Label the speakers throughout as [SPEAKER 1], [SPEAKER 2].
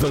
[SPEAKER 1] The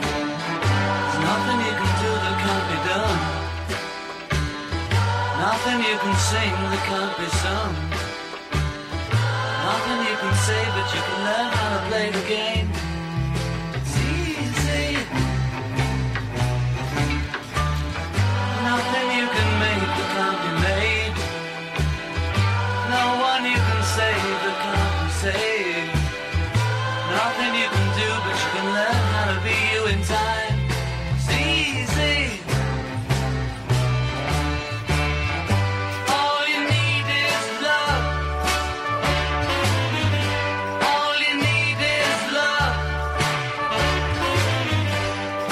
[SPEAKER 2] There's nothing you can do that can't be done. Nothing you can sing that can't be sung. Nothing you can say, but you can learn how to play the game. It's easy. Nothing you can make that can't be made. No one you can save that can't be saved. Nothing you can do, but you can learn how to be you in time. It's easy. All you need is love. All you need is love.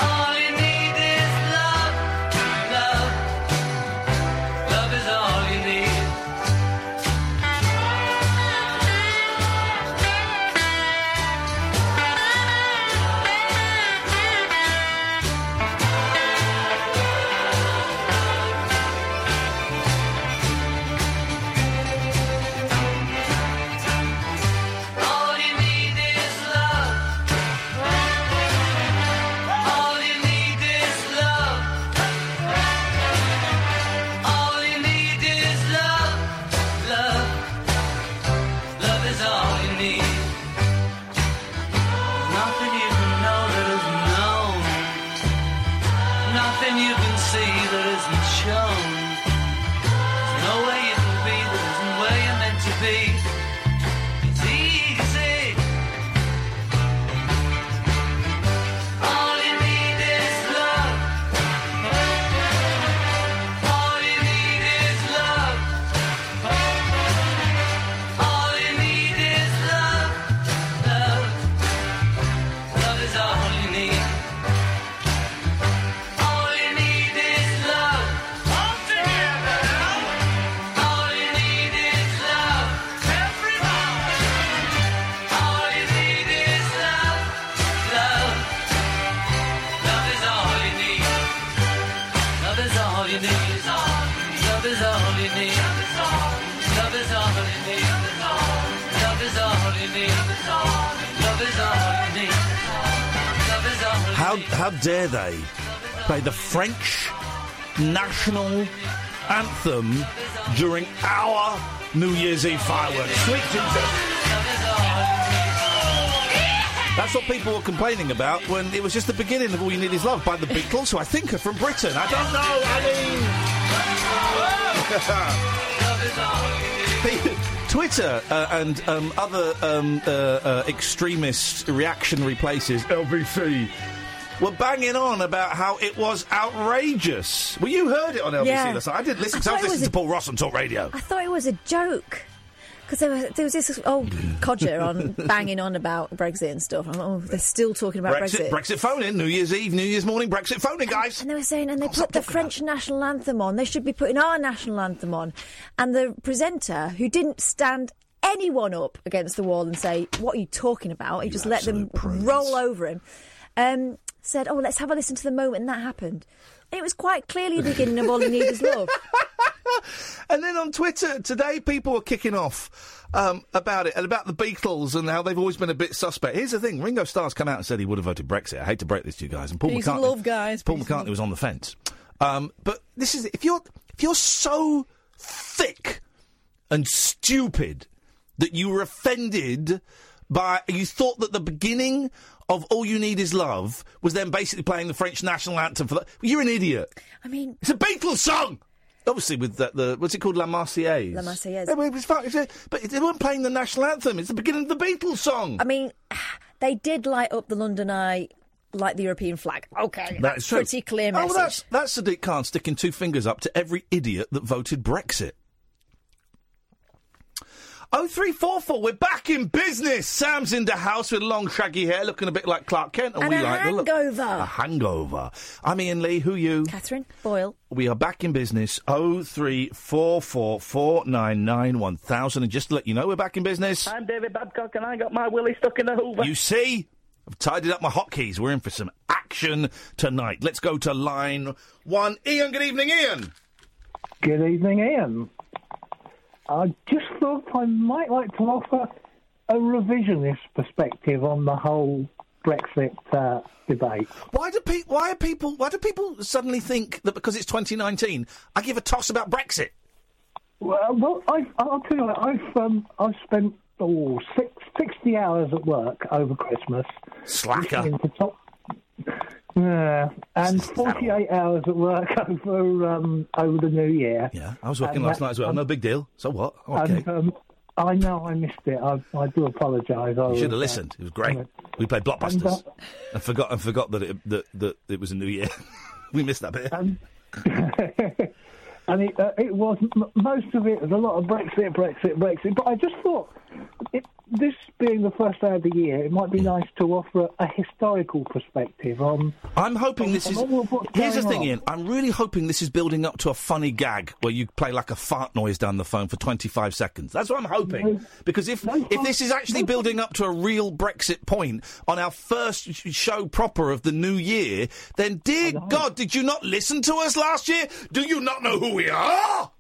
[SPEAKER 2] All you need is love. Love. Love is all you need. All you need is love. All you need is love. All you need is love. Love. Love is all you need. Nothing you can know that isn't known. Nothing you can see that isn't shown. There's no way you can be that isn't where you're meant to be. It's easy. All you need is love. All you need is love. All you need is love. Love. Love is all you need. All you need is love. All together. All you need is love. Everyone. All you need is love, love. Love is all you need. Love is all you need. Love is all you need. Love is all you need. Love is all you need. Love is all you need. Love is all you need.
[SPEAKER 3] How how dare they play the French national anthem during our New Year's Eve fireworks? Sweet Jesus! That's what people were complaining about when it was just the beginning of All You Need Is Love by the Beatles, who I think are from Britain. I don't know. Pe- Twitter uh, and um, other um, uh, uh, extremist reactionary places, LBC, were banging on about how it was outrageous. Well, you heard it on LBC
[SPEAKER 4] Yeah.
[SPEAKER 3] last night. I didn't listen. 'cause I,
[SPEAKER 4] I
[SPEAKER 3] was
[SPEAKER 4] thought it was
[SPEAKER 3] listening to
[SPEAKER 4] a-
[SPEAKER 3] Paul Ross on Talk Radio.
[SPEAKER 4] I thought it was a joke. Because there, was- there was this old codger on banging on about Brexit and stuff. I'm like, oh, they're still talking about
[SPEAKER 3] Brexit, Brexit phone in New Year's Eve, New Year's morning. Brexit phone in, guys.
[SPEAKER 4] And they were saying, and they put the French national anthem on. They should be putting our national anthem on. And the presenter, who didn't stand anyone up against the wall and say, "What are you talking about?" He just let them roll over him. Um, said, "Oh, let's have a listen to the moment that happened." And it was quite clearly the beginning of all you need is love.
[SPEAKER 3] And then on Twitter today, people were kicking off um, about it and about the Beatles and how they've always been a bit suspect. Here's the thing: Ringo Starr's come out and said he would have voted Brexit. I hate to break this to you guys, and Paul
[SPEAKER 5] Peace and
[SPEAKER 3] McCartney.
[SPEAKER 5] love, guys.
[SPEAKER 3] Paul
[SPEAKER 5] Peace
[SPEAKER 3] McCartney was on the fence. Um, but this is if you're if you're so thick and stupid that you were offended by you thought that the beginning of all you need is love was then basically playing the French national anthem for that. You're an idiot.
[SPEAKER 4] I mean,
[SPEAKER 3] It's a Beatles song. Obviously, with that, the what's it called, La Marseillaise.
[SPEAKER 4] La Marseillaise.
[SPEAKER 3] Yeah, but it was fun. It's a- but they weren't playing the national anthem. It's the beginning of the Beatles song.
[SPEAKER 4] I mean, they did light up the London Eye like the European flag. Okay,
[SPEAKER 3] that is true.
[SPEAKER 4] Pretty clear
[SPEAKER 3] Oh, well,
[SPEAKER 4] message.
[SPEAKER 3] that's that's Sadiq Khan sticking two fingers up to every idiot that voted Brexit. 0344, we're back in business. Sam's in the house with long, shaggy hair, looking a bit like Clark Kent. And,
[SPEAKER 6] And
[SPEAKER 3] we
[SPEAKER 6] a
[SPEAKER 3] like the look.
[SPEAKER 6] hangover.
[SPEAKER 3] A hangover. I'm Ian Lee, who you?
[SPEAKER 6] Catherine Boyle.
[SPEAKER 3] We are back in business. Oh three four four four nine nine one thousand. And just to let you know, we're back in business.
[SPEAKER 7] I'm David Babcock, and I got my willy stuck in a Hoover.
[SPEAKER 3] You see, I've tidied up my hotkeys. We're in for some action tonight. Let's go to line one. Ian, good evening, Ian.
[SPEAKER 8] Good evening, Ian. I just thought I might like to offer a revisionist perspective on the whole Brexit uh, debate.
[SPEAKER 3] Why do pe- Why are people? Why do people suddenly think that because it's 2019, I give a toss about Brexit?
[SPEAKER 8] Well, well I've, I'll tell you what, I've, um, I've spent oh, six, 60 hours at work over Christmas.
[SPEAKER 3] Slacker.
[SPEAKER 8] listening to top- Yeah, and 48 hours at work over um, over the new year.
[SPEAKER 3] Yeah, I was working
[SPEAKER 8] And
[SPEAKER 3] last
[SPEAKER 8] that-
[SPEAKER 3] night as well.
[SPEAKER 8] um,
[SPEAKER 3] no big deal. So what? Oh, okay.
[SPEAKER 8] And, um, I know I missed it. I, I do apologise. I
[SPEAKER 3] You should
[SPEAKER 8] was, uh,
[SPEAKER 3] have listened. It was great. We played blockbusters and,
[SPEAKER 8] And, uh,
[SPEAKER 3] forgot and forgot that it, that, that it was a new year. we missed that bit.
[SPEAKER 8] and it, uh, it was m- most of it was a lot of Brexit, Brexit, Brexit. But I just thought, it, this being the first day of the year, it might be
[SPEAKER 3] Mm.
[SPEAKER 8] nice to offer a, a historical perspective on.
[SPEAKER 3] I'm hoping this
[SPEAKER 8] on
[SPEAKER 3] is.
[SPEAKER 8] all of what's
[SPEAKER 3] Here's the
[SPEAKER 8] going
[SPEAKER 3] thing,
[SPEAKER 8] on.
[SPEAKER 3] Ian. I'm really hoping this is building up to a funny gag where you play like a fart noise down the phone for 25 seconds. That's what I'm hoping. Because if if this is actually building up to a real Brexit point on our first sh- show proper of the new year, then dear God, did you not listen to us last year? Do you not know who we are?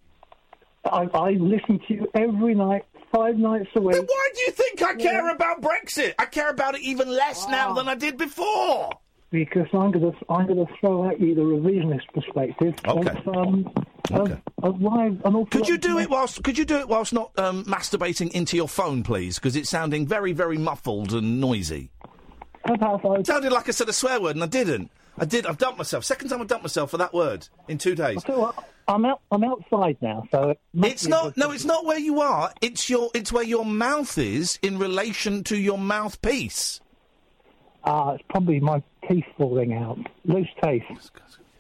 [SPEAKER 8] I, I listen to you every night, five nights a week.
[SPEAKER 3] Then why do you think I care about Brexit? I care about it even less now than I did before.
[SPEAKER 8] because I'm going to I'm going to throw at you the revisionist perspective
[SPEAKER 3] Okay.
[SPEAKER 8] of, um, of,
[SPEAKER 3] Okay.
[SPEAKER 8] of why an awful
[SPEAKER 3] Could
[SPEAKER 8] lot
[SPEAKER 3] you
[SPEAKER 8] of
[SPEAKER 3] do
[SPEAKER 8] people-
[SPEAKER 3] it whilst? Could you do it whilst not um, masturbating into your phone, please? Because it's sounding very, very muffled and noisy.
[SPEAKER 8] How about I-
[SPEAKER 3] It sounded like I said a swear word, and I didn't. I did. I've dumped myself. Second time I've dumped myself for that word in two days.
[SPEAKER 8] So I- I'm out. I'm outside now, so it must
[SPEAKER 3] It's
[SPEAKER 8] be a
[SPEAKER 3] not.
[SPEAKER 8] good-
[SPEAKER 3] No, it's not where you are. It's your. It's where your mouth is in relation to your mouthpiece.
[SPEAKER 8] Ah, it's probably my teeth falling out. Loose teeth.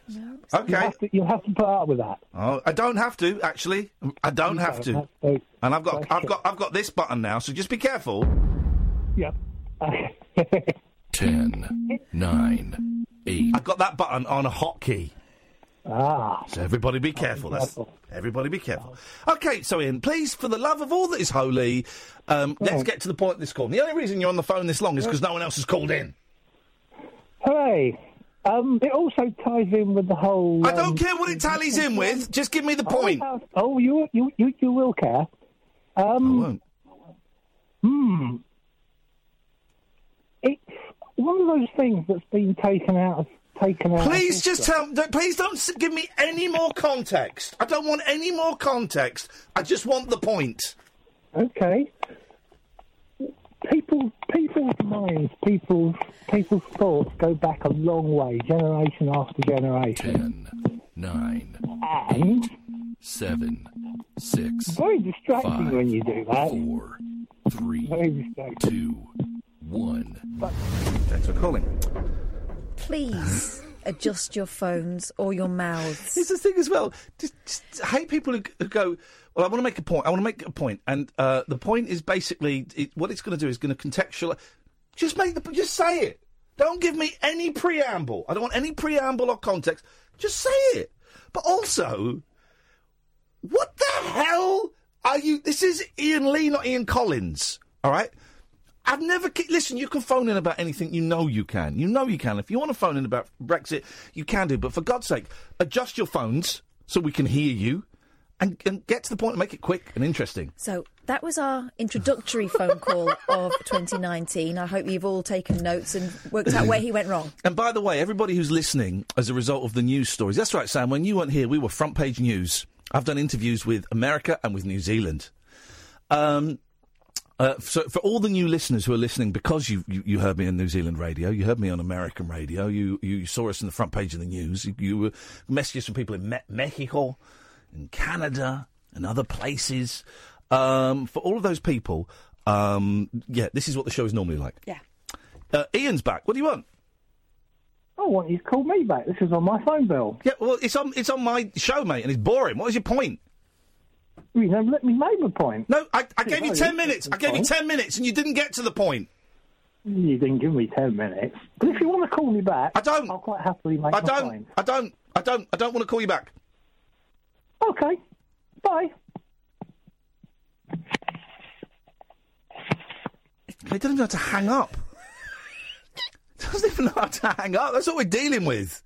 [SPEAKER 8] You
[SPEAKER 3] Okay.
[SPEAKER 8] have to, you have to put up with that.
[SPEAKER 3] Oh, I don't have to actually. I don't have to.
[SPEAKER 8] So,
[SPEAKER 3] And I've got. I've got. I've got this button now. So just be careful.
[SPEAKER 8] yeah.
[SPEAKER 1] Ten, nine, eight.
[SPEAKER 3] I've got that button on a hotkey.
[SPEAKER 8] ah,
[SPEAKER 3] So everybody be careful. That's, everybody be careful. Okay, so Ian, please, for the love of all that is holy, um, let's get to the point of this call. And the only reason you're on the phone this long is because no one else has called in.
[SPEAKER 8] hooray! Um, it also ties in with the whole.
[SPEAKER 3] I
[SPEAKER 8] um,
[SPEAKER 3] don't care what it tallies in with. Just give me the
[SPEAKER 8] oh,
[SPEAKER 3] point.
[SPEAKER 8] about- Oh, you you you you will care.
[SPEAKER 3] I
[SPEAKER 8] Um, hmm.
[SPEAKER 3] won't.
[SPEAKER 8] it's one of those things that's been taken out of taken out. of
[SPEAKER 3] Please just
[SPEAKER 8] history.
[SPEAKER 3] tell. don't- Please don't s- give me any more context. I don't want any more context. I just want the point.
[SPEAKER 8] Okay. People, people's minds, people's people's thoughts go back a long way, generation after generation,
[SPEAKER 1] Ten, nine,
[SPEAKER 8] and
[SPEAKER 1] seven, six,
[SPEAKER 8] very distracting
[SPEAKER 1] Five.
[SPEAKER 8] when you do that.
[SPEAKER 1] four, three,
[SPEAKER 8] Very distracting.
[SPEAKER 1] two, one.
[SPEAKER 3] Thanks for calling.
[SPEAKER 6] Please adjust your phones or your mouths.
[SPEAKER 3] It's the thing as well. Just, just I hate people who, g- who go. Well, I want to make a point. I want to make a point, and uh, the point is basically it, what it's going to do is going to contextualize. Just make the. Just say it. Don't give me any preamble. I don't want any preamble or context. Just say it. But also, what the hell are you? This is Ian Lee, not Ian Collins. All right. I've never ki- listen. You can phone in about anything. You know you can. You know you can. If you want to phone in about Brexit, you can do. But for God's sake, adjust your phones so we can hear you, and, and get to the point and make it quick and interesting.
[SPEAKER 6] So that was our introductory phone call of 2019. I hope you've all taken notes and worked out where he went wrong.
[SPEAKER 3] And by the way, everybody who's listening as a result of the news stories, that's right, Sam, when you weren't here, we were front page news. I've done interviews with America and with New Zealand. Um, uh, so for all the new listeners who are listening, because you, you, you heard me on New Zealand radio, you heard me on American radio, you, you saw us in the front page of the news, you, you were messages from people in Me- Mexico, in Canada, and other places. Um, for all of those people, um, yeah, this is what the show is normally like.
[SPEAKER 6] Yeah.
[SPEAKER 3] Uh, Ian's back. What do you want?
[SPEAKER 8] I want you to call me back. This is on my phone bill.
[SPEAKER 3] Yeah, well, it's on it's on my show, mate, and it's boring. What is your point?
[SPEAKER 8] you know, let me make my point.
[SPEAKER 3] No, I, I gave you ten minutes. I gave you ten minutes, and you didn't get to the point.
[SPEAKER 8] You didn't give me ten minutes. But if you want to call me back, I don't. I'll quite happily make my
[SPEAKER 3] I don't.
[SPEAKER 8] point.
[SPEAKER 3] I don't. I don't. I don't want to call you back.
[SPEAKER 8] Okay. Bye.
[SPEAKER 3] He doesn't even know how to hang up. doesn't even know how to hang up. That's what we're dealing with.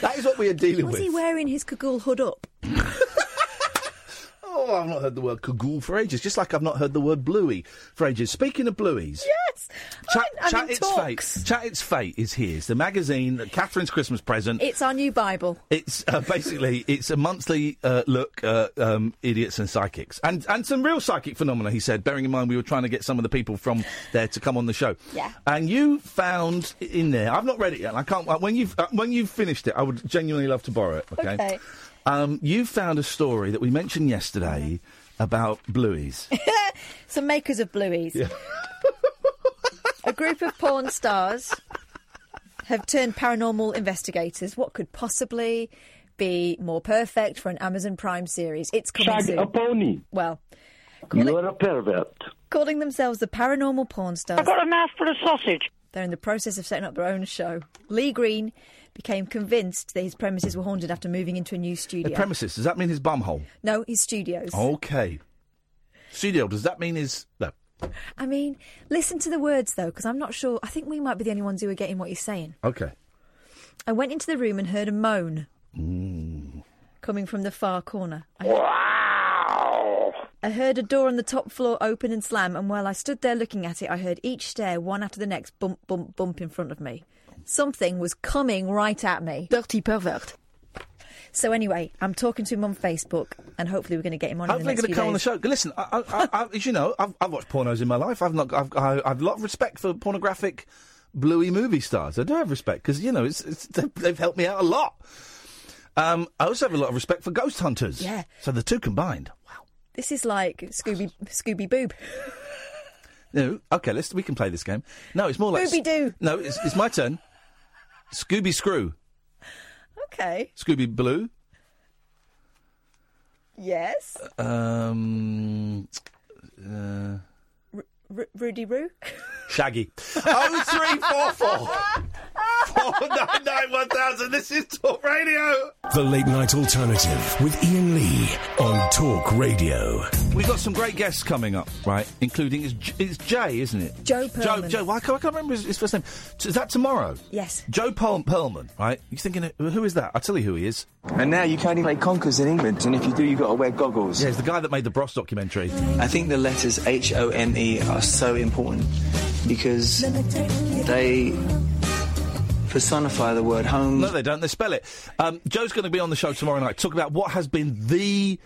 [SPEAKER 3] That is what we are dealing
[SPEAKER 4] Was
[SPEAKER 3] with.
[SPEAKER 4] he wearing his Kagul hood up?
[SPEAKER 3] Oh, I've not heard the word cagoule for ages, just like I've not heard the word bluey for ages. Speaking of blueys.
[SPEAKER 4] Yes.
[SPEAKER 3] Chat,
[SPEAKER 4] I'm,
[SPEAKER 3] Chat
[SPEAKER 4] I'm in
[SPEAKER 3] It's
[SPEAKER 4] talks.
[SPEAKER 3] Fate. Chat It's Fate is here. It's the magazine, that Catherine's Christmas present.
[SPEAKER 4] It's our new Bible.
[SPEAKER 3] It's uh, basically it's a monthly uh, look uh, um, idiots and psychics and and some real psychic phenomena. He said, bearing in mind we were trying to get some of the people from there to come on the show.
[SPEAKER 9] Yeah.
[SPEAKER 3] And you found in there. I've not read it yet. and I can't. uh, When you've uh, when you've finished it, I would genuinely love to borrow it. Okay.
[SPEAKER 9] Okay.
[SPEAKER 3] Um, you found a story that we mentioned yesterday about blueies.
[SPEAKER 4] Some makers of blueies.
[SPEAKER 3] Yeah.
[SPEAKER 4] A group of porn stars have turned paranormal investigators. What could possibly be more perfect for an Amazon Prime series? It's coming
[SPEAKER 10] Shag
[SPEAKER 4] soon.
[SPEAKER 10] a pony.
[SPEAKER 4] Well,
[SPEAKER 10] You're a pervert.
[SPEAKER 4] calling themselves the Paranormal Porn Stars. I've got a mouth for a sausage. They're in the process of setting up their own show. Lee Green became convinced that his premises were haunted after moving into a new
[SPEAKER 3] The Oh.
[SPEAKER 4] studio.
[SPEAKER 3] premises. Does that mean his bumhole?
[SPEAKER 4] no, his studios.
[SPEAKER 3] Okay. Studio. Does that mean his no?
[SPEAKER 4] I mean, listen to the words though, because I'm not sure. I think we might be the only ones who are getting what he's saying.
[SPEAKER 3] Okay.
[SPEAKER 4] I went into the room and heard a moan coming from the far corner. I, I heard a door on the top floor open and slam, and while I stood there looking at it, I heard each stair, one after the next, bump, bump, bump in front of me. Something was coming right at me. Dirty pervert. So anyway, I'm talking to him on Facebook, and hopefully we're going to get him on. in the
[SPEAKER 3] Hopefully,
[SPEAKER 4] next
[SPEAKER 3] going to
[SPEAKER 4] few
[SPEAKER 3] come on the
[SPEAKER 4] days.
[SPEAKER 3] show. Listen, I, I, I, I, as you know, I've, I've watched pornos in my life. I've not, I've, I, I've a lot of respect for pornographic, bluey movie stars. I do have respect because you know it's, it's they've, they've helped me out a lot. Um, I also have a lot of respect for ghost hunters.
[SPEAKER 4] Yeah.
[SPEAKER 3] So the two combined.
[SPEAKER 4] This is like Scooby Scooby Boob.
[SPEAKER 3] No, okay, let's we can play this game. No, it's more like
[SPEAKER 4] Scooby-Doo.
[SPEAKER 3] No, it's, it's my turn. Scooby Screw,
[SPEAKER 4] Okay.
[SPEAKER 3] Scooby Blue.
[SPEAKER 4] Yes.
[SPEAKER 3] Um. Uh,
[SPEAKER 4] R- Rudy Roo.
[SPEAKER 3] Shaggy. Oh three four four. Four nine nine one thousand. This is Talk Radio.
[SPEAKER 1] The Late Night Alternative with Ian Lee on Talk Radio.
[SPEAKER 3] We've got some great guests coming up, right? Including it's, J- it's Jay, isn't it?
[SPEAKER 4] Joe
[SPEAKER 3] Joe,
[SPEAKER 4] Perlman.
[SPEAKER 3] Joe. Why can't I can't remember his, his first name? T- Is that tomorrow?
[SPEAKER 4] Yes.
[SPEAKER 3] Joe Perl- Perlman, right? You're thinking, "Who- who is that? I'll tell you who he is.
[SPEAKER 11] And now you can only play conkers in England, and if you do, you've got to wear goggles.
[SPEAKER 3] Yeah, he's the guy that made the Bros documentary.
[SPEAKER 11] I think the letters H O M E are so important because they personify the word home.
[SPEAKER 3] No, they don't. They spell it. Um, Joe's going to be on the show tomorrow night. Talk about what has been the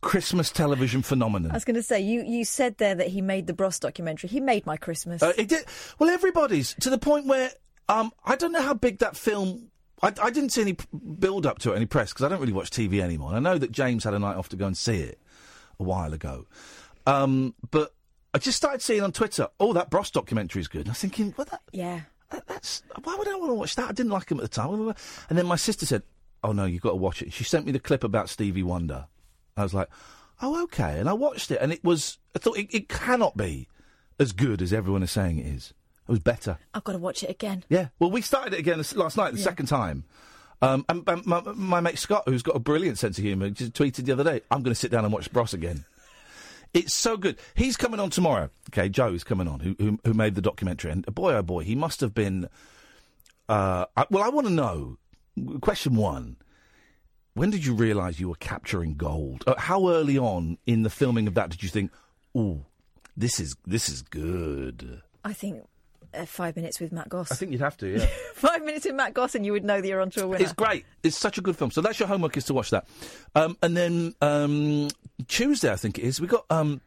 [SPEAKER 3] Christmas television phenomenon.
[SPEAKER 4] I was going to say you you said there that he made the Bros documentary. He made my Christmas.
[SPEAKER 3] Uh, it did. Well, everybody's to the point where um, I don't know how big that film. I, I didn't see any p- build up to it, any press, because I don't really watch TV anymore. And I know that James had a night off to go and see it a while ago, um, but I just started seeing on Twitter, "Oh, that Bros documentary is good." And I was thinking, "What? That,
[SPEAKER 4] yeah,
[SPEAKER 3] that, that's why would I want to watch that? I didn't like him at the time." And then my sister said, "Oh no, you've got to watch it." She sent me the clip about Stevie Wonder. I was like, "Oh, okay," and I watched it, and it was. I thought it, it cannot be as good as everyone is saying it is. It was better.
[SPEAKER 4] I've got to watch it again.
[SPEAKER 3] Yeah. Well, we started it again this- last night, the second time. Um, and, and my, my mate Scott, who's got a brilliant sense of humour, just tweeted the other day, "I'm going to sit down and watch Bros again." It's so good. He's coming on tomorrow. Okay, Joe is coming on, who who, who made the documentary. And boy, oh boy, he must have been. Uh, I, well, I want to know. Question one: When did you realise you were capturing gold? Uh, how early on in the filming of that did you think, "Ooh, this is this is good"?
[SPEAKER 4] I think uh, five minutes with Matt Goss.
[SPEAKER 3] I think you'd have to, yeah.
[SPEAKER 4] five minutes with Matt Goss, and you would know that you're onto a winner.
[SPEAKER 3] It's great. It's such a good film. So that's your homework is to watch that. Um, and then um, Tuesday, I think it is. We got um,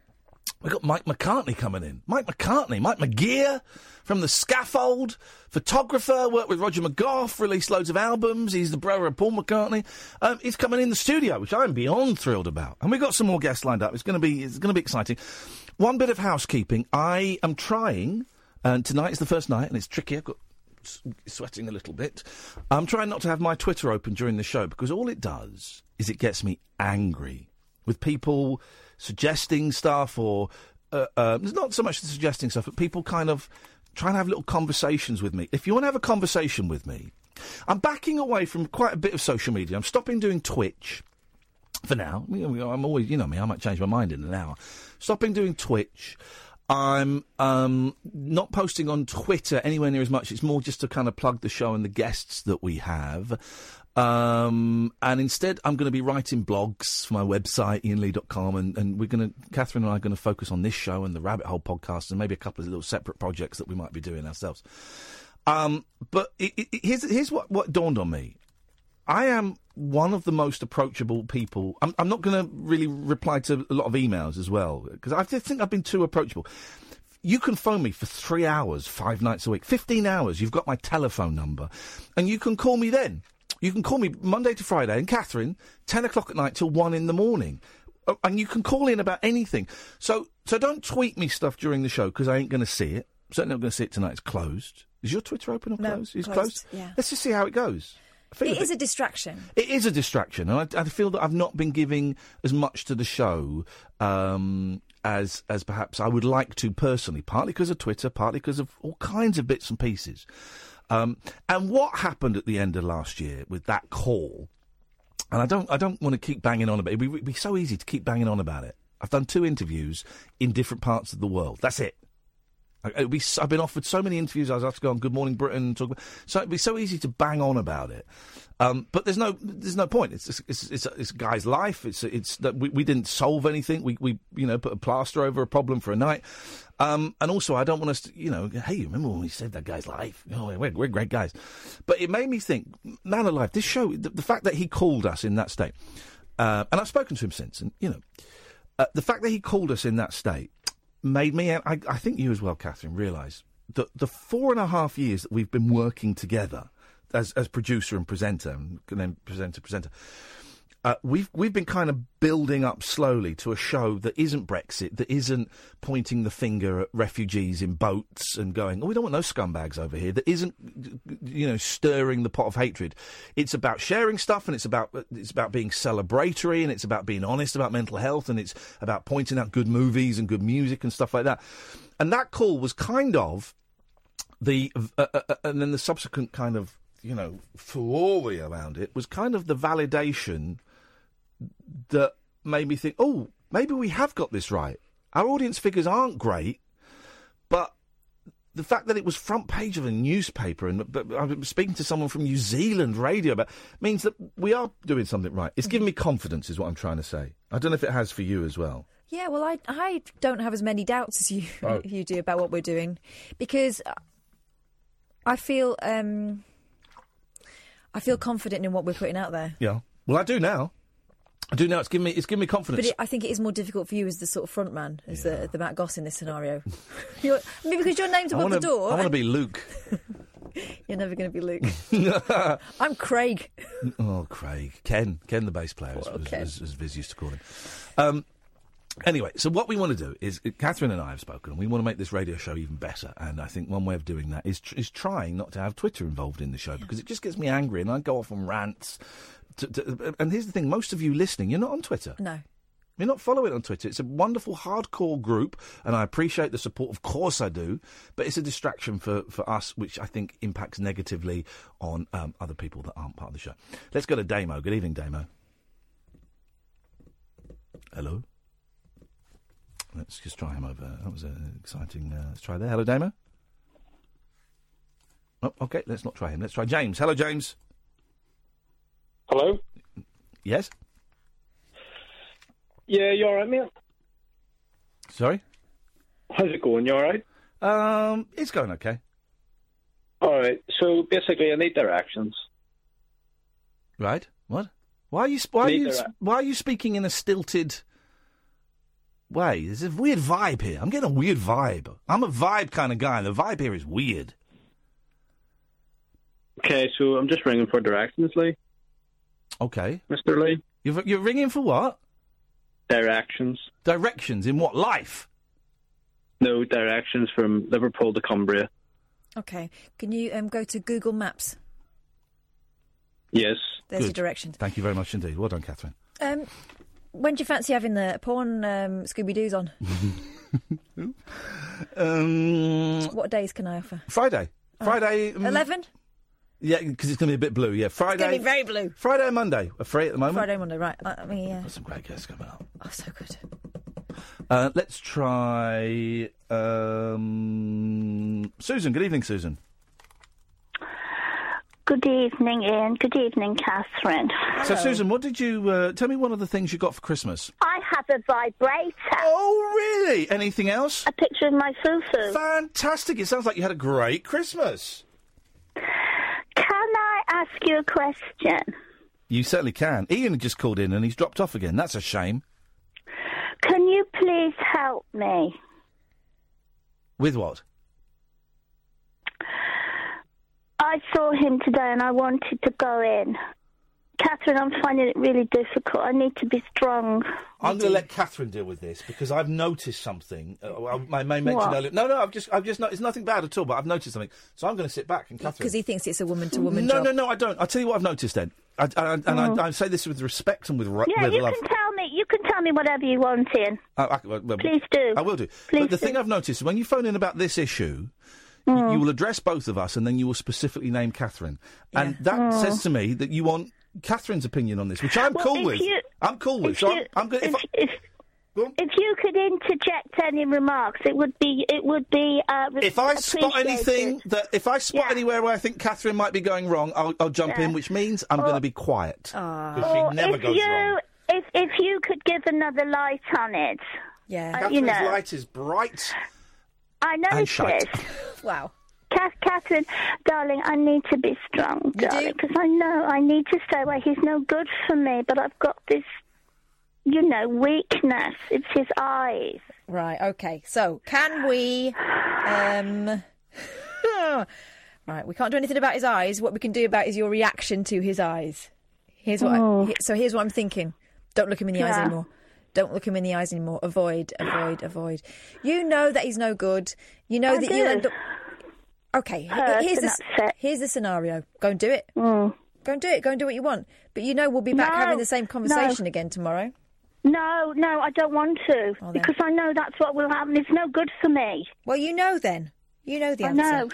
[SPEAKER 3] we got Mike McCartney coming in. Mike McCartney, Mike McGear from the Scaffold, photographer. Worked with Roger McGough, released loads of albums. He's the brother of Paul McCartney. Um, he's coming in the studio, which I'm beyond thrilled about. And we've got some more guests lined up. It's going to be it's going to be exciting. One bit of housekeeping. I am trying. And tonight is the first night, and it's tricky. I've got s- sweating a little bit. I'm trying not to have my Twitter open during the show because all it does is it gets me angry with people suggesting stuff or uh, uh, it's not so much the suggesting stuff, but people kind of trying to have little conversations with me. If you want to have a conversation with me, I'm backing away from quite a bit of social media. I'm stopping doing Twitch for now. You know, I'm always, you know me, I might change my mind in an hour. Stopping doing Twitch. I'm um, not posting on Twitter anywhere near as much. It's more just to kind of plug the show and the guests that we have. Um, and instead, I'm going to be writing blogs for my website, ianlee.com, and, and we're going to, Catherine and I are going to focus on this show and the Rabbit Hole podcast and maybe a couple of little separate projects that we might be doing ourselves. Um, but it, it, it- here's, here's what, what dawned on me. I am one of the most approachable people. I'm, I'm not going to really reply to a lot of emails as well because I just think I've been too approachable. You can phone me for three hours, five nights a week, 15 hours. You've got my telephone number and you can call me then. You can call me Monday to Friday and Catherine, 10 o'clock at night till 1 in the morning. Uh, And you can call in about anything. So, so don't tweet me stuff during the show because I ain't going to see it. Certainly not going to see it tonight. It's closed. Is your Twitter open or
[SPEAKER 6] No,
[SPEAKER 3] closed? It's
[SPEAKER 6] closed, yeah.
[SPEAKER 3] Let's just see how it goes. I feel
[SPEAKER 6] It
[SPEAKER 3] a
[SPEAKER 6] is
[SPEAKER 3] bit-
[SPEAKER 6] a distraction.
[SPEAKER 3] it is a distraction, and I, I feel that I've not been giving as much to the show um, as as perhaps I would like to personally. Partly because of Twitter, partly because of all kinds of bits and pieces. Um, and what happened at the end of last year with that call? And I don't I don't want to keep banging on about it. It'd be, it'd be so easy to keep banging on about it. I've done two interviews in different parts of the world. That's it. I- It'd be, so- I've been offered so many interviews. I was asked to go on Good Morning Britain. And talk about, so it'd be so easy to bang on about it, um, but there's no there's no point. It's it's it's, it's, a, it's a guy's life. It's it's that we, we didn't solve anything. We we you know put a plaster over a problem for a night, um, and also I don't want us to you know hey you remember when we saved that guy's life? Oh, we're, we're great guys, but it made me think man alive. This show the, the fact that he called us in that state, uh, and I've spoken to him since, and you know uh, the fact that he called us in that state made me, and I, I think you as well, Catherine, realise that the four and a half years that we've been working together as as producer and presenter, and then presenter, presenter, uh, we've we've been kind of building up slowly to a show that isn't Brexit, that isn't pointing the finger at refugees in boats and going, oh, we don't want those scumbags over here. That isn't, you know, stirring the pot of hatred. It's about sharing stuff, and it's about it's about being celebratory, and it's about being honest about mental health, and it's about pointing out good movies and good music and stuff like that. And that call was kind of the uh, uh, uh, and then the subsequent kind of you know furore around it was kind of the validation that made me think, oh, maybe we have got this right. Our audience figures aren't great, but the fact that it was front page of a newspaper and but I was speaking to someone from New Zealand radio about means that we are doing something right. It's given me confidence, is what I'm trying to say. I don't know if it has for you as well.
[SPEAKER 6] Yeah, well, I I don't have as many doubts as you
[SPEAKER 3] Oh.
[SPEAKER 6] you do about what we're doing, because I feel um, I feel confident in what we're putting out there.
[SPEAKER 3] Yeah. Well, I do now. I do now. It's given me. It's given me confidence.
[SPEAKER 6] But it, I think it is more difficult for you as the sort of front man, as the, the Matt Goss in this scenario. you're, I mean, because your name's
[SPEAKER 3] I
[SPEAKER 6] above
[SPEAKER 3] wanna-
[SPEAKER 6] the door.
[SPEAKER 3] I want to
[SPEAKER 6] and
[SPEAKER 3] be Luke.
[SPEAKER 6] You're never going to be Luke. I'm Craig.
[SPEAKER 3] Oh, Craig. Ken. Ken, the bass player, as,
[SPEAKER 6] Poor old
[SPEAKER 3] as-
[SPEAKER 6] Ken.
[SPEAKER 3] as, as Viz used to call him. Um, anyway, so what we want to do is, uh, Catherine and I have spoken, and we want to make this radio show even better. And I think one way of doing that is, tr- is trying not to have Twitter involved in the show because it just gets me angry and I go off on rants. To, to, and here's the thing most of you listening, you're not on Twitter.
[SPEAKER 6] No.
[SPEAKER 3] You're not following on Twitter. It's a wonderful hardcore group, and I appreciate the support. Of course, I do, but it's a distraction for, for us, which I think impacts negatively on um, other people that aren't part of the show. Let's go to Damo. Good evening, Damo. Hello. Let's just try him over. That was an exciting. Uh, let's try there. Hello, Damo. Oh, okay, let's not try him. Let's try James. Hello, James.
[SPEAKER 12] Hello?
[SPEAKER 3] Yes.
[SPEAKER 12] Yeah, you all right, mate?
[SPEAKER 3] Sorry.
[SPEAKER 12] How's it going? You all right?
[SPEAKER 3] Um, it's going okay.
[SPEAKER 12] All right. So basically, I need directions.
[SPEAKER 3] Right. What? Why are you sp- why are you
[SPEAKER 12] Neither uh.
[SPEAKER 3] s-
[SPEAKER 12] are-
[SPEAKER 3] why are you speaking in a stilted way? There's a weird vibe here. I'm getting a weird vibe. I'm a vibe kind of guy, and the vibe here is weird.
[SPEAKER 12] Okay, so I'm just ringing for directions, Lee.
[SPEAKER 3] Okay,
[SPEAKER 12] Mr. Lee.
[SPEAKER 3] you're you're ringing for what?
[SPEAKER 12] Directions.
[SPEAKER 3] Directions in what life?
[SPEAKER 12] No directions from Liverpool to Cumbria.
[SPEAKER 6] Okay. Can you um, go to Google Maps?
[SPEAKER 12] Yes.
[SPEAKER 6] There's your directions.
[SPEAKER 3] Thank you very much indeed. Well done, Catherine.
[SPEAKER 6] Um,
[SPEAKER 4] When do you fancy having the porn um, Scooby Doo's on?
[SPEAKER 3] Um,
[SPEAKER 4] What days can I offer?
[SPEAKER 3] Friday. Friday. um,
[SPEAKER 4] Eleven.
[SPEAKER 3] Yeah, because it's going to be a bit blue. Yeah, Friday.
[SPEAKER 4] It's going to be very blue.
[SPEAKER 3] Friday and Monday. We're free at the moment.
[SPEAKER 4] Friday, Monday, right? Uh, I, I mean, yeah.
[SPEAKER 3] Got some great guests coming up.
[SPEAKER 4] Oh, so good.
[SPEAKER 3] Uh, let's try um, Susan. Good evening, Susan.
[SPEAKER 6] Good evening, Ian. Good evening, Catherine.
[SPEAKER 3] So, Susan, what did you uh, tell me? One of the things you got for Christmas?
[SPEAKER 6] I have a vibrator.
[SPEAKER 3] Oh, really? Anything else?
[SPEAKER 6] A picture of my fufu.
[SPEAKER 3] Fantastic! It sounds like you had a great Christmas.
[SPEAKER 6] Can I ask you a question?
[SPEAKER 3] You certainly can. Ian just called in and he's dropped off again. That's a shame.
[SPEAKER 6] Can you please help me?
[SPEAKER 3] With what?
[SPEAKER 6] I saw him today and I wanted to go in. Catherine, I'm finding it really difficult. I need to be strong.
[SPEAKER 3] I'm going to let Catherine deal with this because I've noticed something. Uh, I, I may mention
[SPEAKER 6] Mm. What?
[SPEAKER 3] earlier. No, no, I've just, I've just, not, it's nothing bad at all. But I've noticed something, so I'm going to sit back and Catherine.
[SPEAKER 4] Because he thinks it's a woman to woman
[SPEAKER 3] no,
[SPEAKER 4] job.
[SPEAKER 3] no, no, I don't. I'll tell you what I've noticed then. I, I, I- and I, I say this with respect and with, ru-
[SPEAKER 6] Mm-hmm. yeah,
[SPEAKER 3] with
[SPEAKER 6] you
[SPEAKER 3] love.
[SPEAKER 6] can tell me. You can tell me whatever you want, Ian.
[SPEAKER 3] I, I- well, well,
[SPEAKER 6] Please do. Mm.
[SPEAKER 3] I will do. but the thing I've noticed when you phone in about this issue, y- you will address both of us, and then you will specifically name Catherine, and that
[SPEAKER 6] Mm.
[SPEAKER 3] says to me that you want Catherine's opinion on this, which I'm
[SPEAKER 6] Well,
[SPEAKER 3] cool
[SPEAKER 6] if
[SPEAKER 3] with.
[SPEAKER 6] you-
[SPEAKER 3] I'm cool with.
[SPEAKER 6] if
[SPEAKER 3] So
[SPEAKER 6] you-
[SPEAKER 3] I'm, I'm good. If, I,
[SPEAKER 6] If, if you could interject any remarks, it would be it would be. Uh, re-
[SPEAKER 3] if I spot
[SPEAKER 6] appreciated.
[SPEAKER 3] anything that, if I spot anywhere where I think Catherine might be going wrong, I'll, I'll jump
[SPEAKER 6] Yeah.
[SPEAKER 3] in, which means I'm
[SPEAKER 6] Or-
[SPEAKER 3] going to be quiet.
[SPEAKER 6] Or
[SPEAKER 3] she never
[SPEAKER 6] if
[SPEAKER 3] goes
[SPEAKER 6] you,
[SPEAKER 3] wrong.
[SPEAKER 6] If if you could give another light on it.
[SPEAKER 4] Yeah.
[SPEAKER 6] Uh,
[SPEAKER 3] Catherine's
[SPEAKER 6] you know.
[SPEAKER 3] light is bright.
[SPEAKER 6] I
[SPEAKER 3] And shite.
[SPEAKER 6] noticed.
[SPEAKER 4] wow.
[SPEAKER 6] Kath, Catherine, darling, I need to be strong, darling, because I know I need to stay away. He's no good for me, but I've got this, you know, weakness. It's his eyes.
[SPEAKER 4] Right. Okay. So can we? Um, right. We can't do anything about his eyes. What we can do about is your reaction to his eyes. Here's what. I,
[SPEAKER 6] Oh.
[SPEAKER 4] he- so here's what I'm thinking. Don't look him in the eyes
[SPEAKER 6] Yeah.
[SPEAKER 4] anymore. Don't look him in the eyes anymore. Avoid. Avoid. Avoid. You know that he's no good. You know
[SPEAKER 6] I
[SPEAKER 4] that you'll
[SPEAKER 6] do.
[SPEAKER 4] end up. Okay. he-
[SPEAKER 6] Hurt
[SPEAKER 4] Here's
[SPEAKER 6] and Mm.
[SPEAKER 4] the s- here's the scenario. Go and do it. Go and do it. Go and do what you want. But you know we'll be back
[SPEAKER 6] No.
[SPEAKER 4] having the same
[SPEAKER 6] No.
[SPEAKER 4] conversation again tomorrow.
[SPEAKER 6] No, no, I don't want to because I know that's what will happen. It's no good for me.
[SPEAKER 4] Well, you know then. You know the
[SPEAKER 6] I
[SPEAKER 4] answer.
[SPEAKER 6] know.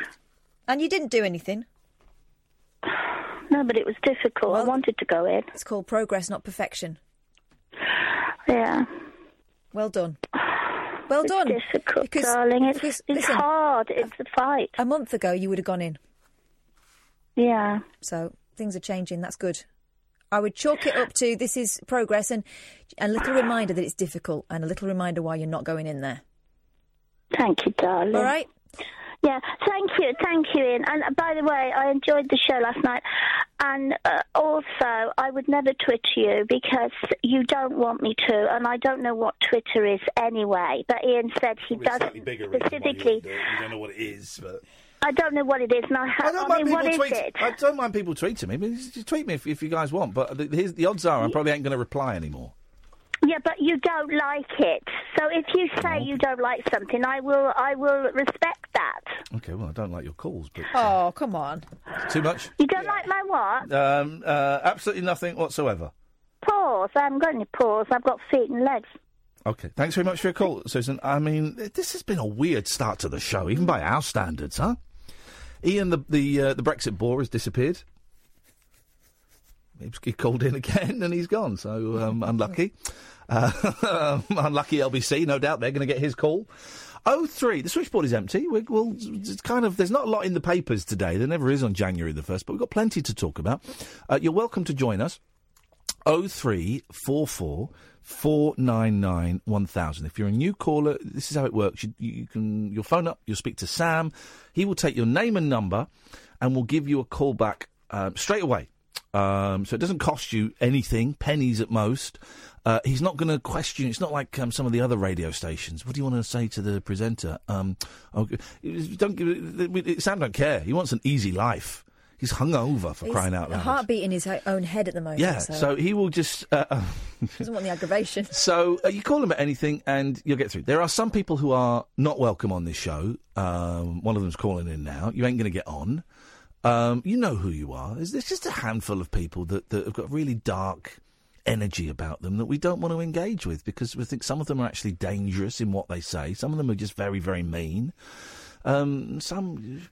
[SPEAKER 4] And you didn't do anything.
[SPEAKER 6] No, but it was difficult. I wanted to go in.
[SPEAKER 4] It's called progress, not perfection.
[SPEAKER 6] Yeah.
[SPEAKER 4] Well done. Well done.
[SPEAKER 6] Difficult, darling. It's,
[SPEAKER 4] because-
[SPEAKER 6] it's
[SPEAKER 4] listen,
[SPEAKER 6] hard. It's a fight.
[SPEAKER 4] A month ago, you would have gone in.
[SPEAKER 6] Yeah.
[SPEAKER 4] So things are changing. That's good. I would chalk it up to this is progress and a little reminder that it's difficult and a little reminder why you're not going in there.
[SPEAKER 6] Thank you, darling.
[SPEAKER 4] All right.
[SPEAKER 6] Yeah, thank you, thank you, Ian. And uh, by the way, I enjoyed the show last night. And uh, also, I would never Twitter you because you don't want me to, and I don't know what Twitter is anyway. But Ian said he doesn't specifically.
[SPEAKER 3] You don't know what it is, but.
[SPEAKER 6] I don't know what it is, and I, ha-
[SPEAKER 3] I don't mind
[SPEAKER 6] mean, what
[SPEAKER 3] people
[SPEAKER 6] is
[SPEAKER 3] tweet.
[SPEAKER 6] it?
[SPEAKER 3] I don't mind people tweeting me. But just just tweet me if, if you guys want. But the, here's, the odds are I probably ain't going to reply anymore.
[SPEAKER 6] Yeah, but you don't like it. So if you say you don't like something, I will, I will respect that.
[SPEAKER 3] Okay, well I don't like your calls, but
[SPEAKER 4] Oh, come on.
[SPEAKER 3] too much.
[SPEAKER 6] You don't like my what?
[SPEAKER 3] Um, uh, absolutely nothing whatsoever.
[SPEAKER 6] Paws? I haven't got any paws. I've got feet and legs.
[SPEAKER 3] Okay, thanks very much for your call, Susan. I mean, th- this has been a weird start to the show, even by our standards, huh? Ian, the the uh, the Brexit boar has disappeared. He was- He called in again and he's gone, so um, unlucky. Uh, unlucky LBC, no doubt they're going to get his call. Oh three, the switchboard is empty. We, we'll, it's kind of there's not a lot in the papers today. There never is on January the first, but we've got plenty to talk about. Uh, you're welcome to join us. 0344 499 1000. If you're a new caller, this is how it works. You, you can you'll phone up, you'll speak to Sam. He will take your name and number and will give you a call back um, straight away. Um, so it doesn't cost you anything, pennies at most. Uh, he's not going to question. It's not like um, some of the other radio stations. What do you want to say to the presenter? Um, okay, don't give. Sam don't care. He wants an easy life. He's hungover for
[SPEAKER 4] He's-
[SPEAKER 3] crying out
[SPEAKER 4] A
[SPEAKER 3] loud.
[SPEAKER 4] heartbeat in his he- own head at the moment.
[SPEAKER 3] Yeah,
[SPEAKER 4] so,
[SPEAKER 3] so he will just. Uh,
[SPEAKER 4] doesn't want the aggravation.
[SPEAKER 3] so uh, you call him at anything and you'll get through. There are some people who are not welcome on this show. Um, one of them's calling in now. You ain't going to get on. Um, you know who you are. There's, there's just a handful of people that, that have got really dark energy about them that we don't want to engage with because we think some of them are actually dangerous in what they say. Some of them are just very, very mean. Um, some.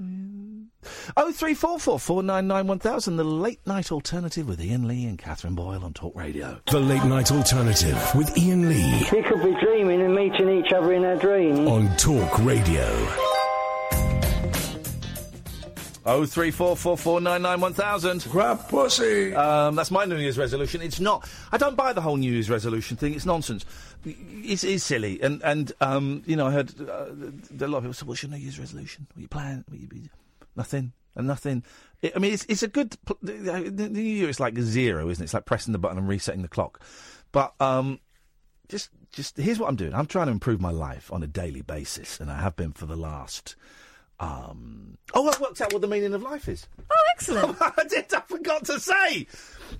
[SPEAKER 3] Oh three four four four nine nine one thousand. The late night alternative with Ian Lee and Catherine Boyle on Talk Radio.
[SPEAKER 1] The Late Night Alternative with Ian Lee
[SPEAKER 13] We could be dreaming and meeting each other in our dreams.
[SPEAKER 1] on Talk Radio.
[SPEAKER 3] Oh three four four four nine nine one thousand. Grab pussy. Um, that's my New Year's resolution. It's not. I don't buy the whole New Year's resolution thing. It's nonsense. It's, it's silly. And and um, you know, I heard uh, a lot of people say, "What's your New Year's resolution? What are you plan? What you be? Nothing." And nothing. I- I mean, it's it's a good. Pl- the- the the New Year is like zero, isn't it? It's like pressing the button and resetting the clock. But um, just just here's what I'm doing. I'm trying to improve my life on a daily basis, and I have been for the last. Um, oh, I've worked out what the meaning of life is.
[SPEAKER 6] Oh, excellent!
[SPEAKER 3] I did. I forgot to say.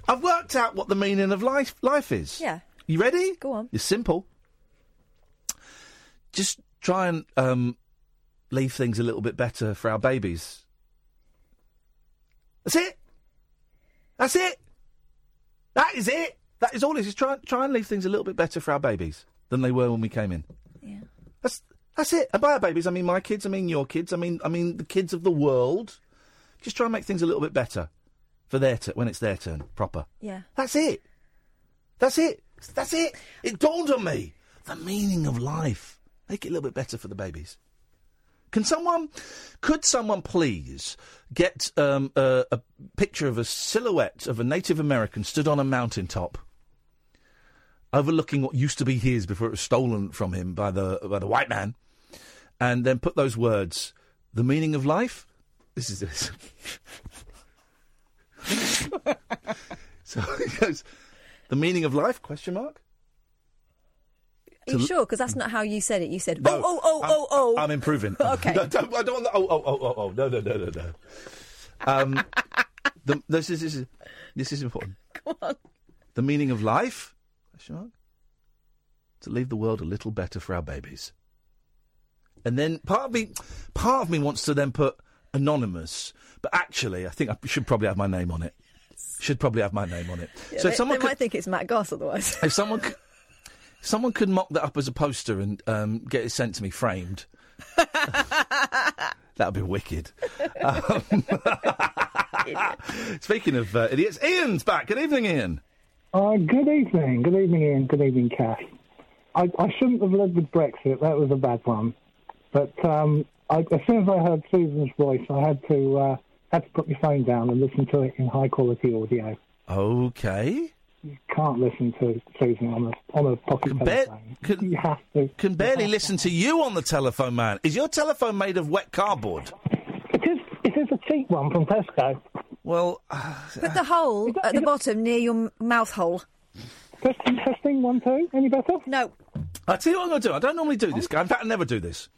[SPEAKER 3] I've worked out what the meaning of life life is.
[SPEAKER 6] Yeah.
[SPEAKER 3] You ready?
[SPEAKER 6] Go on.
[SPEAKER 3] It's simple. Just try and um, leave things a little bit better for our babies. That's it. That's it. That is it. That is all it is. Just Try, try and leave things a little bit better for our babies than they were when we came in.
[SPEAKER 6] Yeah.
[SPEAKER 3] That's that's it. And by our babies, I mean my kids. I mean your kids. I mean I mean the kids of the world. Just try and make things a little bit better for their t- when it's their turn. Proper.
[SPEAKER 6] Yeah.
[SPEAKER 3] That's it. That's it. That's it. It dawned on me. The meaning of life. Make it a little bit better for the babies. Can someone, could someone please get um, a, a picture of a silhouette of a Native American stood on a mountaintop, overlooking what used to be his before it was stolen from him by the by the white man, and then put those words, "The meaning of life." This is this. so it goes, "The meaning of life?" Question mark.
[SPEAKER 6] Are you
[SPEAKER 3] To-
[SPEAKER 6] sure? Because that's not how you said it. You said,
[SPEAKER 3] No,
[SPEAKER 6] oh, oh,
[SPEAKER 3] I'm-
[SPEAKER 6] oh, oh, oh.
[SPEAKER 3] I'm improving.
[SPEAKER 6] Okay.
[SPEAKER 3] No, don't- I don't want the, oh, oh, oh, oh, oh. No, no, no, no, no. Um, the, this, is, this, is, this is important.
[SPEAKER 6] Come on.
[SPEAKER 3] The meaning of life? Question mark. To leave the world a little better for our babies. And then part of me, part of me wants to then put anonymous, but actually, I think I should probably have my name on it. Should probably have my name on it.
[SPEAKER 6] Yeah,
[SPEAKER 3] so
[SPEAKER 6] they,
[SPEAKER 3] if someone
[SPEAKER 6] they
[SPEAKER 3] could,
[SPEAKER 6] might think it's Matt Goss otherwise.
[SPEAKER 3] if someone, c- if someone could mock that up as a poster and um, get it sent to me framed, that would be wicked. Um, speaking of uh, idiots, Ian's back. Good evening, Ian.
[SPEAKER 8] Uh, good evening. Good evening, Ian. Good evening, Cash. I, I shouldn't have led with Brexit. That was a bad one. But um, I, as soon as I heard Susan's voice, I had to uh, had to put my phone down and listen to it in high quality audio.
[SPEAKER 3] Okay.
[SPEAKER 8] Can't listen to Susan on a on a pocket telephone. you have to.
[SPEAKER 3] Can barely listen to you on the telephone, man. Is your telephone made of wet cardboard?
[SPEAKER 8] It is a cheap one from Tesco.
[SPEAKER 3] Well,
[SPEAKER 6] Put the hole at the bottom near your m- mouth hole.
[SPEAKER 8] Testing, testing, one, two. Any better?
[SPEAKER 6] No.
[SPEAKER 3] I tell you what I'm going to do. I don't normally do this, guy. In fact, I never do this.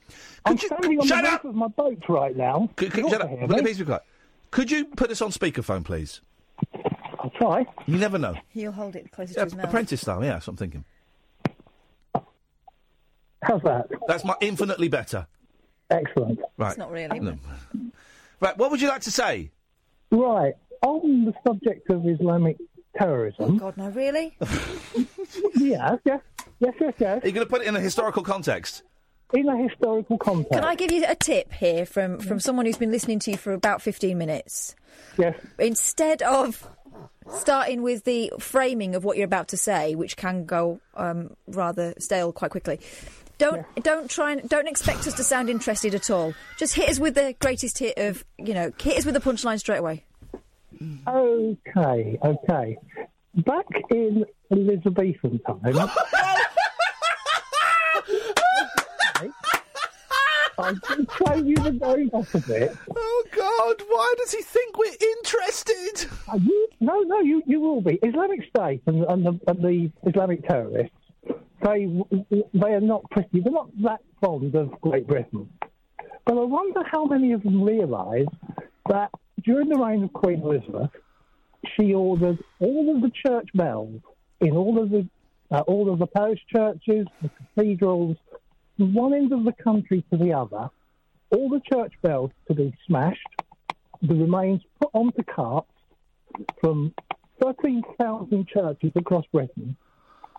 [SPEAKER 8] I'm standing on the roof of my boat right now.
[SPEAKER 3] Could, could,
[SPEAKER 8] You
[SPEAKER 3] shut
[SPEAKER 8] ought to
[SPEAKER 3] up.
[SPEAKER 8] hear
[SPEAKER 3] Let
[SPEAKER 8] me.
[SPEAKER 3] me be quiet. Could you put this on speakerphone, please?
[SPEAKER 8] I'll try.
[SPEAKER 3] You never know.
[SPEAKER 6] He'll hold it closer to
[SPEAKER 3] Yeah,
[SPEAKER 6] his mouth.
[SPEAKER 3] apprentice style, yeah, that's what I'm thinking.
[SPEAKER 8] How's that?
[SPEAKER 3] That's my infinitely better.
[SPEAKER 8] Excellent.
[SPEAKER 3] Right.
[SPEAKER 6] It's not really.
[SPEAKER 3] No. Right, what would you like to say?
[SPEAKER 8] Right. On the subject of Islamic
[SPEAKER 6] Oh,
[SPEAKER 8] terrorism.
[SPEAKER 6] God, no, really?
[SPEAKER 8] yeah, yeah. Yes, yes, yes.
[SPEAKER 3] Are you going to put it in a historical context?
[SPEAKER 8] In a historical context. Mm.
[SPEAKER 6] Can I give you a tip here from, from someone who's been listening to you for about 15 minutes?
[SPEAKER 8] Yes.
[SPEAKER 6] Instead of starting with the framing of what you're about to say, which can go um, rather stale quite quickly, don't don't try and don't expect us to sound interested at all. Just hit us with the greatest hit of you know, hit us with the punchline straight away.
[SPEAKER 8] Okay, okay. Back in Elizabethan time. Okay. I'm going to throw you the nose off a bit.
[SPEAKER 3] Oh, God, why does he think we're interested?
[SPEAKER 8] Are you- no, no, you, you will be. Islamic State and, and, the, and the Islamic terrorists, they they are not pretty. They're not that fond of Great Britain. But I wonder how many of them realise that during the reign of Queen Elizabeth, she ordered all of the church bells in all of the uh, all of the parish churches, the cathedrals, from one end of the country to the other, all the church bells to be smashed, the remains put onto carts from 13,000 churches across Britain.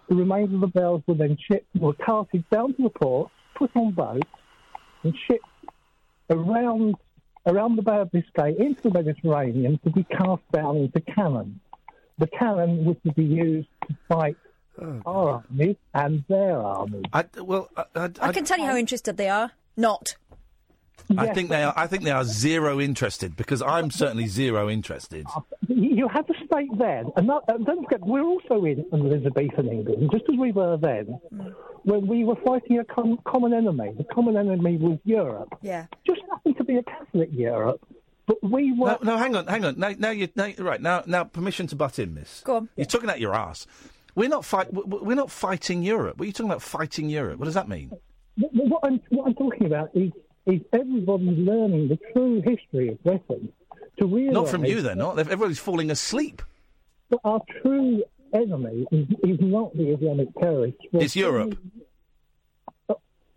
[SPEAKER 8] The remains of the bells were then shipped, were carted down to the port, put on boats, and shipped around around the Bay of Biscay into the Mediterranean to be cast down into cannon. The cannon was to be used to fight our army and their army.
[SPEAKER 3] Oh, I, well, I, I,
[SPEAKER 6] I can tell you how interested they are. Not.
[SPEAKER 3] I think they are. I think they are zero interested because I'm certainly zero interested.
[SPEAKER 8] You had the state then, and, that, and don't forget, we're also in an Elizabethan England, just as we were then,
[SPEAKER 6] Mm.
[SPEAKER 8] when we were fighting a com- common enemy. The common enemy was Europe.
[SPEAKER 6] Yeah.
[SPEAKER 8] Just happened to be a Catholic Europe, but we were.
[SPEAKER 3] No, hang on, hang on. Now, now you now, right now. Now, permission to butt in, Miss.
[SPEAKER 6] Go on.
[SPEAKER 3] You're talking out your ass. We're not fight. w- w- We're not fighting Europe. What are you talking about? Fighting Europe? What does that mean?
[SPEAKER 8] What, what I'm what I'm talking about is is everybody learning the true history of Britain to realise.
[SPEAKER 3] Not from you. They're not. They've- Everybody's falling asleep.
[SPEAKER 8] But our true enemy is, is not the Islamic terrorists. Well, uh,
[SPEAKER 3] It's Europe.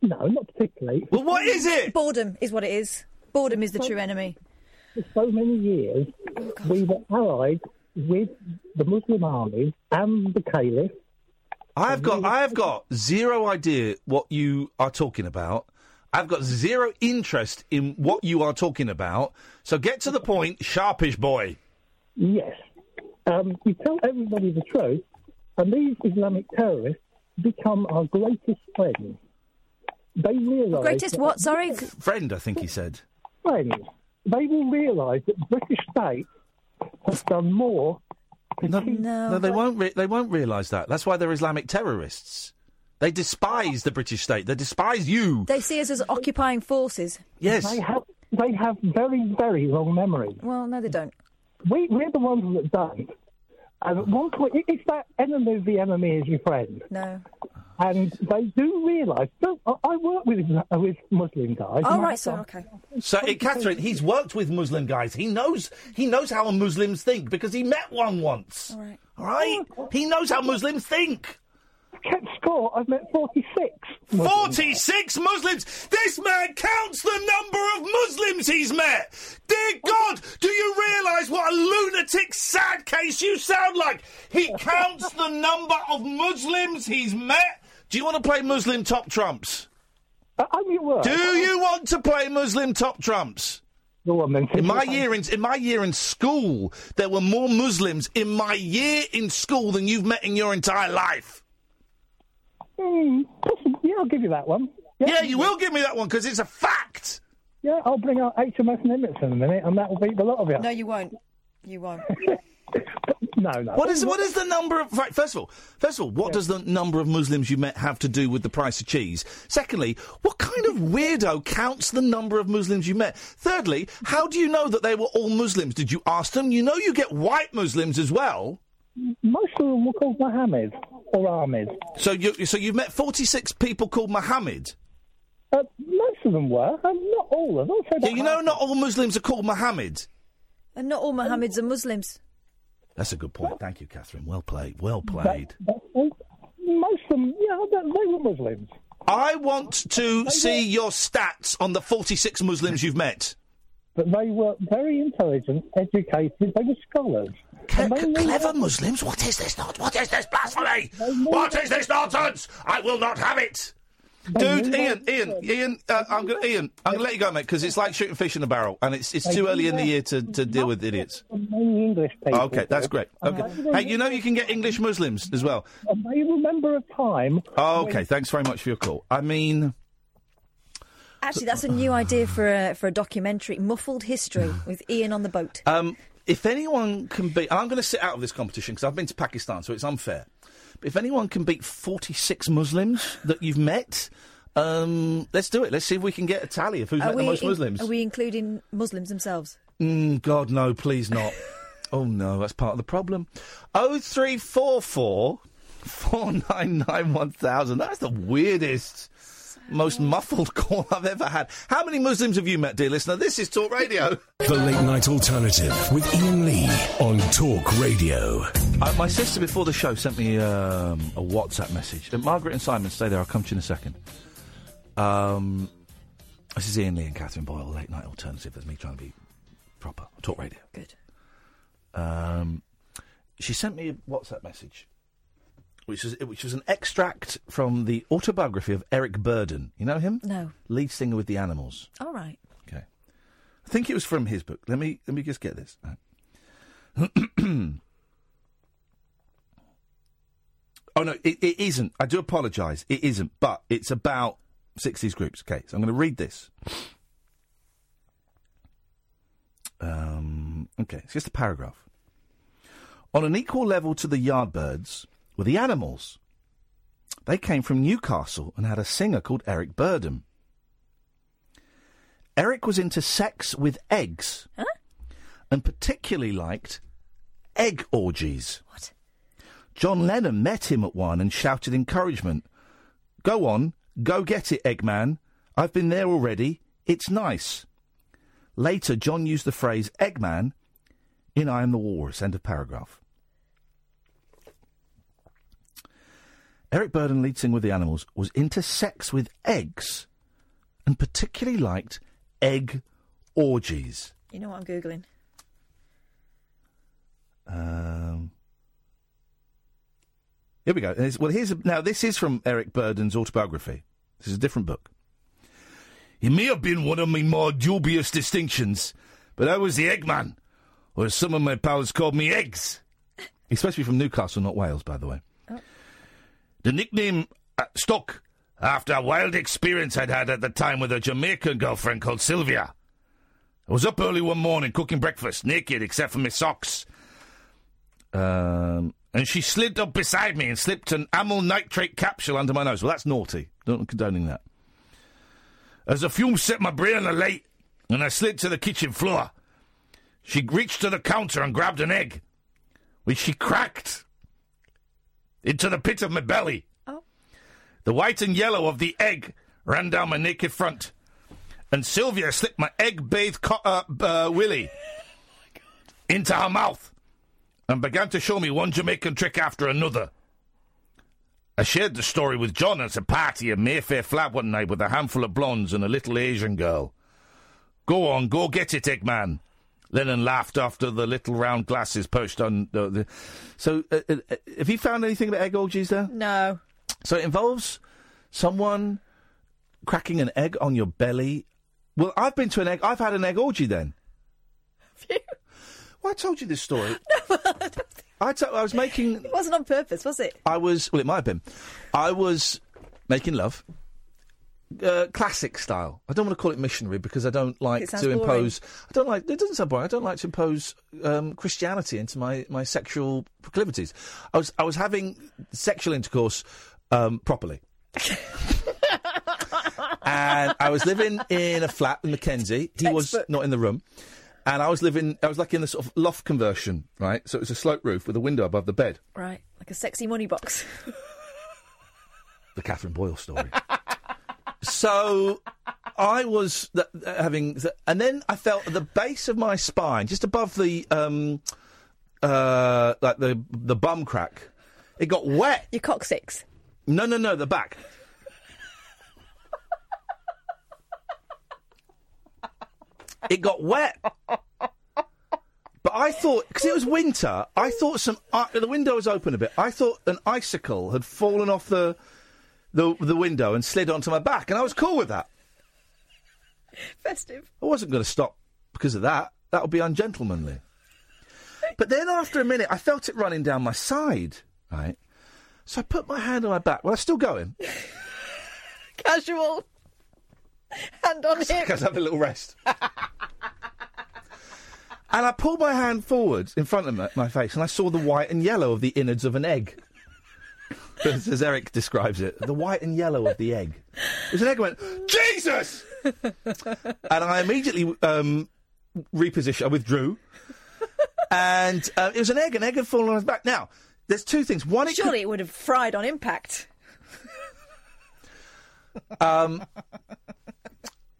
[SPEAKER 8] No, not particularly.
[SPEAKER 3] Well, what is it?
[SPEAKER 6] Boredom is what it is. Boredom is the true enemy.
[SPEAKER 8] For so many years, we were allied with the Muslim armies and the Caliph.
[SPEAKER 3] I've got I've got zero idea what you are talking about. I've got zero interest in what you are talking about. So get to the point, sharpish boy.
[SPEAKER 8] Yes. Um, we tell everybody the truth, and these Islamic terrorists become our greatest friends. They realise.
[SPEAKER 6] Greatest
[SPEAKER 8] that-
[SPEAKER 6] what? Sorry.
[SPEAKER 3] Friend, I think he said.
[SPEAKER 8] friends, they will realise that the British state has done more.
[SPEAKER 3] No, no.
[SPEAKER 6] Oh,
[SPEAKER 3] they won't. Re- they won't realise that. That's why they're Islamic terrorists. They despise the British state. They despise you.
[SPEAKER 6] They see us as occupying forces.
[SPEAKER 3] Yes.
[SPEAKER 8] They have, they have very, very long memories.
[SPEAKER 6] Well, no, they don't.
[SPEAKER 8] We, we're the ones that don't. And at one point, it- it's that enemy of the enemy is your friend.
[SPEAKER 6] No.
[SPEAKER 8] And they do realise. No, I, I work with uh, with Muslim guys. and
[SPEAKER 6] All Oh, right,
[SPEAKER 8] I've
[SPEAKER 6] sir.
[SPEAKER 8] got-
[SPEAKER 6] Okay.
[SPEAKER 3] So, eh, Catherine, he's worked with Muslim guys. He knows. He knows how Muslims think because he met one once. All right. All right.
[SPEAKER 6] Oh.
[SPEAKER 3] He knows how Muslims think.
[SPEAKER 8] Kept score. I've met forty-six.
[SPEAKER 3] Forty-six Muslims. This man counts the number of Muslims he's met. Dear God, do you realise what a lunatic, sad case you sound like? He counts the number of Muslims he's met. Do you want to play Muslim top trumps?
[SPEAKER 8] I'm your work.
[SPEAKER 3] Do you want to play Muslim top trumps?
[SPEAKER 8] Go on, then.
[SPEAKER 3] In my year in, in my year in school, there were more Muslims in my year in school than you've met in your entire life.
[SPEAKER 8] Hmm, possibly- yeah, I'll give you that one.
[SPEAKER 3] Yeah, you will give me that one because it's a fact.
[SPEAKER 8] Yeah, I'll bring out HMS Nimitz in a minute, and that will beat the lot of you.
[SPEAKER 6] No, you won't. You won't.
[SPEAKER 8] No, no.
[SPEAKER 3] What is what is the number of? Right, first of all, first of all, what does the number of Muslims you met have to do with the price of cheese? Secondly, what kind of weirdo counts the number of Muslims you met? Thirdly, how do you know that they were all Muslims? Did you ask them? You know, you get white Muslims as well.
[SPEAKER 8] Most of them were called Mohammed or Ahmed.
[SPEAKER 3] So you so you've met forty six people called Muhammad.
[SPEAKER 8] Uh, most of them were, and not all of them. I'd say
[SPEAKER 3] Yeah,
[SPEAKER 8] about
[SPEAKER 3] you know, not all Muslims are called Muhammad.
[SPEAKER 6] And not all Mohammeds are Muslims.
[SPEAKER 3] That's a good point. Thank you, Catherine. Well played. Well
[SPEAKER 8] half.
[SPEAKER 3] played.
[SPEAKER 8] But- but Most of them, yeah, they, they were Muslims.
[SPEAKER 3] I want
[SPEAKER 8] Oh,
[SPEAKER 3] to see your stats on the 46 Muslims you've met.
[SPEAKER 8] But they were very intelligent, educated, they were scholars. And they knew-
[SPEAKER 3] Clever Muslims? What is this? Not what is this blasphemy? What is this nonsense? I will not have it. Dude, Ian, Ian, Ian, uh, I'm gonna, Ian, I'm gonna let you go, mate, because it's like shooting fish in a barrel, and it's it's too early in the year to, to deal with idiots.
[SPEAKER 8] Many English people.
[SPEAKER 3] Okay, that's great. Okay, hey, you know you can get English Muslims as well.
[SPEAKER 8] And Uh-huh. Uh, they remember a time.
[SPEAKER 3] Okay, thanks very much for your call. I mean,
[SPEAKER 6] Actually, that's a new idea for a, for a documentary, Muffled History, with Ian on the boat.
[SPEAKER 3] Um, if anyone can beat, and I'm going to sit out of this competition because I've been to Pakistan, so it's unfair. But if anyone can beat 46 Muslims that you've met, um, let's do it. Let's see if we can get a tally of who's met the most
[SPEAKER 6] in-
[SPEAKER 3] Muslims.
[SPEAKER 6] Are we including Muslims themselves?
[SPEAKER 3] Mm, God, no, please not. oh, no, that's part of the problem. 0344 499 1000. That's the weirdest, most muffled call I've ever had. How many Muslims have you met, dear listener? This is Talk Radio.
[SPEAKER 1] The Late Night Alternative with Ian Lee on Talk Radio.
[SPEAKER 3] Uh, my sister before the show sent me um, a WhatsApp message. Uh, Margaret and Simon, stay there. I'll come to you in a second. Um, this is Ian Lee and Catherine Boyle, late night alternative. That's me trying to be proper. Talk radio.
[SPEAKER 6] Good.
[SPEAKER 3] Um, she sent me a WhatsApp message, which was which was an extract from the autobiography of Eric Burden. You know him?
[SPEAKER 6] No.
[SPEAKER 3] Lead singer with the Animals.
[SPEAKER 6] All right.
[SPEAKER 3] Okay. I think it was from his book. Let me let me just get this. oh no, it, it isn't. I do apologise. It isn't, but it's about sixties groups. Okay, so I'm going to read this. Um, okay, it's just a paragraph. On an equal level to the Yardbirds were the Animals. They came from Newcastle and had a singer called Eric Burdham. Eric was into sex with eggs and particularly liked egg orgies. What? John Lennon met him at one and shouted encouragement. Go on, go get it, Eggman. I've been there already. It's nice. Later, John used the phrase Eggman in I Am the Walrus. End of paragraph. Eric Burden, lead singer with the Animals, was into sex with eggs and particularly liked egg orgies.
[SPEAKER 6] You know what I'm googling?
[SPEAKER 3] Um, here we go. There's- well, here's a, now this is from Eric Burden's autobiography. This is a different book. It may have been one of my more dubious distinctions, but I was the Eggman, or as some of my pals called me, Eggs. Especially from Newcastle, not Wales, by the way. The nickname uh, stuck after a wild experience I'd had at the time with a Jamaican girlfriend called Sylvia. I was up early one morning cooking breakfast, naked except for my socks. Um, and she slid up beside me and slipped an amyl nitrate capsule under my nose. Well, that's naughty. Don't condoning that. As the fume set my brain alight and I slid to the kitchen floor, she reached to the counter and grabbed an egg, which she cracked into the pit of my belly.
[SPEAKER 4] Oh.
[SPEAKER 3] The white and yellow of the egg ran down my naked front, and Sylvia slipped my egg bathed co- uh, uh, willy into her mouth and began to show me one Jamaican trick after another. I shared the story with John at a party in Mayfair Flat one night with a handful of blondes and a little Asian girl. Go on, go get it, Eggman. Lennon laughed after the little round glasses perched on the. the... So, uh, uh, uh, have you found anything about egg orgies there?
[SPEAKER 6] No.
[SPEAKER 3] So it involves someone cracking an egg on your belly. Well, I've been to an egg. I've had an egg orgy then. Well, I told you this story. I, to- I was making.
[SPEAKER 6] It wasn't on purpose, was it?
[SPEAKER 3] I was. Well, it might have been. I was making love, uh, classic style. I don't want to call it missionary because I don't like
[SPEAKER 4] It sounds
[SPEAKER 3] to impose. I don't like. It doesn't sound boring. I don't like to impose um, Christianity into my, my sexual proclivities. I was I was having sexual intercourse um, properly. and I was living in a flat in Mackenzie. He was not in the room. And I was living, I was like in the sort of loft conversion, right? So it was a slope roof with a window above the bed.
[SPEAKER 6] Right, like a sexy money box.
[SPEAKER 3] the Catherine Boyle story. so I was th- th- having, th- and then I felt at the base of my spine, just above the um, uh, like the the bum crack, it got wet.
[SPEAKER 6] Your coccyx.
[SPEAKER 3] No, no, no, the back. it got wet. But I thought, because it was winter, I thought some uh, the window was open a bit. I thought an icicle had fallen off the the the window and slid onto my back, and I was cool with that.
[SPEAKER 6] Festive.
[SPEAKER 3] I wasn't going to stop because of that. That would be ungentlemanly. But then after a minute, I felt it running down my side. Right, so I put my hand on my back. Well, I was still going.
[SPEAKER 6] Casual. Hand on hip.
[SPEAKER 3] Because I have a little rest. and I pulled my hand forwards in front of my, my face, and I saw the white and yellow of the innards of an egg. as, as Eric describes it, the white and yellow of the egg. It was an egg. I went, Jesus! and I immediately um, repositioned. I withdrew, and uh, it was an egg. An egg had fallen on his back. Now, there's two things. One, it could-
[SPEAKER 6] Surely it would have fried on impact.
[SPEAKER 3] Um,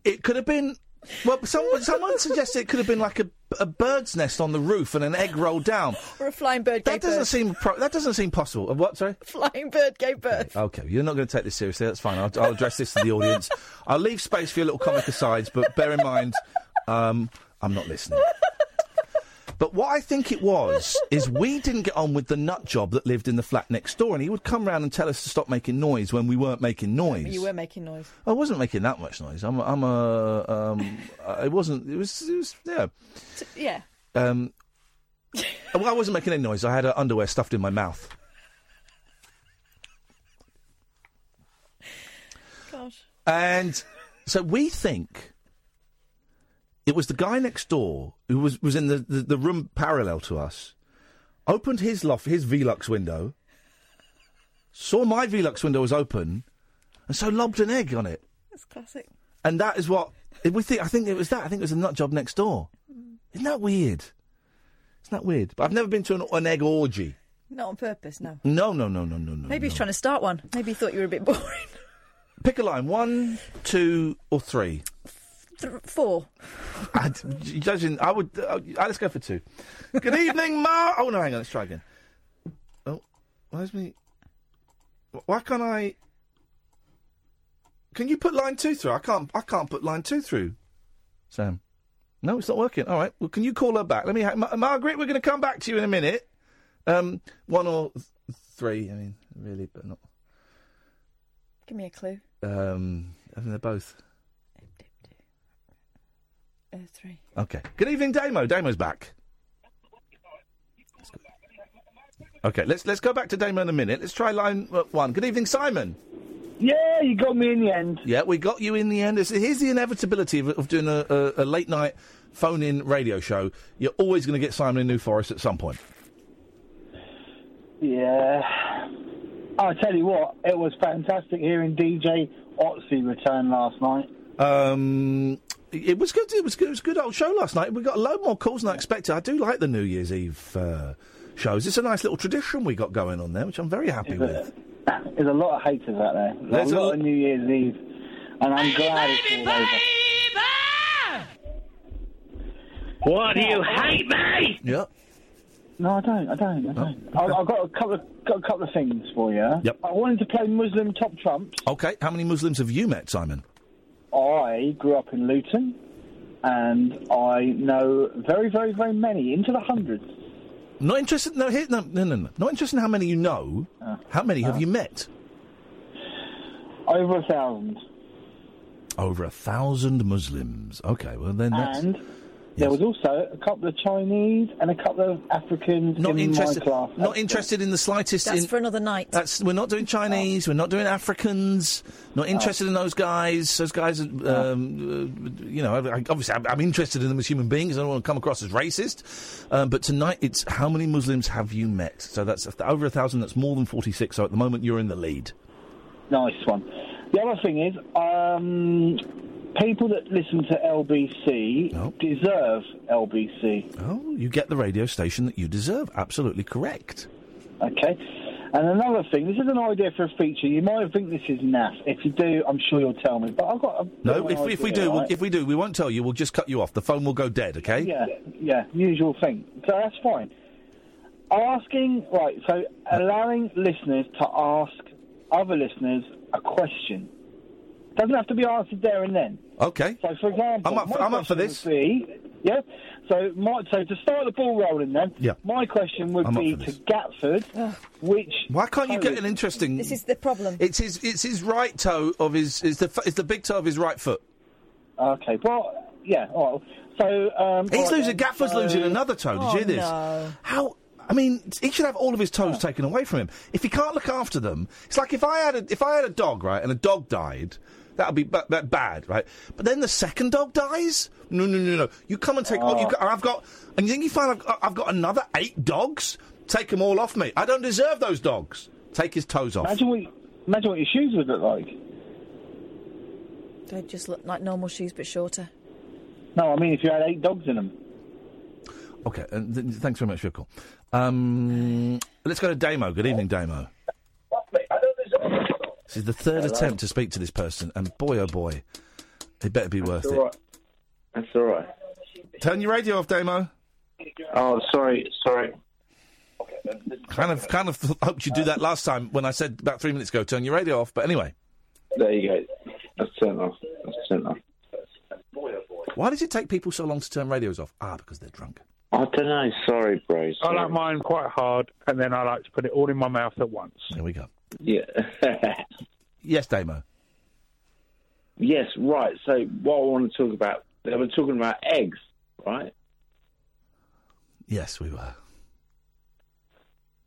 [SPEAKER 3] it could have been. Well, someone, someone suggested it could have been like a, a bird's nest on the roof and an egg rolled down.
[SPEAKER 6] Or a flying bird gave
[SPEAKER 3] That doesn't
[SPEAKER 6] birth.
[SPEAKER 3] seem pro- that doesn't seem possible. Uh, What? Sorry.
[SPEAKER 6] Flying bird gave birth.
[SPEAKER 3] Okay, you're not going to take this seriously. That's fine. I'll, I'll address this to the audience. I'll leave space for your little comic asides, but bear in mind, um, I'm not listening. But what I think it was is we didn't get on with the nut job that lived in the flat next door, and he would come round and tell us to stop making noise when we weren't making noise.
[SPEAKER 4] You were making noise.
[SPEAKER 3] I wasn't making that much noise. I'm, a- I'm a, um, uh, it wasn't. It was, it was, yeah.
[SPEAKER 4] T- yeah.
[SPEAKER 3] Um, well, I wasn't making any noise. I had uh, underwear stuffed in my mouth.
[SPEAKER 4] Gosh.
[SPEAKER 3] And so we think it was the guy next door who was, was in the, the, the room parallel to us, opened his loft, his Velux window, saw my Velux window was open, and so lobbed an egg on it.
[SPEAKER 4] That's classic.
[SPEAKER 3] And that is what we think. I think it was that. I think it was a nut job next door. Isn't that weird? Isn't that weird? But I've never been to an, an egg orgy.
[SPEAKER 4] Not on purpose, no.
[SPEAKER 3] No, no, no, no, no, no.
[SPEAKER 4] Maybe he's trying to start one. Maybe he thought you were a bit boring.
[SPEAKER 3] Pick a line: one, two, or three.
[SPEAKER 4] Th- four.
[SPEAKER 3] I, judging, I would. Uh, uh, let's go for two. Good evening, Mar. Oh no, hang on. Let's try again. Oh, where's me? wh- Why can't I? Can you put line two through? I can't. I can't put line two through. Sam, no, it's not working. All right. Well, can you call her back? Let me. Ha- Ma- Margaret, we're going to come back to you in a minute. Um, one or th- three. I mean, really, but not.
[SPEAKER 4] Give me a clue.
[SPEAKER 3] Um, I think they're both.
[SPEAKER 4] Uh, three.
[SPEAKER 3] Okay. Good evening, Damo. Damo's back. Okay, let's let's go back to Damo in a minute. Let's try line uh, one. Good evening, Simon.
[SPEAKER 7] Yeah, you got me in the end.
[SPEAKER 3] Yeah, we got you in the end. It's, here's the inevitability of, of doing a, a, a late night phone in radio show. You're always going to get Simon in New Forest at some point.
[SPEAKER 7] Yeah. I'll tell you what, it was fantastic hearing DJ Otzi return last night.
[SPEAKER 3] Um, it was good. It was good. It was a good old show last night. We got a load more calls than I expected. I do like the New Year's Eve uh, shows. It's a nice little tradition we got going on there, which I'm very happy with.
[SPEAKER 7] There's a lot of haters out there. There's,
[SPEAKER 3] There's
[SPEAKER 7] a
[SPEAKER 3] a
[SPEAKER 7] lot of New Year's Eve, and I'm glad it's all over.
[SPEAKER 9] What do you hate me?
[SPEAKER 3] Yep.
[SPEAKER 7] No, I don't. I don't. I don't. I, I've got a couple of got a couple of things for you.
[SPEAKER 3] Yep.
[SPEAKER 7] I wanted to play Muslim Top Trumps.
[SPEAKER 3] Okay, how many Muslims have you met, Simon?
[SPEAKER 7] I grew up in Luton, and I know very, very, very many into the hundreds.
[SPEAKER 3] Not interested. No, here, no, no, no, no. Not interested in how many you know.
[SPEAKER 7] Ah.
[SPEAKER 3] how many have you met?
[SPEAKER 7] Over a thousand.
[SPEAKER 3] Over a thousand Muslims. Okay, well then that's
[SPEAKER 7] And there was also a couple of Chinese and a couple of Africans
[SPEAKER 3] not
[SPEAKER 7] in
[SPEAKER 3] interested.
[SPEAKER 7] my class.
[SPEAKER 3] Not interested in the slightest.
[SPEAKER 7] That's
[SPEAKER 3] in,
[SPEAKER 7] for
[SPEAKER 4] another night.
[SPEAKER 3] That's we're not doing Chinese. We're not doing Africans. Not interested in those guys. Those guys, um, uh, you know. I, I- obviously, I'm, I'm interested in them as human beings. I don't want to come across as racist. Um, but tonight, it's how many Muslims have you met? So that's over a thousand. That's more than forty-six. So at the moment, you're in the lead.
[SPEAKER 7] Nice one. The other thing is, um, people that listen to LBC deserve LBC.
[SPEAKER 3] Oh, you get the radio station that you deserve. Absolutely correct.
[SPEAKER 7] Okay. And another thing, this is an idea for a feature. You might think this is naff. If you do, I'm sure you'll tell me. But I've got a
[SPEAKER 3] No, if,
[SPEAKER 7] an
[SPEAKER 3] if we
[SPEAKER 7] idea,
[SPEAKER 3] do, we'll,
[SPEAKER 7] right?
[SPEAKER 3] if we do, we won't tell you. We'll just cut you off. The phone will go dead. Okay.
[SPEAKER 7] yeah, yeah, usual thing. So that's fine. Asking, right? So allowing listeners to ask other listeners a question doesn't have to be answered there and then.
[SPEAKER 3] Okay.
[SPEAKER 7] So, for example,
[SPEAKER 3] I'm up for-
[SPEAKER 7] my
[SPEAKER 3] I'm up for
[SPEAKER 7] question
[SPEAKER 3] this.
[SPEAKER 7] would Be, yeah. So, my, so to start the ball rolling, then.
[SPEAKER 3] Yeah.
[SPEAKER 7] My question would
[SPEAKER 3] I'm up
[SPEAKER 7] be
[SPEAKER 3] for
[SPEAKER 7] to
[SPEAKER 3] this. Ah.
[SPEAKER 7] Gatford, which
[SPEAKER 3] Why can't you get an interesting?
[SPEAKER 4] This is the problem.
[SPEAKER 3] It's his. It's his right toe of his. Is the. f- It's the big toe of his right foot.
[SPEAKER 7] Okay. Well, yeah. All right. So um,
[SPEAKER 3] He's
[SPEAKER 7] all right
[SPEAKER 3] losing.
[SPEAKER 7] then,
[SPEAKER 3] Gaffer's
[SPEAKER 7] so-
[SPEAKER 3] losing another toe. Did you hear this? How? I mean, he should have all of his toes taken away from him. If he can't look after them, it's like if I had a, if I had a dog, right, and a dog died, that would be ba- ba- bad, right? But then the second dog dies. No, no, no, no. You come and take. Oh, you, I've got. And you think you find I've, I've got another eight dogs? Take them all off me. I don't deserve those dogs. Take his toes off.
[SPEAKER 7] Imagine what, imagine what your shoes would look like.
[SPEAKER 4] They just look like normal shoes but shorter.
[SPEAKER 7] No, I mean if you had eight dogs in them.
[SPEAKER 3] Okay, uh, th- thanks very much for your call. Um, let's go to Damo. Good evening, Damo. This is the third
[SPEAKER 14] Hello.
[SPEAKER 3] attempt to speak to this person, and boy, oh boy, it better be worth
[SPEAKER 14] That's
[SPEAKER 3] it.
[SPEAKER 14] all right. That's all right.
[SPEAKER 3] Turn your radio off, Damo.
[SPEAKER 14] Oh, sorry, sorry.
[SPEAKER 3] Kind of, kind of hoped you'd do that last time when I said about three minutes ago, turn your radio off. But anyway,
[SPEAKER 14] There you go. That's turned off. That's turned off.
[SPEAKER 3] why does it take people so long to turn radios off? Ah, because they're drunk.
[SPEAKER 7] I don't know. Sorry, bro.
[SPEAKER 14] I
[SPEAKER 7] Sorry.
[SPEAKER 14] like mine quite hard, and then I like to put it all in my mouth at once.
[SPEAKER 3] There we go.
[SPEAKER 7] Yeah.
[SPEAKER 3] yes, Damo.
[SPEAKER 7] yes, right. So what I want to talk about, they were talking about eggs, right?
[SPEAKER 3] Yes, we were.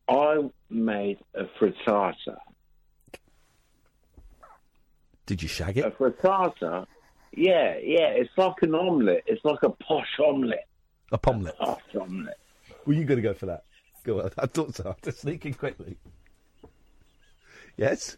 [SPEAKER 7] I made a frittata.
[SPEAKER 3] Did you shag it?
[SPEAKER 7] A frittata. Yeah, yeah. It's like an omelette. It's like a posh omelette.
[SPEAKER 3] A pomlet.
[SPEAKER 7] Posh omelette.
[SPEAKER 3] Were you going to go for that? Go on. I thought so. I had to sneak in quickly. Yes?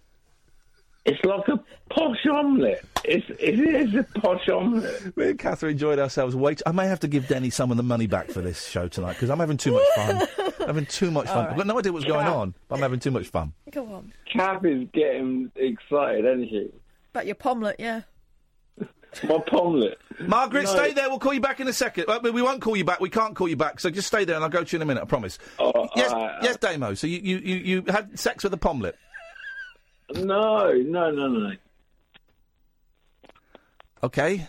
[SPEAKER 7] It's like a posh omelette. It's, it is a posh omelette.
[SPEAKER 3] Me and Catherine enjoyed ourselves. Wait, I may have to give Denny some of the money back for this show tonight because I'm having too much fun. I'm having too much fun.
[SPEAKER 7] All
[SPEAKER 3] I've
[SPEAKER 7] right.
[SPEAKER 3] got no idea what's going
[SPEAKER 7] Yeah.
[SPEAKER 3] on, but I'm having too much fun.
[SPEAKER 4] Go on.
[SPEAKER 7] Kath is getting excited, isn't she?
[SPEAKER 4] About your pomlet, yeah.
[SPEAKER 7] My pomlet.
[SPEAKER 3] Margaret,
[SPEAKER 7] No.
[SPEAKER 3] stay there. We'll call you back in a second. Well, we- we won't call you back. We can't call you back. So just stay there, and I'll go to you in a minute. I promise. yes, yes, Damo. So you, you, you, you had sex with a pomlet.
[SPEAKER 7] No, no, no, no.
[SPEAKER 3] Okay.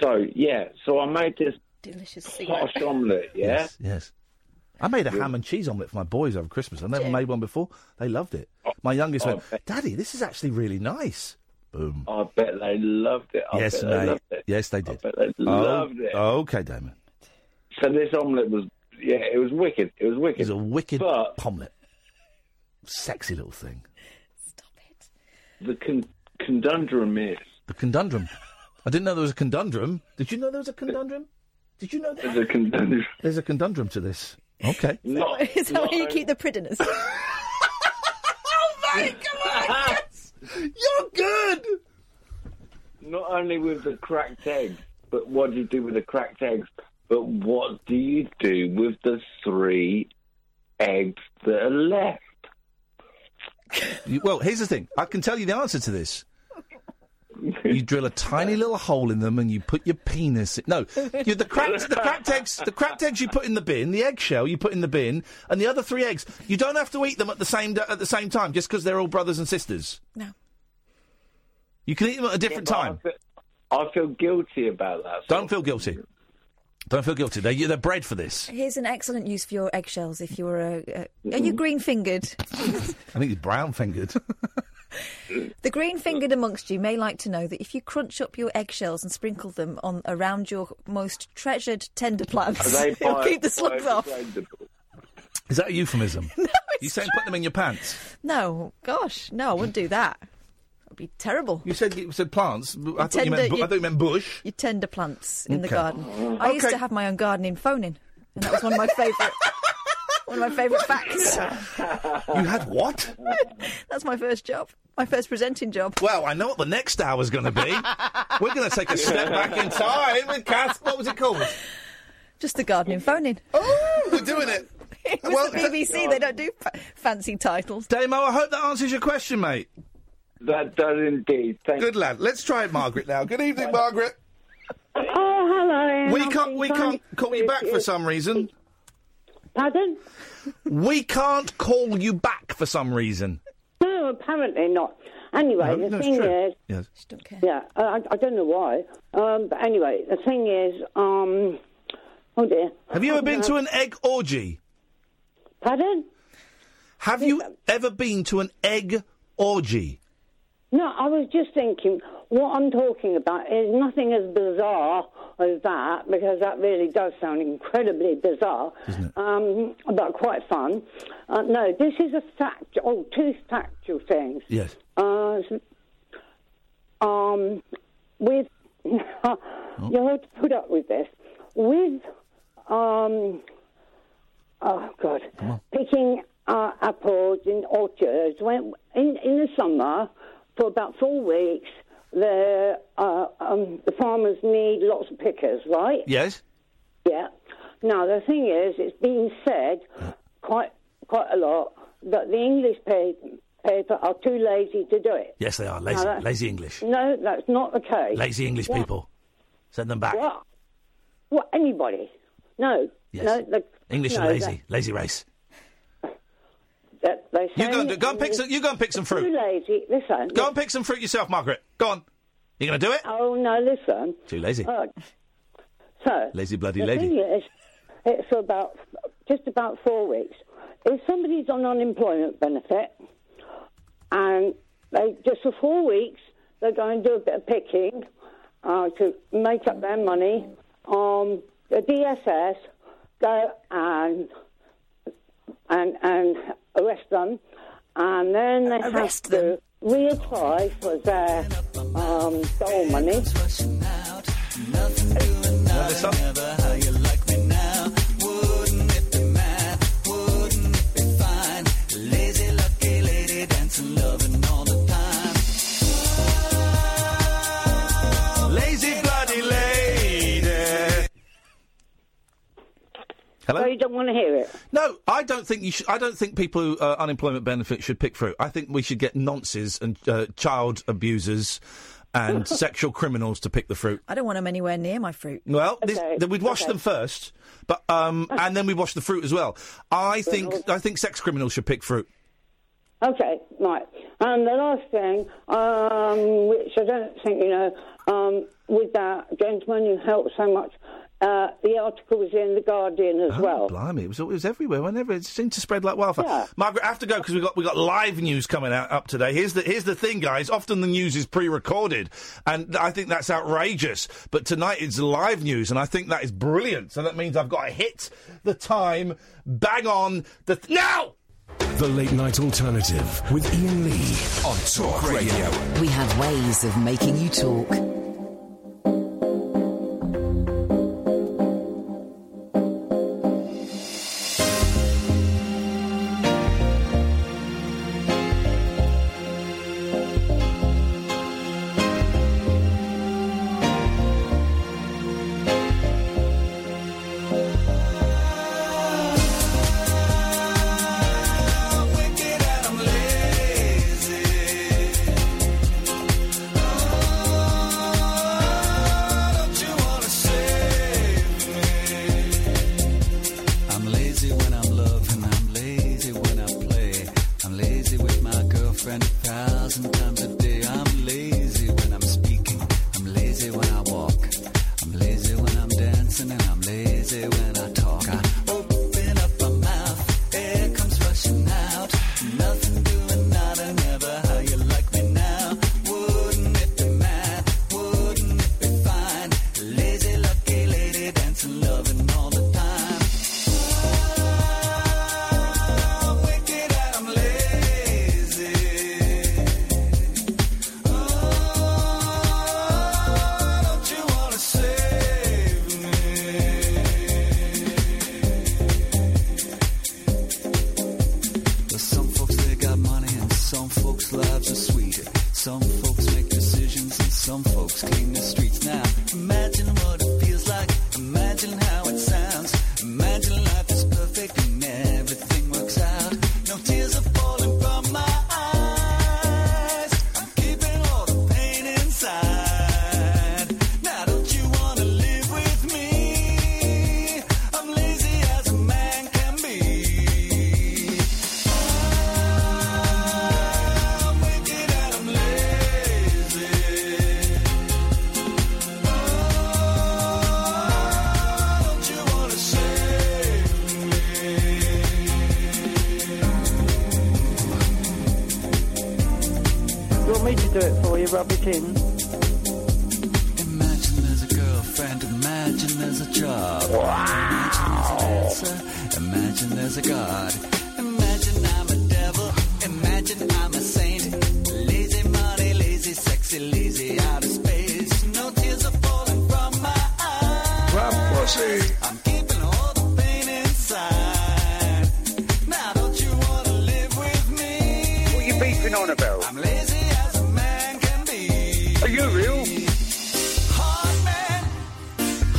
[SPEAKER 7] So yeah, so I made this
[SPEAKER 4] delicious
[SPEAKER 7] posh omelette. Yeah,
[SPEAKER 3] Yes. yes. I made a ham and cheese omelette for my boys over Christmas. I've never made one before. They loved it. My youngest
[SPEAKER 7] Oh,
[SPEAKER 3] went, "Daddy, this is actually really nice." Boom.
[SPEAKER 7] I bet they loved it. I
[SPEAKER 3] yes,
[SPEAKER 7] bet they
[SPEAKER 3] mate.
[SPEAKER 7] loved it.
[SPEAKER 3] Yes, they did. Oh,
[SPEAKER 7] They loved it.
[SPEAKER 3] Okay, Damon.
[SPEAKER 7] So this omelette was yeah, it was wicked. It was wicked.
[SPEAKER 3] It was a wicked
[SPEAKER 7] but
[SPEAKER 3] omelette. Sexy little thing.
[SPEAKER 7] The con- conundrum is
[SPEAKER 3] The conundrum. I didn't know there was a conundrum. Did you know there was a conundrum? Did you know
[SPEAKER 7] there's a conundrum?
[SPEAKER 3] There's a conundrum to this. Okay.
[SPEAKER 7] Not,
[SPEAKER 4] Is that where you keep the Oh prisoners?
[SPEAKER 3] You're good.
[SPEAKER 7] Not only with the cracked eggs, but what do you do with the cracked eggs? But what do you do with the three eggs that are left?
[SPEAKER 3] You- well, here's the thing. I can tell you the answer to this. You drill a tiny little hole in them and you put your penis. In. No, you, the cracked the cracked eggs the cracked eggs you put in the bin, the eggshell you put in the bin, and the other three eggs. You don't have to eat them at the same d- at the same time just because they're all brothers and sisters.
[SPEAKER 4] No.
[SPEAKER 3] You can eat them at a different
[SPEAKER 7] Yeah, but I
[SPEAKER 3] time.
[SPEAKER 7] feel- I feel guilty about that.
[SPEAKER 3] Don't feel guilty. Don't feel guilty. They're they're bred for this.
[SPEAKER 4] Here's an excellent use for your eggshells if you were a. a are you green fingered?
[SPEAKER 3] I think it's brown fingered.
[SPEAKER 4] The green fingered amongst you may like to know that if you crunch up your eggshells and sprinkle them on around your most treasured tender plants,
[SPEAKER 3] Are they
[SPEAKER 4] it'll
[SPEAKER 3] bio-
[SPEAKER 4] keep the slugs off.
[SPEAKER 3] Is that a euphemism? no, you saying put them in your pants?
[SPEAKER 4] No, gosh, no, I wouldn't do that. That'd be terrible.
[SPEAKER 3] You said you said plants. I thought you
[SPEAKER 4] Tender-
[SPEAKER 3] meant bu-
[SPEAKER 4] you-
[SPEAKER 3] I thought you meant bush.
[SPEAKER 4] You tender plants in the
[SPEAKER 3] Okay.
[SPEAKER 4] garden. I used
[SPEAKER 3] Okay.
[SPEAKER 4] to have my own garden in phoning, and that was one of my favourite. One of my favourite facts.
[SPEAKER 3] You had what?
[SPEAKER 4] That's my first job, my first presenting job.
[SPEAKER 3] Well, I know what the next hour's going to be. We're going to take a step back in time with Kath. What was it called?
[SPEAKER 4] Just the garden in phoning.
[SPEAKER 3] Oh, we're doing it.
[SPEAKER 4] it was
[SPEAKER 3] Well,
[SPEAKER 4] the BBC. They don't do fa- fancy titles.
[SPEAKER 3] Damo, I hope that answers your question, mate.
[SPEAKER 7] That does indeed. Thank
[SPEAKER 3] Good lad. Let's try Margaret now. Good evening, Margaret.
[SPEAKER 15] Oh, hello.
[SPEAKER 3] We
[SPEAKER 15] I've
[SPEAKER 3] can't.
[SPEAKER 15] been
[SPEAKER 3] We
[SPEAKER 15] trying-
[SPEAKER 3] can't call you back for some reason.
[SPEAKER 15] Pardon?
[SPEAKER 3] We can't call you back for some reason.
[SPEAKER 15] No, apparently not. Anyway,
[SPEAKER 3] No,
[SPEAKER 15] the
[SPEAKER 3] no, it's
[SPEAKER 15] thing
[SPEAKER 3] true.
[SPEAKER 15] is,
[SPEAKER 3] Yes.
[SPEAKER 15] yeah, I, I- I don't know why, um, but anyway, the thing is, um, oh dear.
[SPEAKER 3] Have you ever been to an egg orgy?
[SPEAKER 15] Pardon?
[SPEAKER 3] Have you ever been to an egg orgy?
[SPEAKER 15] No, I was just thinking, what I'm talking about is nothing as bizarre as that, because that really does sound incredibly bizarre, Um, but quite fun. Uh, no, this is a fact, oh, two factual things.
[SPEAKER 3] Yes.
[SPEAKER 15] Uh, um, with you have to put up with this with um, oh god, picking uh, apples in orchards. When in in the summer for about four weeks, the uh, um, the farmers need lots of pickers, right?
[SPEAKER 3] Yes.
[SPEAKER 15] Yeah. Now the thing is, it's been said quite quite a lot that the English pa- paper are too lazy to do it.
[SPEAKER 3] Yes, they are
[SPEAKER 15] No,
[SPEAKER 3] lazy.
[SPEAKER 15] that-
[SPEAKER 3] Lazy English.
[SPEAKER 15] No, that's not the case.
[SPEAKER 3] Lazy English
[SPEAKER 15] What-
[SPEAKER 3] people. Send them back.
[SPEAKER 15] What? What? Anybody? No.
[SPEAKER 3] Yes.
[SPEAKER 15] No. The,
[SPEAKER 3] English
[SPEAKER 15] no,
[SPEAKER 3] are lazy. Lazy race.
[SPEAKER 15] That, that they
[SPEAKER 3] You go,
[SPEAKER 15] say
[SPEAKER 3] and, go and pick
[SPEAKER 15] English-
[SPEAKER 3] some. You go and pick some
[SPEAKER 15] Too
[SPEAKER 3] fruit.
[SPEAKER 15] lazy. Listen.
[SPEAKER 3] Go and pick some fruit yourself, Margaret. Go on. You going to do it?
[SPEAKER 15] Oh no! Listen.
[SPEAKER 3] Too lazy.
[SPEAKER 15] Look. so
[SPEAKER 3] Lazy bloody
[SPEAKER 15] the
[SPEAKER 3] lady.
[SPEAKER 15] thing is, it for about just about four weeks. If somebody's on unemployment benefit and they just for four weeks they're going to do a bit of picking uh, to make up their money, um, the DSS go and and and arrest them, and then they have to reapply for their um, dole money.
[SPEAKER 16] Lazy, lucky lady, dancing, loving all the time.
[SPEAKER 3] Lazy bloody lady. Hello.
[SPEAKER 15] you don't want to hear it.
[SPEAKER 3] No, I don't think you should. I don't think people who uh, unemployment benefit should pick fruit. I think we should get nonces and uh, child abusers and sexual criminals to pick the fruit.
[SPEAKER 4] I don't want them anywhere near my fruit.
[SPEAKER 3] Well, this, th- we'd wash them first, but um,
[SPEAKER 15] Uh-huh.
[SPEAKER 3] and then we wash the fruit as well. I think I think sex criminals should pick fruit.
[SPEAKER 15] Okay, right. And the last thing, um, which I don't think you know, um, with that gentleman who helped so much, uh, the article was in the Guardian as well.
[SPEAKER 3] Blimey, it was it was everywhere. Whenever it seemed to spread like wildfire.
[SPEAKER 15] Yeah.
[SPEAKER 3] Margaret, I have to go because we got we got live news coming out up today. Here's the here's the thing, guys. Often the news is pre-recorded, and th- I think that's outrageous. But tonight it's live news, and I think that is brilliant. So that means I've got to hit the time, bang on the th- now.
[SPEAKER 1] The Late Night Alternative with Ian Lee on Talk Radio.
[SPEAKER 9] We have ways of making you talk.
[SPEAKER 16] I'm lazy when I'm loving, I'm lazy when I play. I'm lazy with my girlfriend a thousand times a day. I'm lazy when I'm speaking, I'm lazy when I walk. I'm lazy when I'm dancing, and I'm lazy when I talk. I open up my mouth, air comes rushing out. Nothing doing, not and never how you like me now. Wouldn't it be mad? Wouldn't it be fine? Lazy, lucky lady, dancing, loving all the time. Ah, Some folks they got money and some folks' lives are sweet. Some folks make decisions and some folks clean the streets. Now imagine what it feels like. Imagine how it sounds. Imagine life is perfect and everything works out. No tears are falling from my eyes. I'm keeping all the pain inside. Now don't you wanna live with me? I'm lazy as a man can be.
[SPEAKER 13] You want me to do it for you, rub it in?
[SPEAKER 16] Imagine there's a girlfriend, imagine there's a job. Imagine there's a dancer, imagine there's a god. Imagine I'm a devil, imagine I'm a saint. Lazy money, lazy, sexy, lazy, out of space. No tears are falling from my eyes. I'm keeping all the pain inside. Now don't you wanna live with me?
[SPEAKER 17] What are you beefing on about?
[SPEAKER 16] I'm lazy as a man can be.
[SPEAKER 17] Are you real?
[SPEAKER 16] Hard men,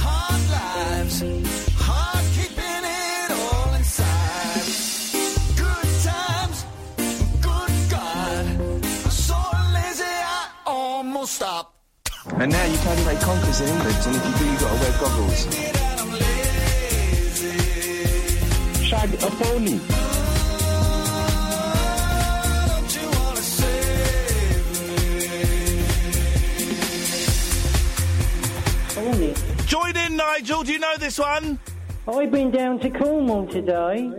[SPEAKER 16] hard lives, hard keeping it all inside. Good times, good God, so lazy I almost stop.
[SPEAKER 18] And now you can play conkers in England, and if you do, you've got to wear goggles.
[SPEAKER 17] Shag a pony.
[SPEAKER 16] Don't you wanna save
[SPEAKER 3] Join in, Nigel. Do you know this one?
[SPEAKER 13] I've been down to Cornwall today.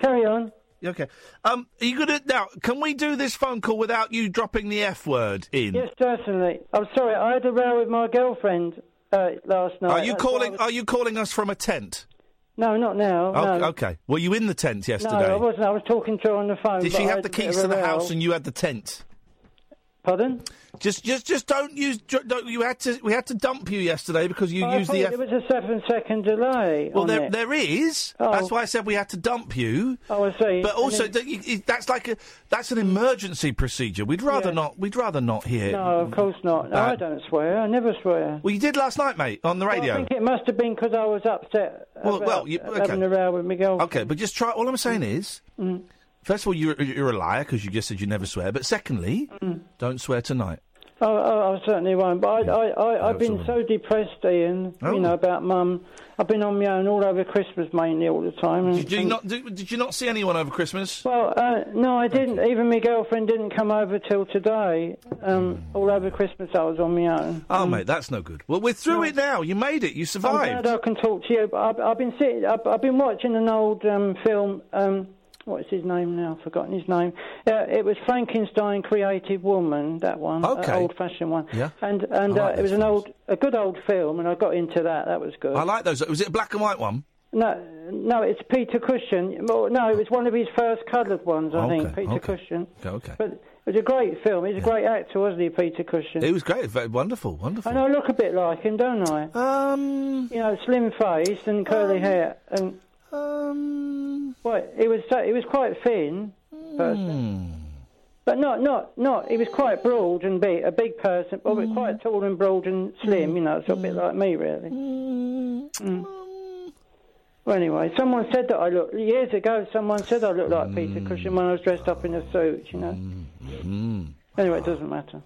[SPEAKER 3] Carry on. Okay. Um, are you gonna now? Can we do this phone call without you dropping the F word in?
[SPEAKER 13] Yes, certainly. I'm sorry, I had a row with my girlfriend uh, last night.
[SPEAKER 3] Are you
[SPEAKER 13] That's why I
[SPEAKER 3] calling?
[SPEAKER 13] was-
[SPEAKER 3] Are you calling us from a tent?
[SPEAKER 13] No, not now.
[SPEAKER 3] Oh,
[SPEAKER 13] no.
[SPEAKER 3] Okay. Were you in the tent yesterday?
[SPEAKER 13] No, I wasn't. I was talking to her on the phone.
[SPEAKER 3] Did
[SPEAKER 13] but
[SPEAKER 3] she
[SPEAKER 13] I
[SPEAKER 3] have
[SPEAKER 13] had
[SPEAKER 3] the
[SPEAKER 13] a bit
[SPEAKER 3] keys
[SPEAKER 13] of
[SPEAKER 3] to
[SPEAKER 13] a
[SPEAKER 3] the
[SPEAKER 13] row.
[SPEAKER 3] house and you had the tent?
[SPEAKER 13] Pardon?
[SPEAKER 3] Just, just, just don't use. dr- Don't, you had to. We had to dump you yesterday because you
[SPEAKER 13] I
[SPEAKER 3] used
[SPEAKER 13] thought
[SPEAKER 3] the. F-
[SPEAKER 13] There was a seven-second delay.
[SPEAKER 3] well,
[SPEAKER 13] on
[SPEAKER 3] there,
[SPEAKER 13] it.
[SPEAKER 3] there is.
[SPEAKER 13] Oh.
[SPEAKER 3] That's why I said we had to dump you.
[SPEAKER 13] Oh, I see.
[SPEAKER 3] But
[SPEAKER 13] And
[SPEAKER 3] also,
[SPEAKER 13] then-
[SPEAKER 3] don't you, it- that's like a. That's an emergency procedure. We'd rather
[SPEAKER 13] Yeah.
[SPEAKER 3] not. We'd rather not hear.
[SPEAKER 13] No, of course not. No,
[SPEAKER 3] Uh,
[SPEAKER 13] I don't swear. I never swear.
[SPEAKER 3] Well, you did last night, mate, on the
[SPEAKER 13] Well,
[SPEAKER 3] radio.
[SPEAKER 13] I think it must have been because I was upset
[SPEAKER 3] Well,
[SPEAKER 13] about
[SPEAKER 3] well, you- okay.
[SPEAKER 13] having a row with my girlfriend.
[SPEAKER 3] Okay, but just try. All I'm saying is,
[SPEAKER 13] Mm.
[SPEAKER 3] first of all, you're you're a liar because you just said you never swear. But secondly,
[SPEAKER 13] Mm.
[SPEAKER 3] don't swear tonight.
[SPEAKER 13] Oh, oh, I certainly won't. But I, I, I, I've been
[SPEAKER 3] Absolutely.
[SPEAKER 13] so depressed, Ian.
[SPEAKER 3] Oh.
[SPEAKER 13] You know about Mum. I've been on my own all over Christmas mainly all the time. And,
[SPEAKER 3] Did you not? Did, did you not see anyone over Christmas?
[SPEAKER 13] Well, uh, no, I didn't. Even my girlfriend didn't come over till today. Um, all over Christmas, I was on my own.
[SPEAKER 3] Hmm. Oh, mate, that's no good. Well, we're through it now. You made it. You
[SPEAKER 13] um, I'm
[SPEAKER 3] survived.
[SPEAKER 13] glad I can talk to you. But I've, I've been sitting. I've, I've been watching an old um, film. Um, what's his name now? I've forgotten his name. Uh, it was Frankenstein created woman. That one.
[SPEAKER 3] Okay.
[SPEAKER 13] old fashioned one.
[SPEAKER 3] Yeah.
[SPEAKER 13] And and
[SPEAKER 3] I like
[SPEAKER 13] uh, it was an old, a good old film, and I got into that. That was good.
[SPEAKER 3] I like those. Was it a black and white one?
[SPEAKER 13] No, no, it's Peter Cushing. Well, No, it was one of his first coloured ones, I think.
[SPEAKER 3] Okay,
[SPEAKER 13] Peter
[SPEAKER 3] okay.
[SPEAKER 13] Cushing.
[SPEAKER 3] Okay, okay.
[SPEAKER 13] But it was a great film. He's a great actor, wasn't he, Peter Cushing?
[SPEAKER 3] It was great. Very wonderful. Wonderful.
[SPEAKER 13] And I look a bit like him, don't I?
[SPEAKER 3] Um,
[SPEAKER 13] you know, slim face and curly hair, and
[SPEAKER 3] um, hmm.
[SPEAKER 13] well, he was so- he was quite thin, person. but not not not. He was quite broad and big, a big person, but quite tall and broad and slim. You know, so a bit like me, really. Mm. Well, anyway, someone said that I look years ago. Someone said I looked like Peter Cushing when I was dressed up in a suit. You know. Anyway, it doesn't matter.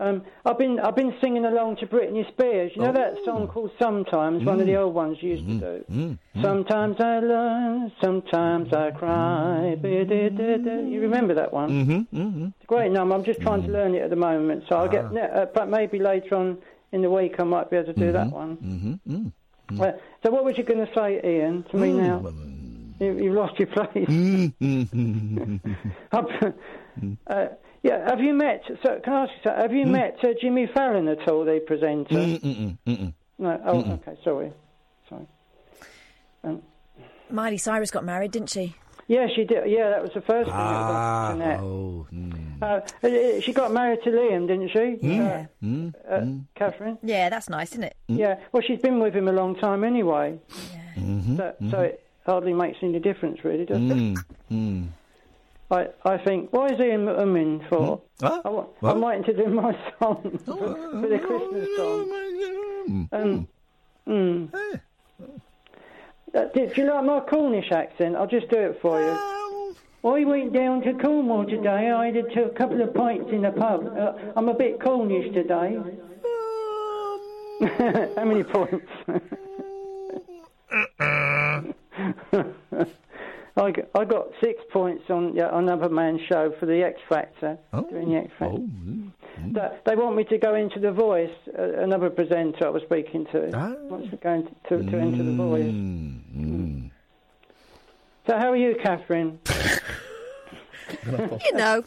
[SPEAKER 13] Um, I've been I've been singing along to Britney Spears. You know that song called "Sometimes," one of the old ones you used to do. Sometimes I learn, sometimes I cry. Be-de-de-de. You remember that one?
[SPEAKER 3] Mm-hmm. Mm-hmm.
[SPEAKER 13] It's a great number. I'm just trying to learn it at the moment, so I'll
[SPEAKER 3] Ah.
[SPEAKER 13] get. ne- Uh, but maybe later on in the week I might be able to do that one.
[SPEAKER 3] Mm-hmm. Mm.
[SPEAKER 13] Uh, so what was you going to say, Ian, to me
[SPEAKER 3] Mm.
[SPEAKER 13] now? You, you've lost your place. Up-
[SPEAKER 3] Mm.
[SPEAKER 13] uh, yeah, have you met? So can I ask you something? Have you met uh, Jimmy Fallon at all? The presenter.
[SPEAKER 3] Mm-mm. Mm-mm.
[SPEAKER 13] No. Oh,
[SPEAKER 3] Mm. Mm-mm.
[SPEAKER 13] okay. Sorry. Sorry. Um,
[SPEAKER 6] Miley Cyrus got married, didn't she?
[SPEAKER 13] yeah, she did. Yeah, that was the first one.
[SPEAKER 3] Ah.
[SPEAKER 13] That was
[SPEAKER 3] Oh. Mm.
[SPEAKER 13] on the net. uh, she got married to Liam, didn't she?
[SPEAKER 3] Mm. Mm.
[SPEAKER 13] Uh, uh, Catherine.
[SPEAKER 4] Yeah, that's nice, isn't it?
[SPEAKER 13] Yeah. Well, she's been with him a long time anyway,
[SPEAKER 3] Mm-hmm.
[SPEAKER 13] so, so it hardly makes any difference, really, does it?
[SPEAKER 3] Mm. Mm.
[SPEAKER 13] I, I think, why is Ian McMahon for? I, wa-
[SPEAKER 3] Mm. What? Oh,
[SPEAKER 13] I'm waiting to do my song for, for the Christmas song. Um, mm. Uh, did, do you like my Cornish accent? I'll just do it for you.
[SPEAKER 3] Ah,
[SPEAKER 13] I went down to Cornwall today. I had a, a couple of pints in the pub. Uh, I'm a bit Cornish today. How many points? I got, I got six points on yeah, on another man's show for the X Factor. Doing the X Factor. That- They want me to go into the Voice. Uh, another presenter I was speaking to wants me going to, to, to enter the Voice. So how are you, Catherine?
[SPEAKER 4] You know.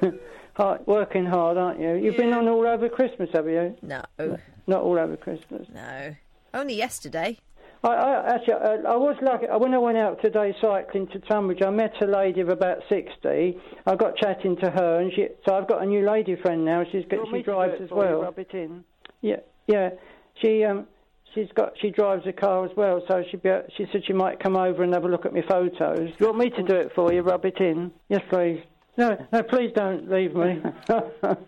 [SPEAKER 13] Hard, working hard, aren't you? You've been on all over Christmas, have you?
[SPEAKER 4] No.
[SPEAKER 13] Not all over Christmas.
[SPEAKER 4] No. Only yesterday.
[SPEAKER 13] I, I actually, I, I was lucky. uh, When I went out today cycling to Tunbridge, I met a lady of about sixty. I got chatting to her, and she. So I've got a new lady friend now. She's
[SPEAKER 19] Oh,
[SPEAKER 13] got, she drives as well. Yeah, yeah. She um, she's got she drives a car as well. So she be, uh, she said she might come over and have a look at my photos. You want me to do it for you? Rub it in. Yes, please. No, no, please don't leave me. well,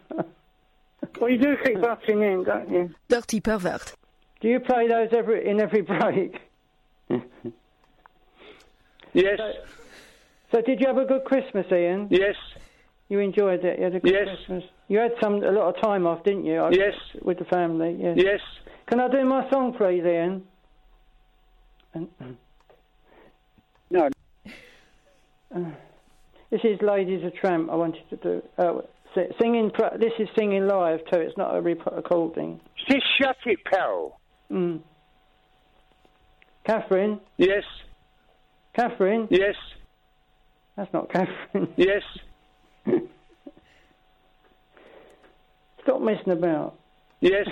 [SPEAKER 13] you do keep butting in, don't you?
[SPEAKER 4] Dirty pervert.
[SPEAKER 13] Do you play those every in every break?
[SPEAKER 14] Yes.
[SPEAKER 13] So did you have a good Christmas, Ian?
[SPEAKER 14] Yes.
[SPEAKER 13] You enjoyed it. You had a good
[SPEAKER 14] Yes.
[SPEAKER 13] Christmas. You had some a lot of time off, didn't you? I-
[SPEAKER 14] Yes.
[SPEAKER 13] With the family. Yes.
[SPEAKER 14] Yes.
[SPEAKER 13] Can I do my song, please, Ian? And-
[SPEAKER 14] No.
[SPEAKER 13] Uh, This is Ladies of Tramp. I wanted to do uh, si- singing. pra- This is singing live too. It's not a rep- recording.
[SPEAKER 17] Just shut it, pal.
[SPEAKER 19] Mm. Catherine?
[SPEAKER 17] Yes.
[SPEAKER 19] Catherine?
[SPEAKER 17] Yes.
[SPEAKER 19] That's not Catherine.
[SPEAKER 17] Yes.
[SPEAKER 19] Stop messing about.
[SPEAKER 17] Yes.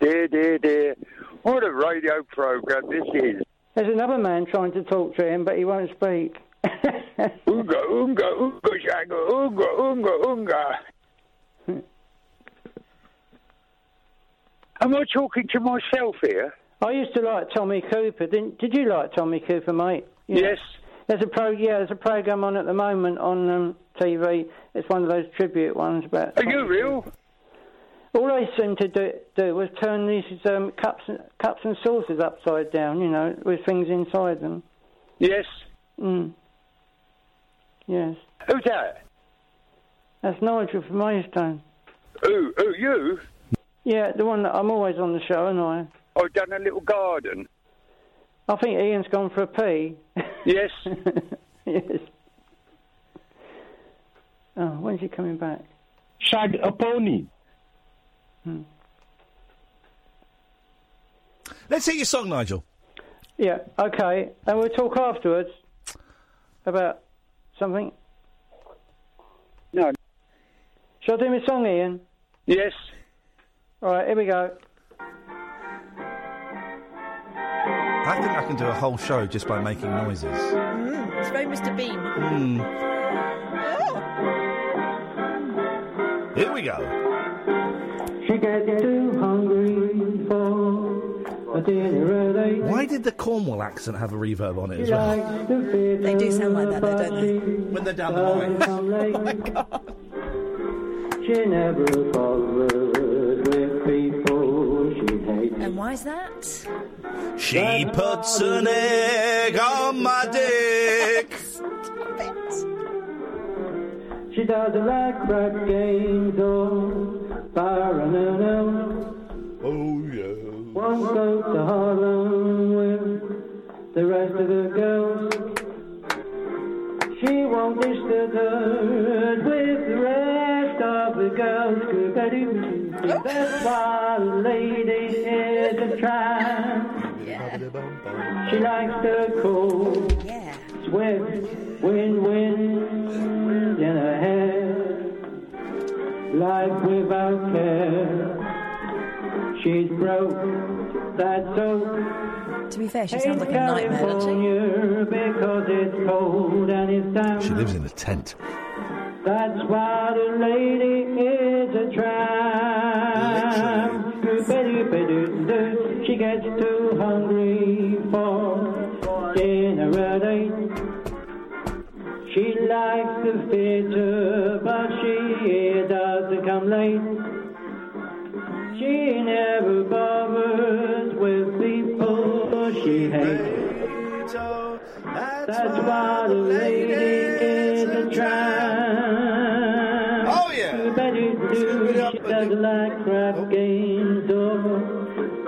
[SPEAKER 17] Dear, dear, dear. What a radio program this is.
[SPEAKER 19] There's another man trying to talk to him, but he won't speak.
[SPEAKER 17] Oonga, oonga, oonga, shanga, oonga, oonga, oonga. Am I talking to myself here?
[SPEAKER 19] I used to like Tommy Cooper. Didn't, did you like Tommy Cooper, mate? You know,
[SPEAKER 17] Yes.
[SPEAKER 19] there's a pro. Yeah, there's a program on at the moment on um, TV. It's one of those tribute ones about.
[SPEAKER 17] Are you real?
[SPEAKER 19] All they seemed to do, do was turn these um, cups and cups and saucers upside down. You know, with things inside them.
[SPEAKER 17] Yes.
[SPEAKER 19] Mm. Yes,
[SPEAKER 17] Who's that?
[SPEAKER 19] that's Nigel from Maidstone.
[SPEAKER 17] Who, who, you?
[SPEAKER 19] Yeah, the one that I'm always on the show, and I.
[SPEAKER 17] I've done a little garden.
[SPEAKER 19] I think Ian's gone for a pee.
[SPEAKER 17] Yes.
[SPEAKER 19] yes. Oh, when's he coming back?
[SPEAKER 17] Shag a pony.
[SPEAKER 3] Let's hear your song, Nigel.
[SPEAKER 19] Yeah, okay. And we'll talk afterwards about something. No. Shall I do my song, Ian?
[SPEAKER 17] Yes.
[SPEAKER 19] All right, here we go.
[SPEAKER 3] I think I can do a whole show just by making noises. Hmm.
[SPEAKER 4] Mm, it's very Mr. Bean.
[SPEAKER 3] Here we go.
[SPEAKER 19] She gets too hungry for a dinner at eight.
[SPEAKER 3] Why did the Cornwall accent have a reverb on it as
[SPEAKER 19] She
[SPEAKER 3] well?
[SPEAKER 19] likes to fit
[SPEAKER 4] They do sound like that, though, don't they?
[SPEAKER 3] When they're down the
[SPEAKER 19] Doesn't
[SPEAKER 3] line. Oh,
[SPEAKER 19] come late. She never bothered with people she hates.
[SPEAKER 4] And why is that?
[SPEAKER 3] She puts an egg on my dick.
[SPEAKER 19] She doesn't like crap games oh, or paranoia.
[SPEAKER 3] Oh, yeah.
[SPEAKER 19] One goes to Harlem with the rest of the girls. She won't dish the dirt with the rest of the girls. Good That's why the lady is a tramp. She likes the cool, swift, wind, wind in her hair. Life without care. She's broke, that's all.
[SPEAKER 4] To be fair, she sounds like a nightmare, doesn't she?
[SPEAKER 19] California because it's cold and it's damp.
[SPEAKER 3] She lives in a tent.
[SPEAKER 19] That's why the lady is a tramp. Goop-a-doop-a-doop-doop. She gets too hungry for dinner at eight. She likes the theatre, but she doesn't come late. She never bothers with people she hates. That's why the lady is a tramp.
[SPEAKER 3] Oh, yeah.
[SPEAKER 19] You better do. She doesn't like crap games or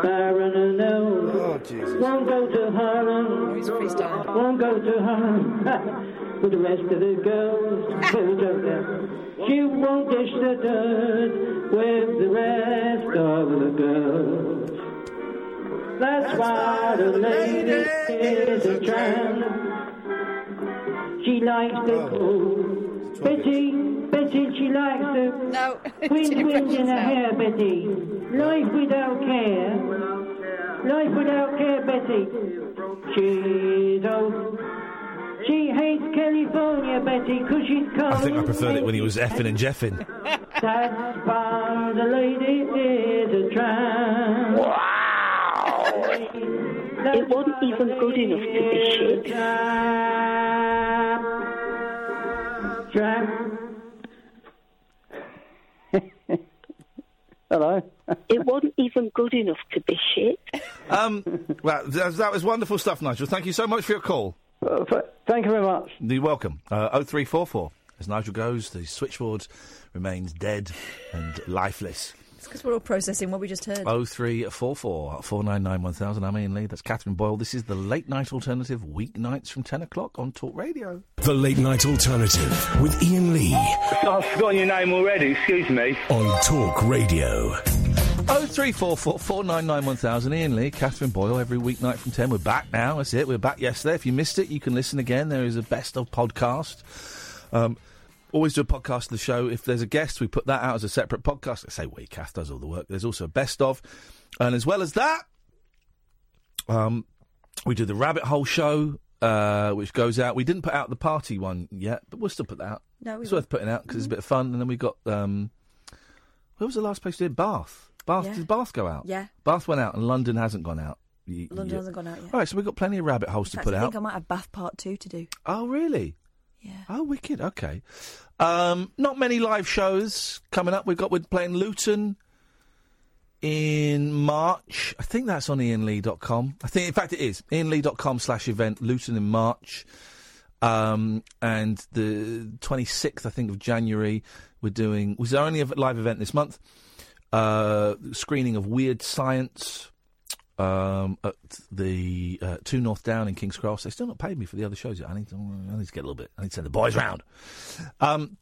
[SPEAKER 19] Baron and
[SPEAKER 3] Oh, Jesus.
[SPEAKER 19] Won't go to Harlem. Won't go to Harlem. With the rest of the girls. she won't dish the dirt with the rest of the girls. That's why the lady is a tramp. She likes
[SPEAKER 3] Oh.
[SPEAKER 19] the cool. Betty, Betty, she likes the
[SPEAKER 4] No.
[SPEAKER 19] wind, wind in her hair, Betty. Life without care. Life without care, Betty. She's old. She hates California, Betty, 'cause she's cold.
[SPEAKER 3] I think I preferred it when he was effing and jeffing.
[SPEAKER 19] That's why the lady is a tramp. It wasn't even good enough to be shit. Hello.
[SPEAKER 15] It wasn't even good enough to be shit.
[SPEAKER 3] Um, well, that, that was wonderful stuff, Nigel. Thank you so much for your call.
[SPEAKER 19] Uh, thank you very much.
[SPEAKER 3] You're welcome. Uh, 0344. As Nigel goes, the switchboard remains dead and lifeless.
[SPEAKER 4] It's because we're all processing what we just heard.
[SPEAKER 3] 0344 499 1000. I'm Ian Lee. That's Catherine Boyle. This is the late night alternative, weeknights from 10 o'clock on Talk Radio.
[SPEAKER 1] The Late Night Alternative with Ian Lee
[SPEAKER 17] I've forgotten your name already, excuse me.
[SPEAKER 1] on Talk Radio.
[SPEAKER 3] oh Three four four four nine nine one thousand. Ian Lee, Catherine Boyle. Every weeknight from ten, we're back now. That's it. We're back yesterday. If you missed it, you can listen again. There is a best of podcast. Um, always do a podcast of the show. If there's a guest, we put that out as a separate podcast. I say we. Kath does all the work. There's also a best of, and as well as that, um, we do the rabbit hole show, uh, which goes out. We didn't put out the party one yet, but we'll still put that out.
[SPEAKER 4] No, we Mm-hmm.
[SPEAKER 3] it's
[SPEAKER 4] will.
[SPEAKER 3] worth putting out because it's a bit of fun. And then we got um, where was the last place we did Bath? Bath
[SPEAKER 4] Yeah.
[SPEAKER 3] did Bath go out?
[SPEAKER 4] Yeah.
[SPEAKER 3] Bath went out, and London hasn't gone out. Y- y-
[SPEAKER 4] London hasn't gone out yet.
[SPEAKER 3] All right, so we've got plenty of rabbit holes
[SPEAKER 4] In
[SPEAKER 3] to
[SPEAKER 4] fact,
[SPEAKER 3] put
[SPEAKER 4] I
[SPEAKER 3] out.
[SPEAKER 4] think I might have Bath Part Two to do.
[SPEAKER 3] Oh, really? Yeah. Oh, wicked. Okay. Um, not many live shows coming up. We've got we're playing Luton in March. I think that's on ianlee.com. I think, in fact, it is ianlee.com slash event. Luton in March. Um, and the 26th, I think, of January, we're doing. Was our only ev- live event this month? Uh, screening of Weird Science um, at the uh, Two North Down in King's Cross. They still not paid me for the other shows yet. I need to, I need to get a little bit. I need to send the boys round. Um,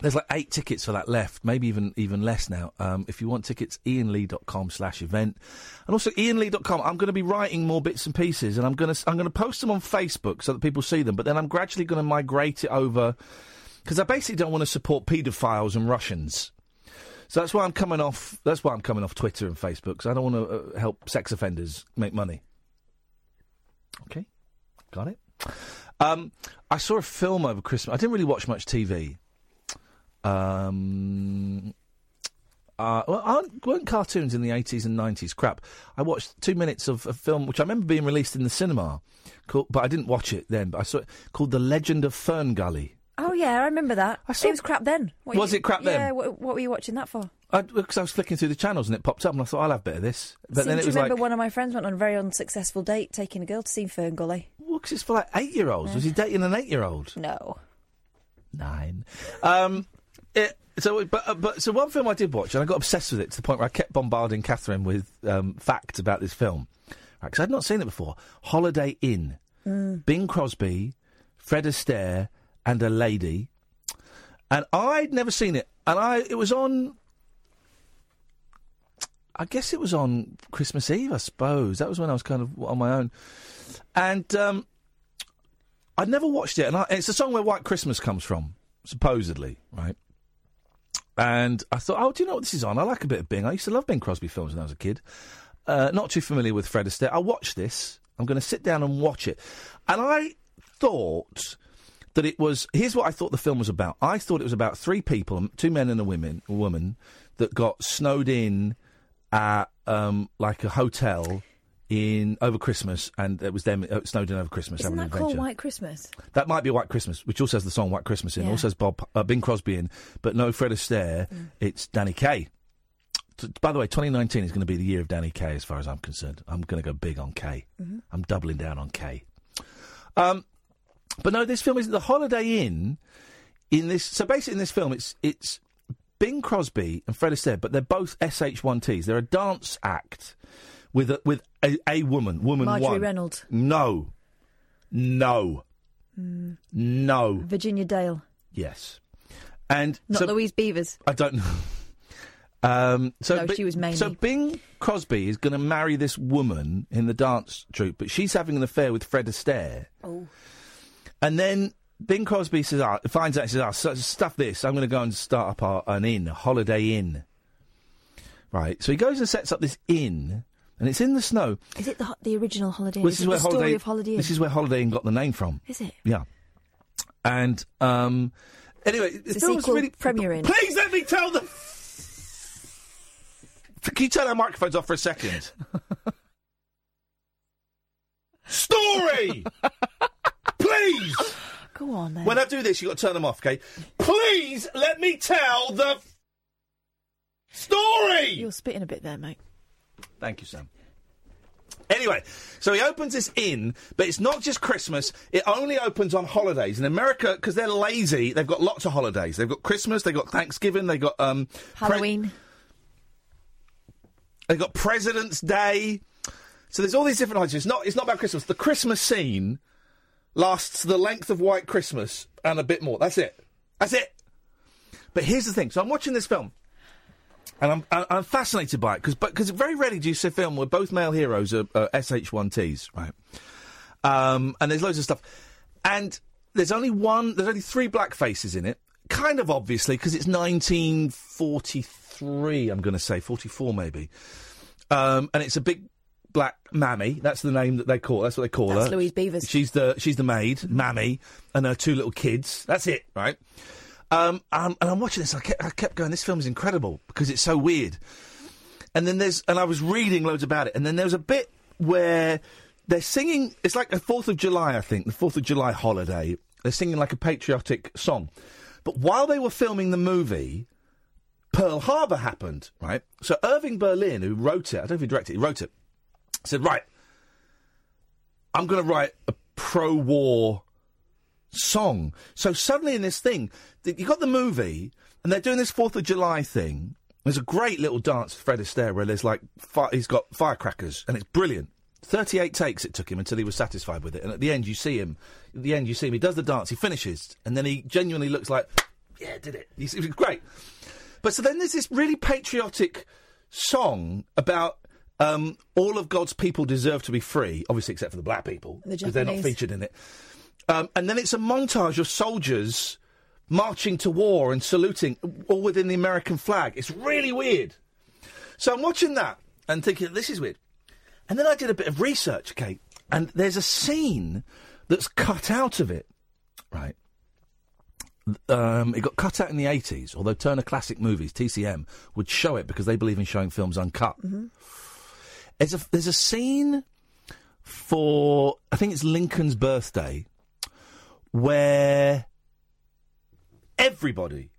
[SPEAKER 3] there's like eight tickets for that left, maybe even even less now. Um, if you want tickets, ianlee.com slash event. And also ianlee.com, I'm going to be writing more bits and pieces and I'm going to I'm going to post them on Facebook so that people see them, but then I'm gradually going to migrate it over because I basically don't want to support paedophiles and Russians. So that's why I'm coming off. That's why I'm coming off Twitter and Facebook. Because I don't want to uh, help sex offenders make money. Okay, got it. Um, I saw a film over Christmas. I didn't really watch much TV. Um, uh, well, aren't, weren't cartoons in the 80s and 90s crap? I watched two minutes of a film which I remember being released in the cinema, called, but I didn't watch it then. But I saw it called The Legend of Fern Gully.
[SPEAKER 4] Oh yeah, I remember that.
[SPEAKER 3] saw-
[SPEAKER 4] It was crap then. What
[SPEAKER 3] Was
[SPEAKER 4] you-
[SPEAKER 3] it crap then?
[SPEAKER 4] Yeah. What, what were you watching that for?
[SPEAKER 3] Because I, was flicking through the channels and it popped up, and I thought I'll have a bit of this. But
[SPEAKER 4] Seem
[SPEAKER 3] then
[SPEAKER 4] to
[SPEAKER 3] it was like
[SPEAKER 4] remember one of my friends went on a very unsuccessful date, taking a girl to see Fern Gully.
[SPEAKER 3] Well, because it's for like eight year olds. Was he dating an eight year old?
[SPEAKER 4] No.
[SPEAKER 3] Nine. Um, it, so, but, uh, but so one film I did watch, and I got obsessed with it to the point where I kept bombarding Catherine with um, facts about this film, because I'd not seen it before. Holiday Inn,
[SPEAKER 18] Mm.
[SPEAKER 3] Bing Crosby, Fred Astaire, and a lady, and I'd never seen it, and I it was on. I guess it was on Christmas Eve, I suppose. That was when I was kind of on my own, and um, I'd never watched it, and I, it's a song where White Christmas comes from, supposedly, right? And I thought, oh, do you know what this is on? I like a bit of Bing. I used to love Bing Crosby films when I was a kid. Uh, not too familiar with Fred Astaire. I watched this. I'm going to sit down and watch it. And I thought that it was. Here's what I thought the film was about. I thought it was about three people, two men and a women, a woman, that got snowed in at um, like a hotel in over Christmas, and it was them uh, snowed in over Christmas.
[SPEAKER 4] Isn't
[SPEAKER 3] having
[SPEAKER 4] that
[SPEAKER 3] an adventure.
[SPEAKER 4] called White Christmas?
[SPEAKER 3] That might be White Christmas, which also has the song White Christmas in,
[SPEAKER 4] Yeah. Mm.
[SPEAKER 3] also has Bob uh, Bing Crosby in, but no Fred Astaire. It's Danny Kaye. T- by the way, 2019 is going to be the year of Danny Kaye, as far as I'm concerned. I'm going to go big on Kaye.
[SPEAKER 4] Mm-hmm.
[SPEAKER 18] Mhm.
[SPEAKER 3] I'm doubling down on Kaye. Um, but no, this film is the Holiday Inn. In this, so basically, in this film, it's it's Bing Crosby and Fred Astaire, but they're both SH1Ts. They're a dance act with a, with a, a woman, woman
[SPEAKER 4] Marjorie
[SPEAKER 3] one.
[SPEAKER 4] Reynolds.
[SPEAKER 3] No, no,
[SPEAKER 4] Mm.
[SPEAKER 3] no.
[SPEAKER 4] Virginia Dale,
[SPEAKER 3] Yes. And
[SPEAKER 4] not
[SPEAKER 3] so,
[SPEAKER 4] Louise Beavers.
[SPEAKER 3] I don't know. Um, so
[SPEAKER 4] No,
[SPEAKER 3] Bi-
[SPEAKER 4] she was mainly-
[SPEAKER 3] So Bing Crosby is going to marry this woman in the dance troupe, but she's having an affair with Fred Astaire.
[SPEAKER 4] Oh.
[SPEAKER 3] And then Bing Crosby says, ah, finds out, and says, ah, so, stuff this. I'm going to go and start up our, an inn, a holiday inn. Right. So he goes and sets up this inn, and it's in the snow.
[SPEAKER 4] Is it the, the original Holiday? Inn?
[SPEAKER 3] Well, this is
[SPEAKER 4] Is it
[SPEAKER 3] where
[SPEAKER 4] the
[SPEAKER 3] holiday,
[SPEAKER 4] story of Holiday? Inn?
[SPEAKER 3] This is where Holiday Inn got the name from.
[SPEAKER 4] Is it?
[SPEAKER 3] Yeah. And um, anyway,
[SPEAKER 4] It's
[SPEAKER 3] the
[SPEAKER 4] a
[SPEAKER 3] film was
[SPEAKER 4] sequel,
[SPEAKER 3] really
[SPEAKER 4] Premier Inn.
[SPEAKER 3] Please let me tell the. Can you turn our microphones off for a second? Story, please.
[SPEAKER 4] Go on then.
[SPEAKER 3] When I do this, you have got to turn them off, okay? Please let me tell the story.
[SPEAKER 20] You're spitting a bit there, mate.
[SPEAKER 3] Thank you, Sam. Anyway, so he opens this inn, but it's not just Christmas. It only opens on holidays. In America, because they're lazy, they've got lots of holidays. They've got Christmas, they've got Thanksgiving, they've got um, pre-
[SPEAKER 4] Halloween.
[SPEAKER 3] they've got President's Day. So there's all these different holidays. It's not, it's not about Christmas. The Christmas scene lasts the length of White Christmas and a bit more. That's it. That's it. But here's the thing. So I'm watching this film, And I'm, I- I'm fascinated by it because because very rarely do you see a film where both male heroes are, are SH1Ts, right? Um, and there's loads of stuff. And there's only one, there's only three black faces in it, kind of obviously, because it's 1943, I'm going to say, 44 maybe. Um, and it's a big black mammy. That's the name that they call. That's what they call
[SPEAKER 6] That's
[SPEAKER 3] her.
[SPEAKER 6] Louise Beavers.
[SPEAKER 3] She's the she's the maid, mammy, and her two little kids. That's it, right? Um, um, and I'm watching this. I kept, I kept going. This film is incredible because it's so weird. And then there's and I was reading loads about it. And then there was a bit where they're singing. It's like the Fourth of July, I think, the Fourth of July holiday. They're singing like a patriotic song. But while they were filming the movie, Pearl Harbor happened, right? So Irving Berlin, who wrote it, I don't know if he directed it, he wrote it, said, right, I'm going to write a pro war song. So suddenly in this thing, th- you got the movie, and they're doing this Fourth of July thing. There's a great little dance with Fred Astaire where there's like fi- he's got firecrackers, and it's brilliant. Thirty-eight takes it took him until he was satisfied with it, and at the end you see him. At the end you see him. He does the dance, he finishes, and then he genuinely looks like, yeah, did it. He's, he's great. But so then there's this really patriotic song about um, all of God's people deserve to be free, obviously except for the black people
[SPEAKER 6] The
[SPEAKER 3] because they're not
[SPEAKER 6] Japanese.
[SPEAKER 3] featured in it. Um, and then it's a montage of soldiers marching to war and saluting, all within the American flag. It's really weird. So I'm watching that and thinking, this is weird. And then I did a bit of research, Kate, and there's a scene that's cut out of it, right? Um, it got cut out in the 80s, although Turner Classic Movies, TCM, would show it because they believe in showing films uncut. There's a, there's a scene for, I think it's Lincoln's birthday, where everybody,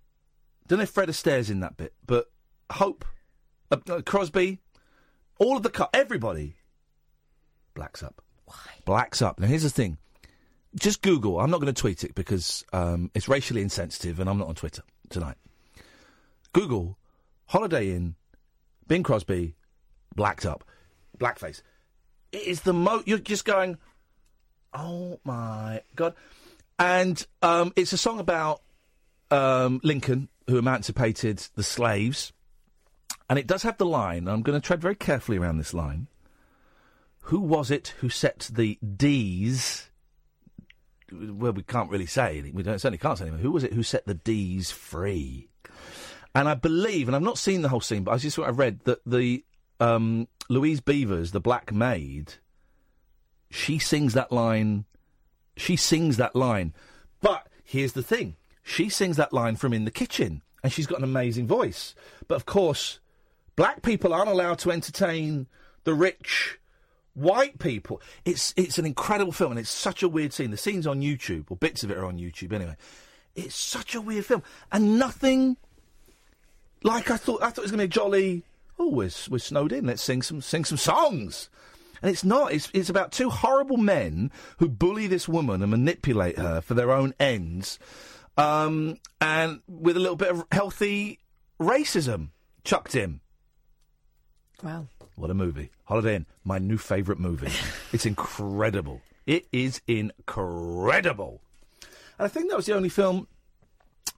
[SPEAKER 3] don't know if Fred Astaire's in that bit, but Hope, uh, uh, Crosby, all of the cut, everybody blacks up. Why? Blacks up. Now, here's the thing. Just Google. I'm not going to tweet it because um, it's racially insensitive and I'm not on Twitter tonight. Google Holiday Inn, Bing Crosby, blacked up, blackface. It is the mo. You're just going, oh my god! And um, it's a song about um, Lincoln who emancipated the slaves, and it does have the line. and I'm going to tread very carefully around this line. Who was it who set the D's? Well, we can't really say anything. We don't, certainly can't say anything. Who was it who set the D's free? And I believe, and I've not seen the whole scene, but I just what I read that the um, Louise Beavers, the Black Maid, she sings that line. She sings that line. But here's the thing: she sings that line from in the kitchen, and she's got an amazing voice. But of course, black people aren't allowed to entertain the rich white people. It's it's an incredible film, and it's such a weird scene. The scenes on YouTube, or bits of it are on YouTube anyway. It's such a weird film, and nothing like I thought. I thought it was going to be a jolly. Oh, we're we're snowed in. Let's sing some sing some songs. And it's not. It's it's about two horrible men who bully this woman and manipulate her for their own ends, um, and with a little bit of healthy racism chucked in.
[SPEAKER 6] Wow.
[SPEAKER 3] What a movie. Holiday Inn, my new favourite movie. it's incredible. It is incredible. And I think that was the only film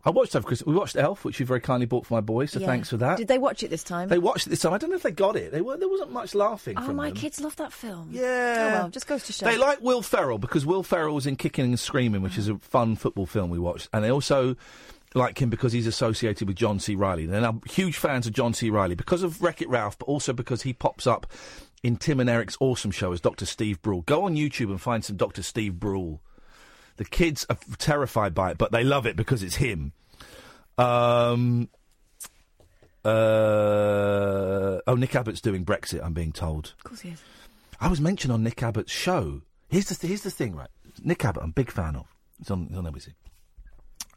[SPEAKER 3] I watched over Christmas. We watched Elf, which you very kindly bought for my boy, so
[SPEAKER 6] Yeah.
[SPEAKER 3] thanks for that.
[SPEAKER 6] Did they watch it this time?
[SPEAKER 3] They watched it this time. I don't know if they got it. They were, there wasn't much laughing
[SPEAKER 6] Oh,
[SPEAKER 3] from
[SPEAKER 6] my
[SPEAKER 3] them.
[SPEAKER 6] kids love that film.
[SPEAKER 3] Yeah.
[SPEAKER 6] Oh, well, just goes to show.
[SPEAKER 3] They like Will Ferrell because Will Ferrell was in Kicking and Screaming, which is a fun football film we watched, and they also like him because he's associated with John C. Riley. They're now huge fans of John C. Riley because of Wreck It Ralph, but also because he pops up in Tim and Eric's awesome show as Dr. Steve Brule. Go on YouTube and find some Dr. Steve Brule. The kids are f- terrified by it, but they love it because it's him. Um, uh, oh, Nick Abbott's doing Brexit, I'm being told.
[SPEAKER 6] Of course he is.
[SPEAKER 3] I was mentioned on Nick Abbott's show. Here's the th- here's the thing, right? Nick Abbott, I'm a big fan of. He's on, he's on ABC,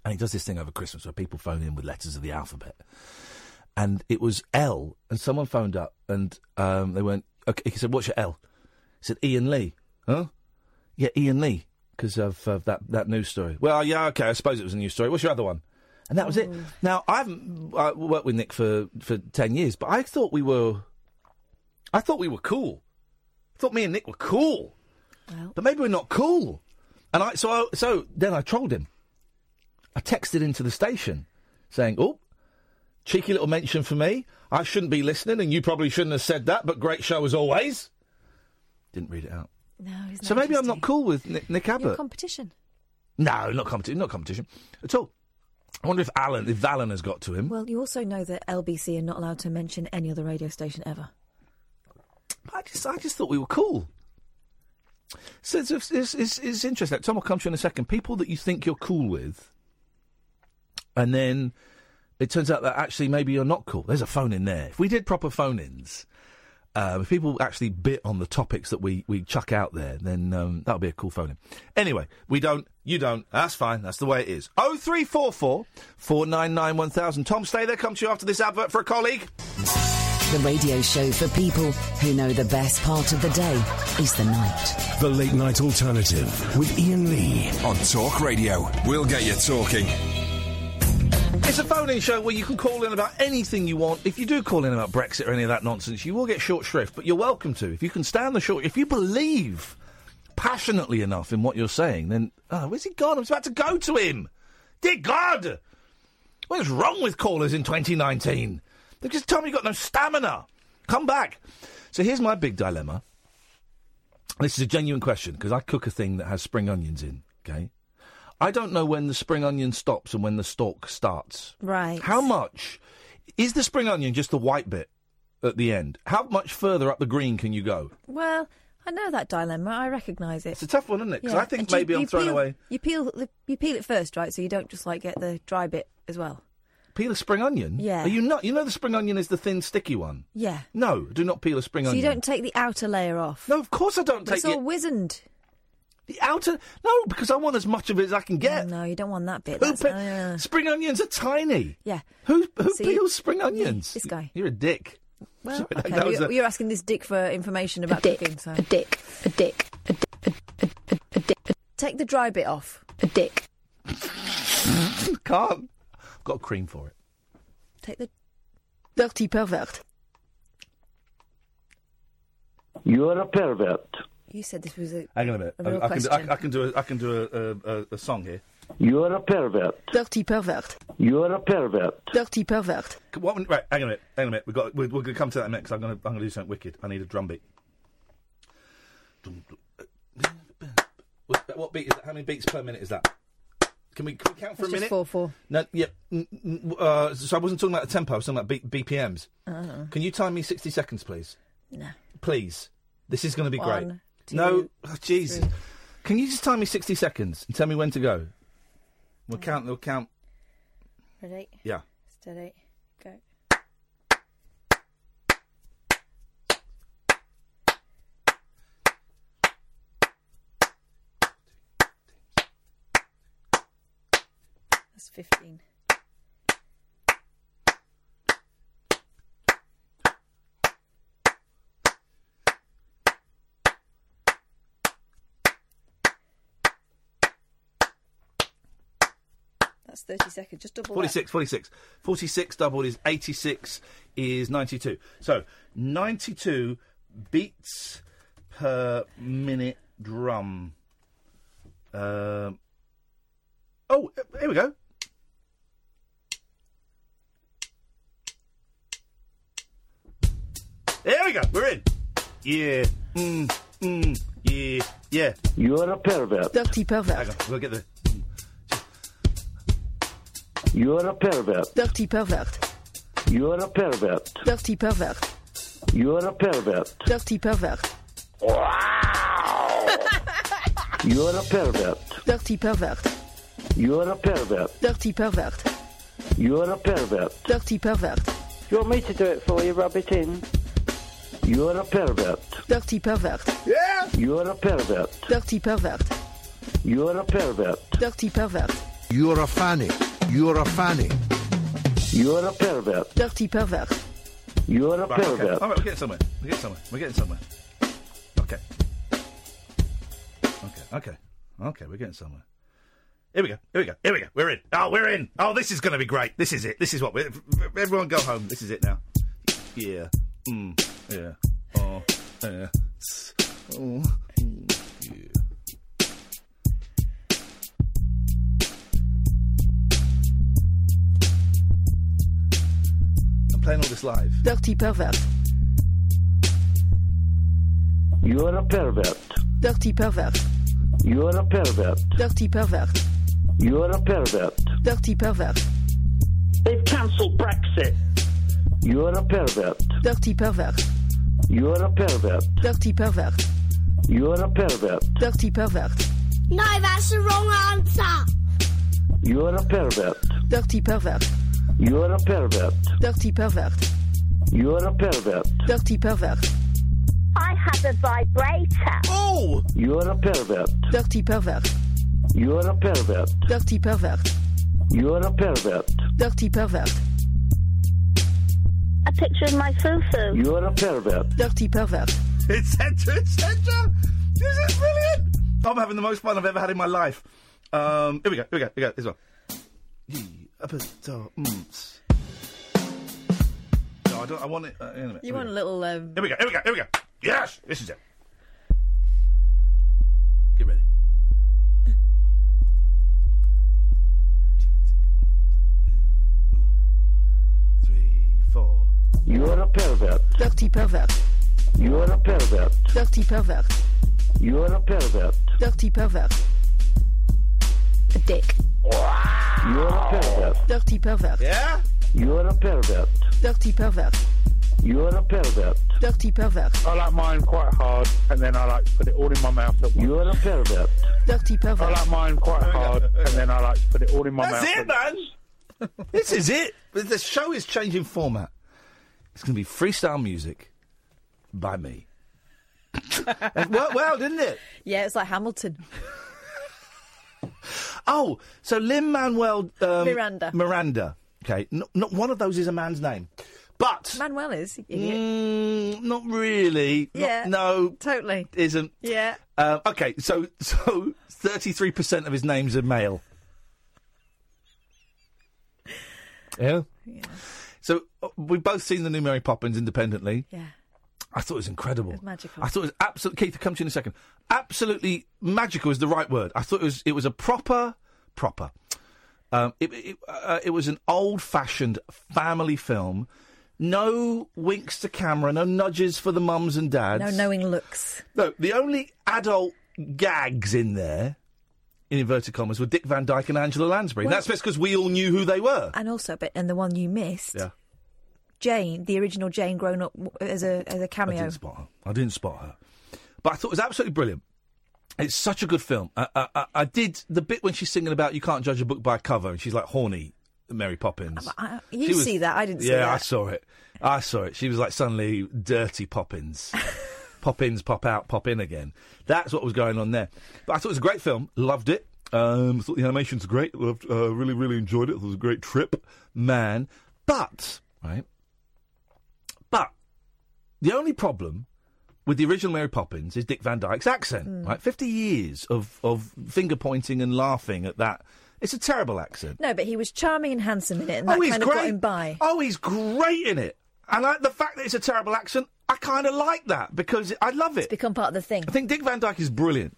[SPEAKER 3] and he does this thing over Christmas where people phone in with letters of the alphabet, and it was L, and someone phoned up and um, they went, okay, he said, what's your L? He said Ian Lee, huh? Yeah, Ian Lee, because of uh, that that news story. Well, yeah, okay, I suppose it was a news story. What's your other one? And that was it.
[SPEAKER 4] Mm.
[SPEAKER 3] Now I haven't uh, worked with Nick for for ten years, but I thought we were, I thought we were cool thought me and Nick were cool. But maybe we're not cool. And I so I, so then I trolled him. I texted into the station saying, "Oh, Cheeky little mention for me. I shouldn't be listening, and you probably shouldn't have said that, but great show as always. Didn't read it out.
[SPEAKER 4] No, isn't
[SPEAKER 3] So
[SPEAKER 4] that
[SPEAKER 3] maybe I'm not cool with Nick, Nick
[SPEAKER 4] interesting? Your
[SPEAKER 3] Abbott.
[SPEAKER 4] competition.
[SPEAKER 3] no, not competition. Not competition at all. I wonder if Alan, if Alan has got to him.
[SPEAKER 4] Well, you also know that LBC are not allowed to mention any other radio station ever.
[SPEAKER 3] I just, I just thought we were cool. So it's, it's, it's, it's- it's interesting. Tom, I'll come to you in a second. People that you think you're cool with, and then it turns out that actually maybe you're not cool. There's a phone in there. If we did proper phone ins, um, if people actually bit on the topics that we, we chuck out there, then um, that would be a cool phone in. Anyway, we don't, you don't. That's fine. That's the way it is. 0344 499 1000. Tom, stay there. Come to you after this advert for a colleague.
[SPEAKER 9] The radio show for people who know the best part of the day is the night.
[SPEAKER 1] The Late Night Alternative with Ian Lee.
[SPEAKER 20] On Talk Radio, we'll get you talking.
[SPEAKER 3] It's a phone in show where you can call in about anything you want. If you do call in about Brexit or any of that nonsense, you will get short shrift, but you're welcome to. If you can stand the short, if you believe passionately enough in what you're saying, then. Oh, where's he gone? I was about to go to him! Dear God! What is wrong with callers in 2019? They just tell me you've got no stamina. Come back. So here's my big dilemma. This is a genuine question because I cook a thing that has spring onions in, okay? I don't know when the spring onion stops and when the stalk starts.
[SPEAKER 4] Right.
[SPEAKER 3] How much is the spring onion just the white bit at the end? How much further up the green can you go?
[SPEAKER 4] Well, I know that dilemma. I recognise it. It's
[SPEAKER 3] a tough one, isn't it? 'Cause I think
[SPEAKER 4] And you-
[SPEAKER 3] maybe I'm
[SPEAKER 4] you
[SPEAKER 3] throwing
[SPEAKER 4] peel-
[SPEAKER 3] away-
[SPEAKER 4] You peel, the, you peel it first, right? So you don't just like get the dry bit as well.
[SPEAKER 3] Peel a spring onion?
[SPEAKER 4] Yeah.
[SPEAKER 3] Are you not? You know the spring onion is the thin, sticky one.
[SPEAKER 4] Yeah.
[SPEAKER 3] No, do not peel a spring
[SPEAKER 4] so
[SPEAKER 3] onion.
[SPEAKER 4] you don't take the outer layer off.
[SPEAKER 3] No, of course I don't
[SPEAKER 4] It's
[SPEAKER 3] take the-
[SPEAKER 4] all wizened.
[SPEAKER 3] The outer? No, because I want as much of it as I can get.
[SPEAKER 4] No, you don't want that bit.
[SPEAKER 3] Who
[SPEAKER 4] That's-
[SPEAKER 3] pe-
[SPEAKER 4] uh,
[SPEAKER 3] spring onions are tiny.
[SPEAKER 4] yeah.
[SPEAKER 3] Who who
[SPEAKER 4] So you-
[SPEAKER 3] peels spring onions?
[SPEAKER 4] This guy.
[SPEAKER 3] You're a dick.
[SPEAKER 4] Well,
[SPEAKER 3] Sorry, that-
[SPEAKER 4] okay,
[SPEAKER 3] that was
[SPEAKER 4] you're,
[SPEAKER 3] a-
[SPEAKER 4] you're asking this dick for information about cooking. So. A
[SPEAKER 21] dick, a dick,
[SPEAKER 4] a dick, a, dick. Take the dry bit off.
[SPEAKER 21] A dick.
[SPEAKER 3] Can't. Got a cream for it.
[SPEAKER 4] Take the dirty pervert.
[SPEAKER 22] You're a pervert.
[SPEAKER 4] You said this was a
[SPEAKER 3] Hang on a minute.
[SPEAKER 4] A real
[SPEAKER 3] I, I can do,
[SPEAKER 4] question.
[SPEAKER 3] I, I can do a, I can do a, a, a, a song here.
[SPEAKER 22] You're a pervert.
[SPEAKER 4] dirty pervert.
[SPEAKER 22] You're a pervert.
[SPEAKER 4] Dirty pervert.
[SPEAKER 3] C- What, right, hang on a minute. Hang on a minute. We've got, we're, we're going to come to that next. I'm going to I'm going to do something wicked. I need a drum beat. Dum, dum, uh, What what beat is that? How many beats per minute is that? Can we, can we count for
[SPEAKER 4] That's
[SPEAKER 3] a
[SPEAKER 4] just
[SPEAKER 3] minute?
[SPEAKER 4] four four.
[SPEAKER 3] No, yeah. n- n- Uh, so I wasn't talking about the tempo. I was talking about B- BPMs.
[SPEAKER 4] Uh,
[SPEAKER 3] Can you time me 60 seconds, please?
[SPEAKER 4] No.
[SPEAKER 3] Please. This is going to be great.
[SPEAKER 4] One, two,
[SPEAKER 3] no, oh, Jesus. Can you just time me 60 seconds and tell me when to go? We'll count, we'll count.
[SPEAKER 4] ready,
[SPEAKER 3] Yeah.
[SPEAKER 4] steady, go. That's fifteen. That's thirty seconds. Just double. that.
[SPEAKER 3] 46, 46. 46 doubled is 86, is 92. So, 92 beats per minute drum. Um oh, uh, here we go. There we go. We're in. Yeah. Mm, mm, yeah. Yeah.
[SPEAKER 22] You're a pervert.
[SPEAKER 4] Dirty
[SPEAKER 3] Hang
[SPEAKER 4] pervert.
[SPEAKER 3] on. We'll get the.
[SPEAKER 22] You're a pervert.
[SPEAKER 4] Dirty pervert.
[SPEAKER 22] You're a pervert.
[SPEAKER 4] Dirty pervert.
[SPEAKER 22] You're a pervert.
[SPEAKER 4] Dirty pervert.
[SPEAKER 22] You're a pervert.
[SPEAKER 4] Dirty pervert.
[SPEAKER 22] You're a pervert.
[SPEAKER 4] Dirty pervert.
[SPEAKER 22] You're a pervert.
[SPEAKER 4] Dirty pervert.
[SPEAKER 13] You want me to do it for you? Rub it in.
[SPEAKER 22] You're a pervert.
[SPEAKER 4] Dirty pervert.
[SPEAKER 3] Yeah.
[SPEAKER 22] You're a pervert.
[SPEAKER 4] Dirty pervert.
[SPEAKER 22] You're a pervert.
[SPEAKER 4] Dirty pervert.
[SPEAKER 22] You're a fanny. You're a fanny. You're a pervert.
[SPEAKER 4] Dirty pervert.
[SPEAKER 22] You're a
[SPEAKER 3] Right, okay.
[SPEAKER 22] pervert.
[SPEAKER 3] All right, we're getting somewhere. We're getting somewhere. We're getting somewhere. Okay. Okay, okay. Okay, we're getting somewhere. Here we go. Here we go. Here we go. We're in. Oh, we're in. Oh, this is going to be great. This is it. This is what we're. Everyone go home. This is it now. Yeah. Mm. Yeah. Oh. Yeah. S- Oh. Mm. Yeah. playing all this live.
[SPEAKER 4] Dirty pervert.
[SPEAKER 10] You're a pervert.
[SPEAKER 4] Dirty pervert.
[SPEAKER 10] You're a pervert.
[SPEAKER 4] Dirty pervert.
[SPEAKER 10] You're a pervert.
[SPEAKER 4] Dirty pervert.
[SPEAKER 10] They've cancelled Brexit. You're a pervert.
[SPEAKER 4] Dirty pervert.
[SPEAKER 10] You're a pervert.
[SPEAKER 4] Dirty pervert.
[SPEAKER 10] You're a pervert.
[SPEAKER 4] Dirty pervert.
[SPEAKER 23] No, that's the er wrong answer.
[SPEAKER 10] You're a pervert.
[SPEAKER 4] Dirty pervert.
[SPEAKER 10] You're a pervert.
[SPEAKER 4] Dirty pervert.
[SPEAKER 10] You're a pervert.
[SPEAKER 4] Dirty pervert.
[SPEAKER 23] I have a vibrator.
[SPEAKER 3] Oh!
[SPEAKER 10] You're a pervert.
[SPEAKER 4] Dirty pervert.
[SPEAKER 10] You're a pervert.
[SPEAKER 4] Dirty pervert.
[SPEAKER 10] You're a pervert.
[SPEAKER 4] Dirty pervert.
[SPEAKER 23] A picture of my foo-foo.
[SPEAKER 10] You're a pervert.
[SPEAKER 4] Dirty pervert.
[SPEAKER 3] Etc. Etc. This is brilliant. I'm having the most fun I've ever had in my life. Um, here we go. Here we go. Here we go. This one. Ye- up at- so, mm. No, I don't. I want it. Uh, in a minute.
[SPEAKER 4] You
[SPEAKER 3] Here we
[SPEAKER 4] want
[SPEAKER 3] go.
[SPEAKER 4] a little. Um,
[SPEAKER 3] Here we go. Here we go. Here we go. Yes, this is it. Get ready. Three, four.
[SPEAKER 10] You're a pervert.
[SPEAKER 4] dirty pervert.
[SPEAKER 10] You're a pervert.
[SPEAKER 4] Dirty pervert.
[SPEAKER 10] You're a pervert.
[SPEAKER 4] Dirty pervert. A dick.
[SPEAKER 10] You're a pervert.
[SPEAKER 4] Dirty pervert.
[SPEAKER 3] Yeah?
[SPEAKER 10] You're a pervert.
[SPEAKER 4] Dirty pervert.
[SPEAKER 10] You're a pervert.
[SPEAKER 4] Dirty pervert.
[SPEAKER 24] I like mine quite hard, and then I like to put it all in my mouth at once.
[SPEAKER 10] You're a pervert.
[SPEAKER 4] Dirty pervert.
[SPEAKER 24] I like mine quite hard, and then I like to put it all in my mouth.
[SPEAKER 3] That's it, man. this is it. The show is changing format. It's going to be freestyle music by me. it worked Oh, well, didn't it?
[SPEAKER 4] Yeah, it's like Hamilton.
[SPEAKER 3] Oh, so Lin Manuel um,
[SPEAKER 4] Miranda.
[SPEAKER 3] Miranda. Okay, not, not one of those is a man's name, but
[SPEAKER 4] Manuel is. you Idiot.
[SPEAKER 3] mm, not really. Not-
[SPEAKER 4] Yeah.
[SPEAKER 3] no,
[SPEAKER 4] Totally.
[SPEAKER 3] isn't.
[SPEAKER 4] Yeah.
[SPEAKER 3] Um, okay, so so thirty three percent of his names are male. Yeah. So uh, we've both seen the new Mary Poppins independently.
[SPEAKER 4] Yeah.
[SPEAKER 3] I thought it was incredible.
[SPEAKER 4] It's magical.
[SPEAKER 3] I thought it was absolutely. Keith, I'll come to you in a second. Absolutely magical is the right word. I thought it was. It was a proper, proper. Um, it it, uh, it was an old fashioned family film. No winks to camera. No nudges for the mums and dads.
[SPEAKER 4] No knowing looks.
[SPEAKER 3] No, the only adult gags in there, in inverted commas, were Dick Van Dyke and Angela Lansbury.
[SPEAKER 4] Well-
[SPEAKER 3] That's just because we all knew who they were.
[SPEAKER 4] And also, but and the one you missed,
[SPEAKER 3] Yeah,
[SPEAKER 4] Jane, the original Jane, grown up w- as a as a
[SPEAKER 3] I
[SPEAKER 4] cameo.
[SPEAKER 3] didn't spot her. I didn't spot her. But I thought it was absolutely brilliant. It's such a good film. I, I, I- I did the bit when she's singing about you can't judge a book by a cover, and she's like horny, Mary Poppins.
[SPEAKER 4] Ah, I- you
[SPEAKER 3] She was-
[SPEAKER 4] see that? I didn't
[SPEAKER 3] yeah,
[SPEAKER 4] see that.
[SPEAKER 3] I saw it. I saw it. She was like suddenly dirty Poppins. pop ins, pop out, pop in again. That's what was going on there. But I thought it was a great film. Loved it. Um, thought the animation's great. Loved, uh, really, really enjoyed it. It was a great trip, man. But right, but the only problem with the original Mary Poppins is Dick Van Dyke's accent.
[SPEAKER 4] Mm.
[SPEAKER 3] Right, fifty years of of finger pointing and laughing at that. It's a terrible accent.
[SPEAKER 4] No, but he was charming and handsome in it, and
[SPEAKER 3] Oh,
[SPEAKER 4] that
[SPEAKER 3] he's
[SPEAKER 4] kind of got
[SPEAKER 3] great.
[SPEAKER 4] him by.
[SPEAKER 3] Oh, he's great in it. And I, the fact that it's a terrible accent, I kind of like that because I love it. It's
[SPEAKER 4] become part of the thing.
[SPEAKER 3] I think Dick Van Dyke is brilliant.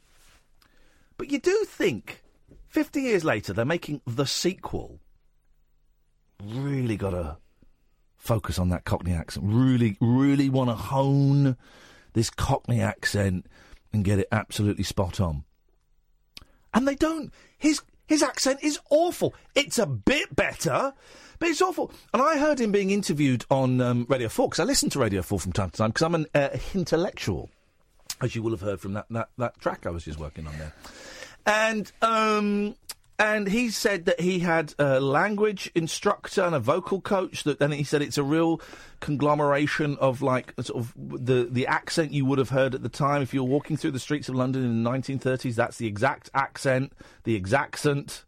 [SPEAKER 3] But you do think 50 years later they're making the sequel. Really got to focus on that Cockney accent. Really, really want to hone this Cockney accent and get it absolutely spot on. And they don't. His his accent is awful. It's a bit better, but it's awful. And I heard him being interviewed on um, Radio 4 because I listen to Radio 4 from time to time because I'm an uh, intellectual, as you will have heard from that, that, that track I was just working on there. And um, and he said that he had a language instructor and a vocal coach. That and he said it's a real conglomeration of like sort of the the accent you would have heard at the time if you were walking through the streets of London in the 1930s. That's the exact accent, the exact accent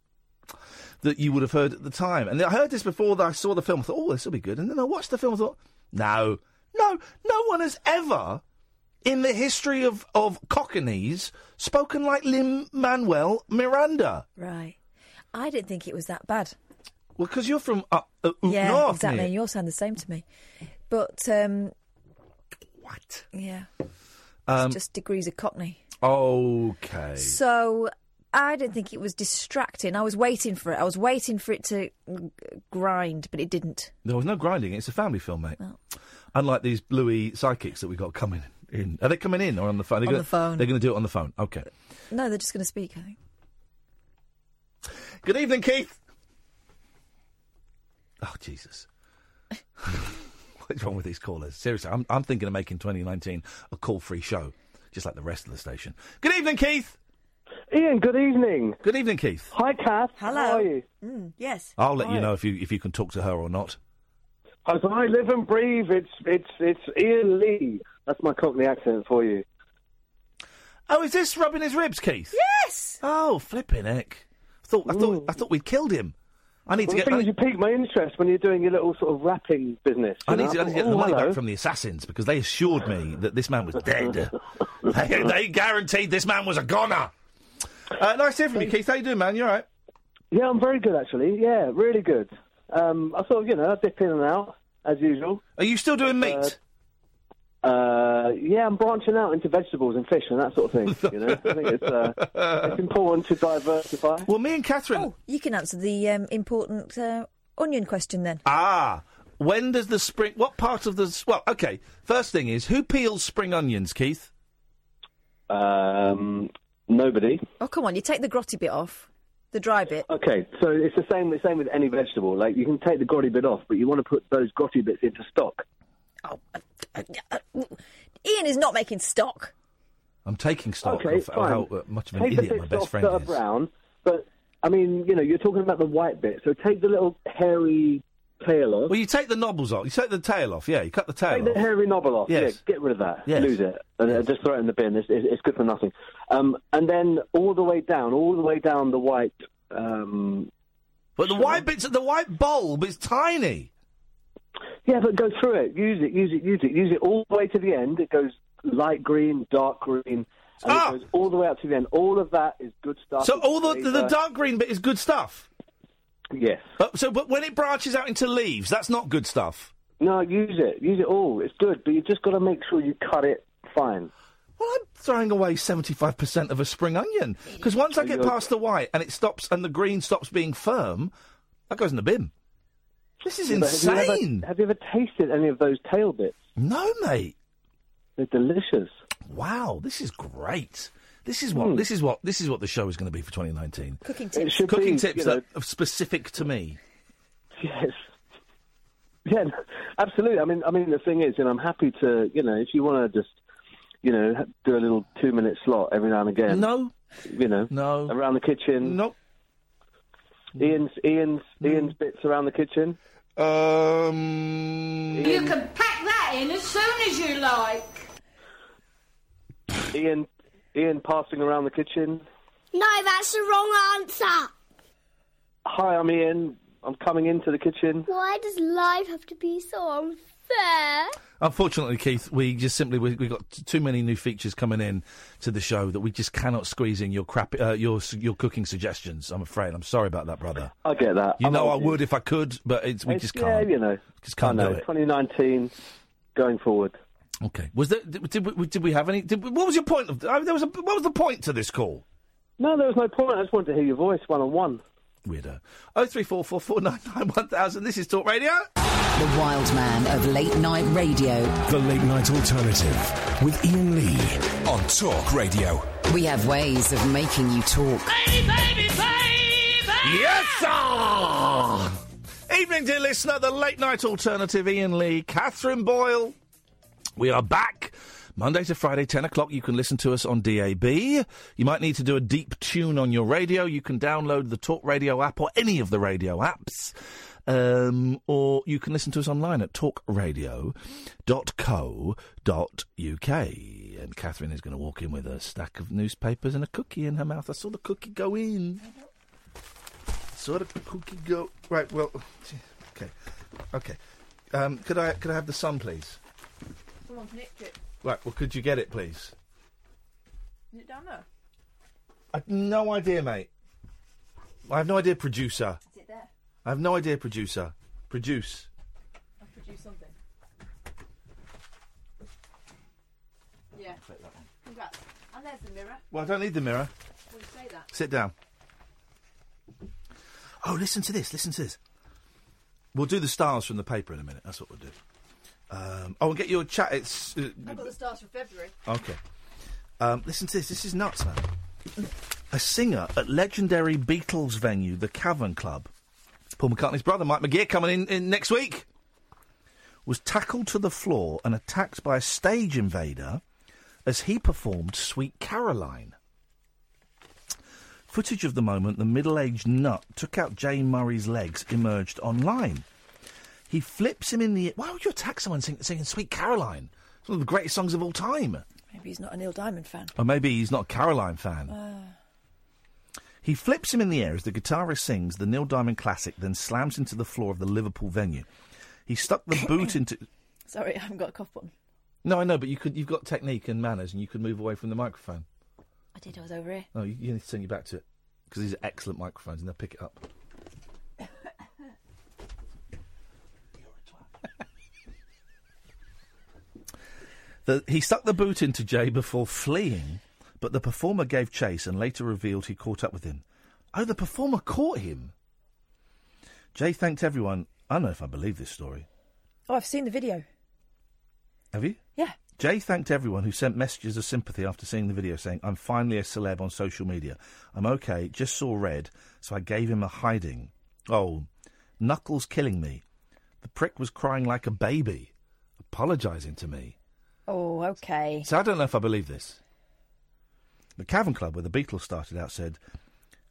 [SPEAKER 3] that you would have heard at the time. And I heard this before that I saw the film. I thought, oh, this will be good. And then I watched the film. and thought, no, no, no one has ever in the history of, of Cockneys spoken like Lin Manuel Miranda.
[SPEAKER 4] Right. I didn't think it was that bad.
[SPEAKER 3] Well, because you're from up, uh, up
[SPEAKER 4] yeah,
[SPEAKER 3] north,
[SPEAKER 4] exactly.
[SPEAKER 3] mate.
[SPEAKER 4] And you all sound the same to me. But um,
[SPEAKER 3] what?
[SPEAKER 4] Yeah,
[SPEAKER 3] Um,
[SPEAKER 4] just degrees of Cockney.
[SPEAKER 3] Okay.
[SPEAKER 4] So I don't think it was distracting. I was waiting for it. I was waiting for it to g- grind, but it didn't.
[SPEAKER 3] There was no grinding. It's a family film, mate.
[SPEAKER 4] Oh.
[SPEAKER 3] Unlike these Bluey psychics that we got coming in. Are they coming in or on the phone? They're
[SPEAKER 4] On
[SPEAKER 3] gonna,
[SPEAKER 4] the phone.
[SPEAKER 3] They're going to do it on the phone. Okay.
[SPEAKER 4] No, they're just going to speak. I think.
[SPEAKER 3] Good evening, Keith. Oh Jesus. What's wrong with these callers? Seriously, I'm, I'm thinking of making 2019 a call-free show, just like the rest of the station. Good evening, Keith.
[SPEAKER 7] Ian, good evening.
[SPEAKER 3] Good evening, Keith.
[SPEAKER 7] Hi, Kath.
[SPEAKER 4] Hello.
[SPEAKER 7] How are you?
[SPEAKER 4] Mm, yes.
[SPEAKER 3] I'll let
[SPEAKER 7] Hi.
[SPEAKER 3] you know if you if you can talk to her or not.
[SPEAKER 7] As I live and breathe, it's it's it's Ian Lee. That's my Cockney accent for you.
[SPEAKER 3] Oh, is this rubbing his ribs, Keith? Yes. Oh, flipping heck! I thought I thought I thought we'd killed him. I need
[SPEAKER 7] Mm. Well, the
[SPEAKER 3] to get.
[SPEAKER 7] thing
[SPEAKER 3] I
[SPEAKER 7] is,
[SPEAKER 3] need,
[SPEAKER 7] you piqued my interest when you're doing your little sort of rapping business.
[SPEAKER 3] I
[SPEAKER 7] you
[SPEAKER 3] need to,
[SPEAKER 7] know?
[SPEAKER 3] I need to get
[SPEAKER 7] Oh,
[SPEAKER 3] the money
[SPEAKER 7] hello.
[SPEAKER 3] back from the assassins because they assured me that this man was dead. they, they guaranteed this man was a goner. Uh, nice to hear from you, Keith. How you doing, man? You all right?
[SPEAKER 7] Yeah, I'm very good actually. Yeah, really good. Um, I sort of you know I dip in and out as usual.
[SPEAKER 3] Are you still doing meat?
[SPEAKER 7] Uh, uh, yeah, I'm branching out into vegetables and fish and that sort of thing. You know, I think it's uh, it's important to diversify.
[SPEAKER 3] Well, me and Catherine.
[SPEAKER 4] Oh, you can answer the um, important uh, onion question then.
[SPEAKER 3] Ah, when does the spring? What part of the? s- Well, okay. First thing is who peels spring onions, Keith?
[SPEAKER 7] Um, nobody.
[SPEAKER 4] Oh, come on, you take the grotty bit off, the dry bit.
[SPEAKER 7] Okay, so it's the same. The same with any vegetable. Like you can take the grotty bit off, but you want to put those grotty bits into stock.
[SPEAKER 4] Ian is not making stock.
[SPEAKER 3] I'm taking stock
[SPEAKER 7] Okay,
[SPEAKER 3] of
[SPEAKER 7] fine.
[SPEAKER 3] how uh, much of an
[SPEAKER 7] take the
[SPEAKER 3] idiot my
[SPEAKER 7] bits
[SPEAKER 3] best
[SPEAKER 7] off
[SPEAKER 3] friend
[SPEAKER 7] that are
[SPEAKER 3] is.
[SPEAKER 7] brown, but I mean, you know, you're talking about the white bit. So take the little hairy tail off.
[SPEAKER 3] Well, you take the knobbles off. You take the tail off. Yeah, you cut the tail.
[SPEAKER 7] Take the
[SPEAKER 3] off.
[SPEAKER 7] hairy knobble off.
[SPEAKER 3] Yes.
[SPEAKER 7] Oh, Yeah, get rid of that.
[SPEAKER 3] Yes.
[SPEAKER 7] Lose it. And uh, just throw it in the bin. It's, it's, it's good for nothing. Um, and then all the way down, all the way down the white. Um,
[SPEAKER 3] but the white bits, the white bulb is tiny.
[SPEAKER 7] Yeah, but go through it. Use it. Use it. Use it. Use it all the way to the end. It goes light green, dark green, and it goes all the way up to the end. All of that is good stuff.
[SPEAKER 3] Ah! So
[SPEAKER 7] It's uh,
[SPEAKER 3] all the, the, the
[SPEAKER 7] flavour.
[SPEAKER 3] dark green bit is good stuff.
[SPEAKER 7] Yes.
[SPEAKER 3] Uh, so, but when it branches out into leaves, that's not good stuff.
[SPEAKER 7] No, use it. Use it all. It's good, but you've just got to make sure you cut it fine.
[SPEAKER 3] Well, I'm throwing away seventy-five percent of a spring onion because once I get past the white and it stops and the green stops being firm, that goes in the bin. This is
[SPEAKER 7] Yeah, but Have you,
[SPEAKER 3] insane.
[SPEAKER 7] ever, have you ever tasted any of those tail bits?
[SPEAKER 3] No, mate.
[SPEAKER 7] They're delicious.
[SPEAKER 3] Wow, this is great. This is what this is what this is what the show is going to be for 2019.
[SPEAKER 4] Cooking
[SPEAKER 7] Hmm. It should
[SPEAKER 3] Cooking
[SPEAKER 7] be,
[SPEAKER 3] tips
[SPEAKER 7] you know-
[SPEAKER 3] that are specific to me.
[SPEAKER 7] Yes. Yeah, absolutely. I mean, I mean, the thing is, and I'm happy to, you know, if you want to just, you know, ha- do a little two-minute slot every now and again.
[SPEAKER 3] No.
[SPEAKER 7] You know.
[SPEAKER 3] No.
[SPEAKER 7] Around the kitchen.
[SPEAKER 3] Nope. Mm.
[SPEAKER 7] Ian's Ian's Ian's bits around the kitchen.
[SPEAKER 3] Um.
[SPEAKER 7] Ian,
[SPEAKER 12] pack that in as soon as you like.
[SPEAKER 7] Ian Ian passing around the kitchen.
[SPEAKER 12] No, that's the wrong answer.
[SPEAKER 7] Hi, I'm Ian. I'm coming into the kitchen.
[SPEAKER 12] Why does life have to be so unfair?
[SPEAKER 3] Unfortunately, Keith, we just simply we, we got t- too many new features coming in to the show that we just cannot squeeze in your crap uh, your s- your cooking suggestions. I'm afraid. I'm sorry about that, brother.
[SPEAKER 7] I get that.
[SPEAKER 3] You
[SPEAKER 7] I'm
[SPEAKER 3] know, I
[SPEAKER 7] old, Ian.
[SPEAKER 3] would if I could, but it's, we
[SPEAKER 7] It's-
[SPEAKER 3] just can't.
[SPEAKER 7] Yeah, you know,
[SPEAKER 3] just can't
[SPEAKER 7] I know.
[SPEAKER 3] do it.
[SPEAKER 7] 2019, going forward.
[SPEAKER 3] Okay. Was there? Did, did, we, did we have any? Did, we- what was your point of? I there was a, what was the point to this call?
[SPEAKER 7] No, there was no point. I just wanted to hear your voice one on one.
[SPEAKER 3] Weirdo. Oh three four four four nine nine one thousand. This is Talk Radio.
[SPEAKER 9] The wild man of late night radio.
[SPEAKER 1] The Late Night Alternative with Ian Lee on Talk Radio.
[SPEAKER 9] We have ways of making you talk.
[SPEAKER 3] Yes, sir! Evening, dear listener. The late night alternative, Ian Lee, Catherine Boyle. We are back. Monday to Friday, 10 o'clock. You can listen to us on DAB. You might need to do a deep tune on your radio. You can download the Talk Radio app or any of the radio apps. Um, or you can listen to us online at talkradio.co.uk. And Catherine is going to walk in with a stack of newspapers and a cookie in her mouth. I saw the cookie go in. Sort of cookie go. Right. Well. Okay. Okay. Um, could I could I have the sun, please?
[SPEAKER 4] Someone nicked it.
[SPEAKER 3] Right. Well, could you get it, please?
[SPEAKER 4] Is it down there?
[SPEAKER 3] I've no idea, mate. I have no idea, producer.
[SPEAKER 4] Is it there?
[SPEAKER 3] I have no idea, producer. Produce.
[SPEAKER 4] I've produced something. Yeah. Congrats. And there's the mirror.
[SPEAKER 3] Well, I don't need the mirror. Sit down. Oh, listen to this. Listen to this. We'll do the stars from the paper in a minute. That's what we'll do. Um, oh, and get your chat. It's uh,
[SPEAKER 4] I've got the stars for February.
[SPEAKER 3] okay. Um, listen to this. This is nuts, man. A singer at legendary Beatles venue, the Cavern Club. Paul McCartney's brother, Mike McGear, coming in, in next week. Was tackled to the floor and attacked by a stage invader as he performed Sweet Caroline. Footage of the moment the middle aged nut took out Jane Murray's legs emerged online. He flips him in the. Why would you attack someone sing, singing Sweet Caroline? It's one of the greatest songs of all time.
[SPEAKER 4] Maybe he's not a Neil Diamond fan.
[SPEAKER 3] Or maybe he's not a Caroline fan.
[SPEAKER 4] Uh,
[SPEAKER 3] He flips him in the air as the guitarist sings the Neil Diamond classic, then slams into the floor of the Liverpool venue. He stuck the boot into.
[SPEAKER 4] sorry, I haven't got a cough on.
[SPEAKER 3] No, I know, but you could, you've got technique and manners, and you could move away from the microphone.
[SPEAKER 4] I did. I was over here.
[SPEAKER 3] No, Oh, you, you need to turn you back to it because these are excellent microphones, and they'll pick it up. The, he stuck the boot into Jay before fleeing, but the performer gave chase and later revealed he caught up with him. Oh, the performer caught him. Jay thanked everyone. I don't know if I believe this story.
[SPEAKER 4] Oh, I've seen the video.
[SPEAKER 3] Have you?
[SPEAKER 4] Yeah.
[SPEAKER 3] Jay thanked everyone who sent messages of sympathy after seeing the video, saying, I'm finally a celeb on social media. I'm okay, just saw red, so I gave him a hiding. Oh, Knuckles killing me. The prick was crying like a baby, apologising to me.
[SPEAKER 4] Oh, okay.
[SPEAKER 3] So I don't know if I believe this. The Cavern Club, where the Beatles started out, said,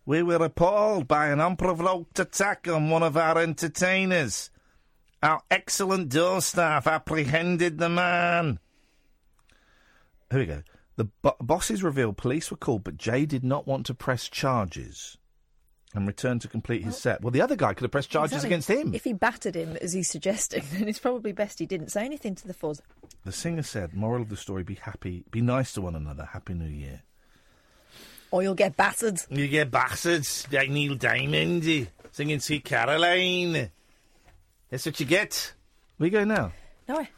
[SPEAKER 3] We were appalled by an unprovoked attack on one of our entertainers. Our excellent door staff apprehended the man. Here we go. The bo- bosses revealed police were called, but Jay did not want to press charges and returned to complete his set. Well, the other guy could have pressed charges
[SPEAKER 4] Exactly.
[SPEAKER 3] against him.
[SPEAKER 4] If he battered him, as he's suggesting, then it's probably best he didn't say anything to the fuzz.
[SPEAKER 3] The singer said, Moral of the story be happy, be nice to one another. Happy New Year.
[SPEAKER 4] Or you'll get battered.
[SPEAKER 3] You get bastards like Neil Diamond eh, singing Sweet Caroline. That's what you get. Where you going now?
[SPEAKER 4] No. I-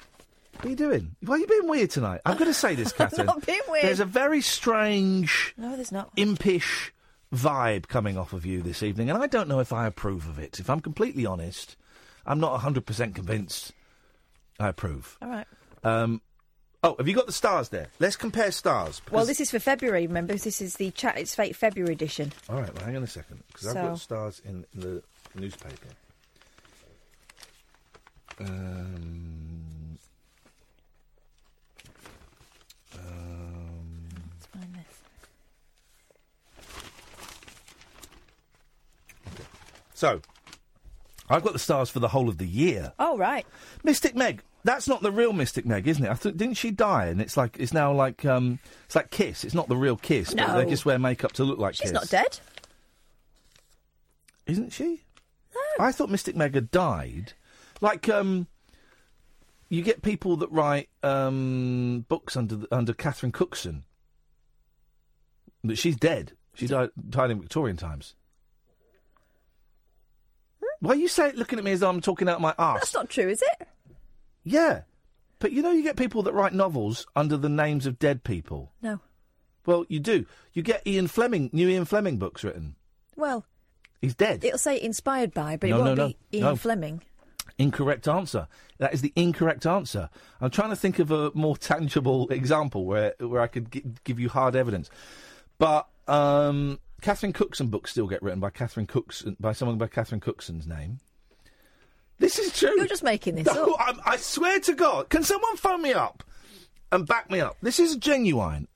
[SPEAKER 3] What are you doing? Why are you being weird tonight? I'm going to say this, Catherine.
[SPEAKER 4] not being weird.
[SPEAKER 3] There's a very strange,
[SPEAKER 4] No, there's not.
[SPEAKER 3] impish vibe coming off of you this evening, and I don't know if I approve of it. If I'm completely honest, I'm not 100% convinced I approve.
[SPEAKER 4] All right.
[SPEAKER 3] Um, oh, have you got the stars there? Let's compare stars.
[SPEAKER 4] Well,
[SPEAKER 3] because-
[SPEAKER 4] this is for February, remember? This is the chat. It's fake February edition.
[SPEAKER 3] All right, well, hang on a second, because I've got
[SPEAKER 4] So-
[SPEAKER 3] stars in the newspaper. Um, um,
[SPEAKER 4] Let's find this.
[SPEAKER 3] so, I've got the stars for the whole of the year.
[SPEAKER 4] Oh, right.
[SPEAKER 3] Mystic Meg. That's not the real Mystic Meg, isn't it? I thought didn't she die? And it's like it's now like um, it's like Kiss. It's not the real Kiss, but they
[SPEAKER 4] No.
[SPEAKER 3] just wear makeup to look like Kiss.
[SPEAKER 4] She's not dead.
[SPEAKER 3] isn't she? I thought Mystic Meg had died. Like, um, you get people that write um, books under the, under Catherine Cookson. That she's dead. She died, died in Victorian times. Why you say looking at me as though I'm talking out my
[SPEAKER 4] That's
[SPEAKER 3] arse?
[SPEAKER 4] not true, is it?
[SPEAKER 3] Yeah, but you know you get people that write novels under the names of dead people.
[SPEAKER 4] No.
[SPEAKER 3] Well, you do. You get Ian Fleming, new Ian Fleming books written.
[SPEAKER 4] Well,
[SPEAKER 3] He's dead.
[SPEAKER 4] it'll say inspired by, but
[SPEAKER 3] No,
[SPEAKER 4] it won't
[SPEAKER 3] no,
[SPEAKER 4] be
[SPEAKER 3] no.
[SPEAKER 4] Ian
[SPEAKER 3] No.
[SPEAKER 4] Fleming.
[SPEAKER 3] Incorrect answer. That is the incorrect answer. I'm trying to think of a more tangible example where where I could gi- give you hard evidence. But um, Catherine Cookson books still get written by Catherine Cookson by someone by Catherine Cookson's name. This is true.
[SPEAKER 4] You're just making this
[SPEAKER 3] No,
[SPEAKER 4] up.
[SPEAKER 3] I'm, I swear to God. Can someone phone me up and back me up? This is genuine.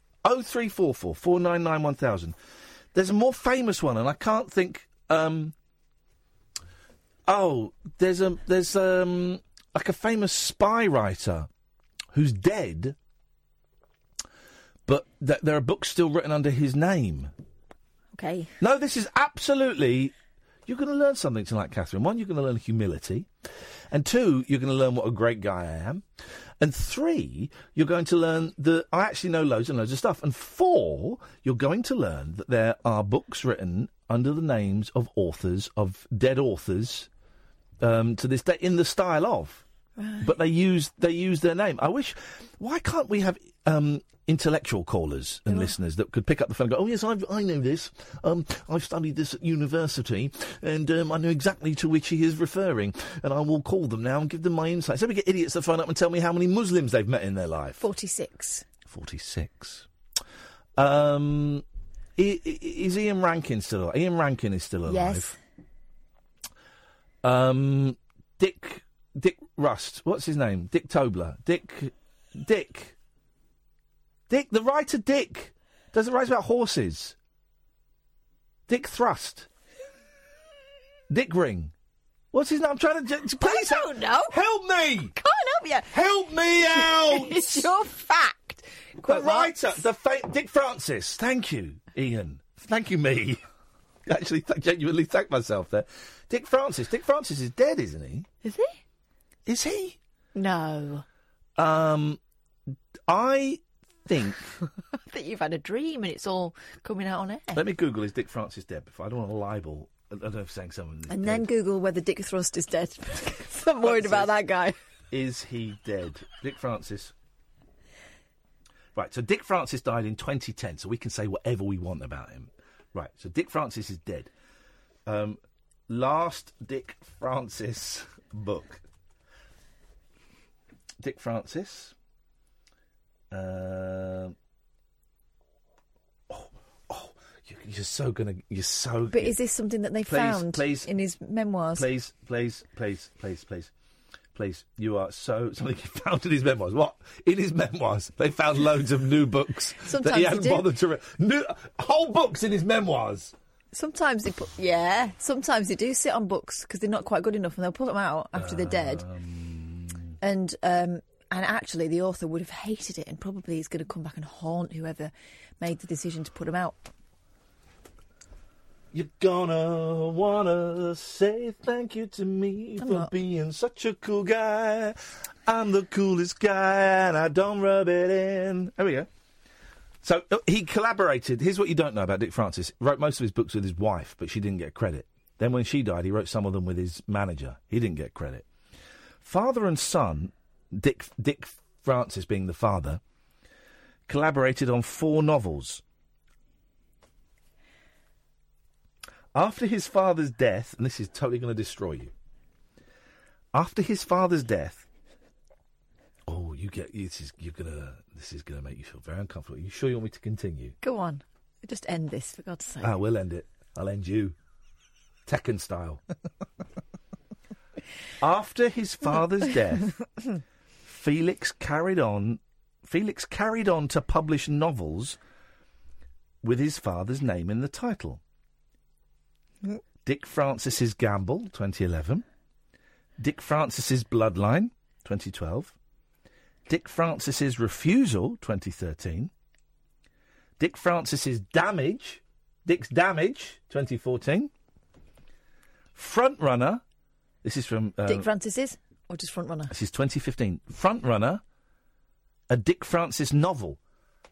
[SPEAKER 3] 0344 499 1000. There's a more famous one, and I can't think. Um, oh, there's a there's um like a famous spy writer who's dead, but th- there are books still written under his name.
[SPEAKER 4] Okay.
[SPEAKER 3] No, this is absolutely. You're going to learn something tonight, Catherine. One, you're going to learn humility. And two, you're going to learn what a great guy I am. And three, you're going to learn that I actually know loads and loads of stuff. And four, you're going to learn that there are books written under the names of authors, of dead authors, um, to this day, in the style of. But they use they use their name. I wish. Why can't we have um, intellectual callers and listeners that could pick up the phone and go, oh, yes, I've, I know this. Um, I've studied this at university, and um, I know exactly to which he is referring. And I will call them now and give them my insight. So we get idiots that phone up and tell me how many Muslims they've met in their life.
[SPEAKER 4] 46.
[SPEAKER 3] 46. Um, i- i- is Ian Rankin still alive? Ian Rankin is still alive.
[SPEAKER 4] Yes.
[SPEAKER 3] Um, Dick Dick Rust. What's his name? Dick Tobler. Dick Dick Dick. The writer Dick does it write about horses. Dick Thrust. Dick Ring. What's his name? I'm trying to. j- Please help. Help me.
[SPEAKER 4] Can't help you.
[SPEAKER 3] Help me out.
[SPEAKER 4] it's your fact.
[SPEAKER 3] The writer, the fa- Dick Francis. Thank you, Ian. Thank you, me. Actually, th- genuinely thank myself there. Dick Francis. Dick Francis is dead, isn't he?
[SPEAKER 4] Is he?
[SPEAKER 3] Is he?
[SPEAKER 4] No.
[SPEAKER 3] Um, I think.
[SPEAKER 4] I think you've had a dream and it's all coming out on air.
[SPEAKER 3] let me Google is Dick Francis dead before I don't want to libel. I don't know if saying someone
[SPEAKER 4] And then Google whether Dick Thrust is dead. I'm worried about that guy.
[SPEAKER 3] is he dead? Dick Francis. Right, so Dick Francis died in 2010, so we can say whatever we want about him. Right, so Dick Francis is dead. Um, last Dick Francis book. Dick Francis. Um oh, oh, you- you're so gonna, you're so.
[SPEAKER 4] But is this something that they
[SPEAKER 3] Please,
[SPEAKER 4] found
[SPEAKER 3] please.
[SPEAKER 4] in his memoirs?
[SPEAKER 3] Please, please, please, please, please. Please, you are so. Something he found in his memoirs. What? In his memoirs, they found loads of new books that
[SPEAKER 4] Sometimes
[SPEAKER 3] he
[SPEAKER 4] they
[SPEAKER 3] hadn't
[SPEAKER 4] do.
[SPEAKER 3] bothered to read. New, whole books in his memoirs.
[SPEAKER 4] Sometimes they put, yeah. Sometimes they do sit on books because they're not quite good enough, and they'll pull them out after they're dead. And um, and actually, the author would have hated it, and probably is going to come back and haunt whoever made the decision to put them out.
[SPEAKER 3] You're gonna wanna say thank you to me for being such a cool guy. I'm the coolest guy and I don't rub it in. There we go. So uh, he collaborated. Here's what you don't know about Dick Francis. He wrote most of his books with his wife, but she didn't get credit. Then when she died, he wrote some of them with his manager. He didn't get credit. Father and son, Dick Dick Francis being the father, collaborated on four novels. After his father's death, and this is totally going to destroy you. After his father's death, oh, you get this is you're gonna this is gonna make you feel very uncomfortable. Are you sure you want me to continue?
[SPEAKER 4] Go on, just end this for God's sake.
[SPEAKER 3] Ah, we'll end it. I'll end you, Tekken style. After his father's death, Felix carried on. Felix carried on to publish novels with his father's name in the title. Dick Francis's Gamble, 2011. Dick Francis's Bloodline, 2012. Dick Francis's Refusal, 2013. Dick Francis's Damage, Dick's Damage, 2014. Frontrunner, this is from uh,
[SPEAKER 4] Dick Francis's or just frontrunner?
[SPEAKER 3] this is 2015. Frontrunner, a Dick Francis novel.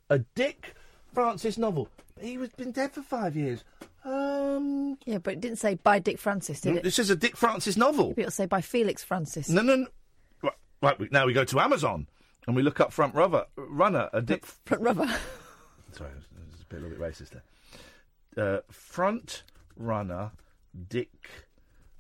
[SPEAKER 3] A Dick Francis novel. He was been dead for five years. Um, Mm,
[SPEAKER 4] yeah, but it didn't say by Dick Francis, did it?
[SPEAKER 3] This is a Dick Francis novel.
[SPEAKER 4] It'll say by Felix Francis.
[SPEAKER 3] No, no, no. Right, right, we- now we go to Amazon and we look up Front Runner, runner a Dick.
[SPEAKER 4] Front Runner.
[SPEAKER 3] Sorry, I was, I was a, bit, a little bit racist there. Uh, front Runner Dick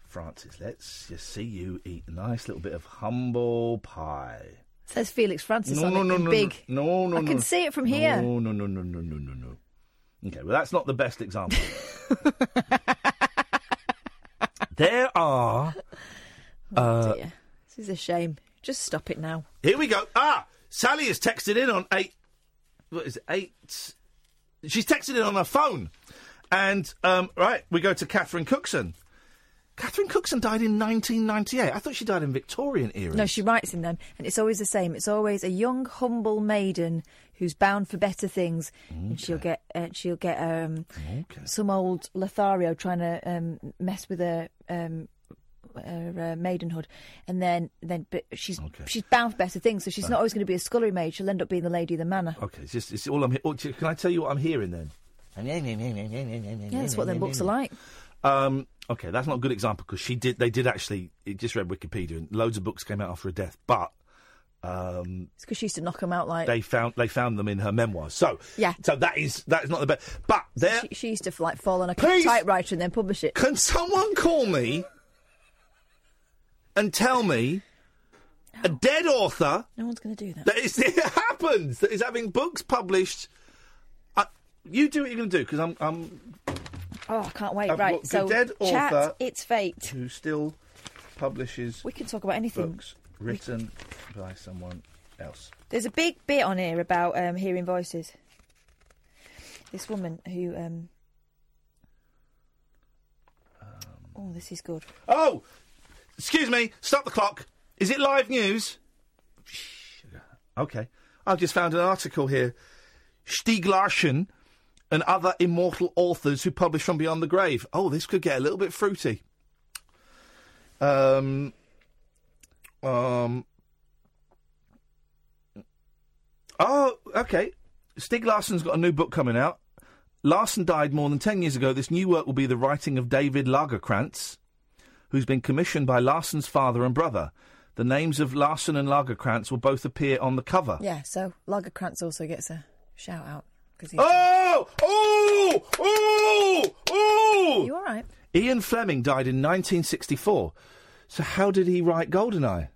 [SPEAKER 3] Francis. Let's just see you eat a nice little bit of humble pie.
[SPEAKER 4] It says Felix Francis on it in
[SPEAKER 3] no,
[SPEAKER 4] big.
[SPEAKER 3] No, no, no.
[SPEAKER 4] I can
[SPEAKER 3] no.
[SPEAKER 4] see it from here.
[SPEAKER 3] No, no, no, no, no, no, no, no. Okay, well, that's not the best example. there are.
[SPEAKER 4] Oh,
[SPEAKER 3] Uh,
[SPEAKER 4] This is a shame. Just stop it now.
[SPEAKER 3] here we go. Ah, Sally has texted in on eight. What is it? Eight. She's texted in on her phone, and um, right, we go to Catherine Cookson. Catherine Cookson died in 1998. I thought she died in Victorian era.
[SPEAKER 4] No, she writes in them, and it's always the same. It's always a young, humble maiden who's bound for better things, and she'll get uh, she'll get um, some old Lothario trying to um, mess with her. Um, her uh, maidenhood, and then then but she's she's bound for better things, so she's not always going to be a scullery maid. She'll end up being the lady of the manor.
[SPEAKER 3] Okay, it's just it's all I'm. He- oh, can I tell you what I'm hearing then?
[SPEAKER 4] Yeah,
[SPEAKER 3] Yeah,
[SPEAKER 4] that's what their books are like.
[SPEAKER 3] Um, okay, that's not a good example because she did. They did actually. It just read Wikipedia, and loads of books came out after her death. But Um,
[SPEAKER 4] It's because she used to knock them out like.
[SPEAKER 3] they found they found them in her memoirs. So
[SPEAKER 4] Yeah.
[SPEAKER 3] so that is that is not the best. But there,
[SPEAKER 4] She, she used to like fall on a
[SPEAKER 3] Please.
[SPEAKER 4] typewriter and then publish it.
[SPEAKER 3] can someone call me and tell me a dead author
[SPEAKER 4] No one's going to do that.
[SPEAKER 3] that is it happens that is having books published? I, you do what you're going to do because I'm I'm
[SPEAKER 4] Oh, I can't wait.
[SPEAKER 3] I've
[SPEAKER 4] right,
[SPEAKER 3] got the
[SPEAKER 4] so
[SPEAKER 3] dead
[SPEAKER 4] chat,
[SPEAKER 3] author-
[SPEAKER 4] it's fate.
[SPEAKER 3] who still publishes
[SPEAKER 4] We can talk about anything.
[SPEAKER 3] books written by someone else.
[SPEAKER 4] There's a big bit on here about um, hearing voices. This woman who. Um...
[SPEAKER 3] Um,
[SPEAKER 4] Oh, this is good.
[SPEAKER 3] Oh, excuse me. Stop the clock. Is it live news? Okay. I've just found an article here. Stieg Larsson and other immortal authors who publish from beyond the grave. Oh, this could get a little bit fruity. Um. Um. Oh, okay. Stieg Larsson's got a new book coming out. Larson died more than 10 years ago. This new work will be the writing of David Lagerkrantz, who's been commissioned by Larson's father and brother. The names of Larson and Lagerkrantz will both appear on the cover.
[SPEAKER 4] Yeah, so Lagerkrantz also gets a shout out. Cause he's...
[SPEAKER 3] Oh! Oh! Oh! Oh!
[SPEAKER 4] You all right?
[SPEAKER 3] Ian Fleming died in 1964. So how did he write Goldeneye?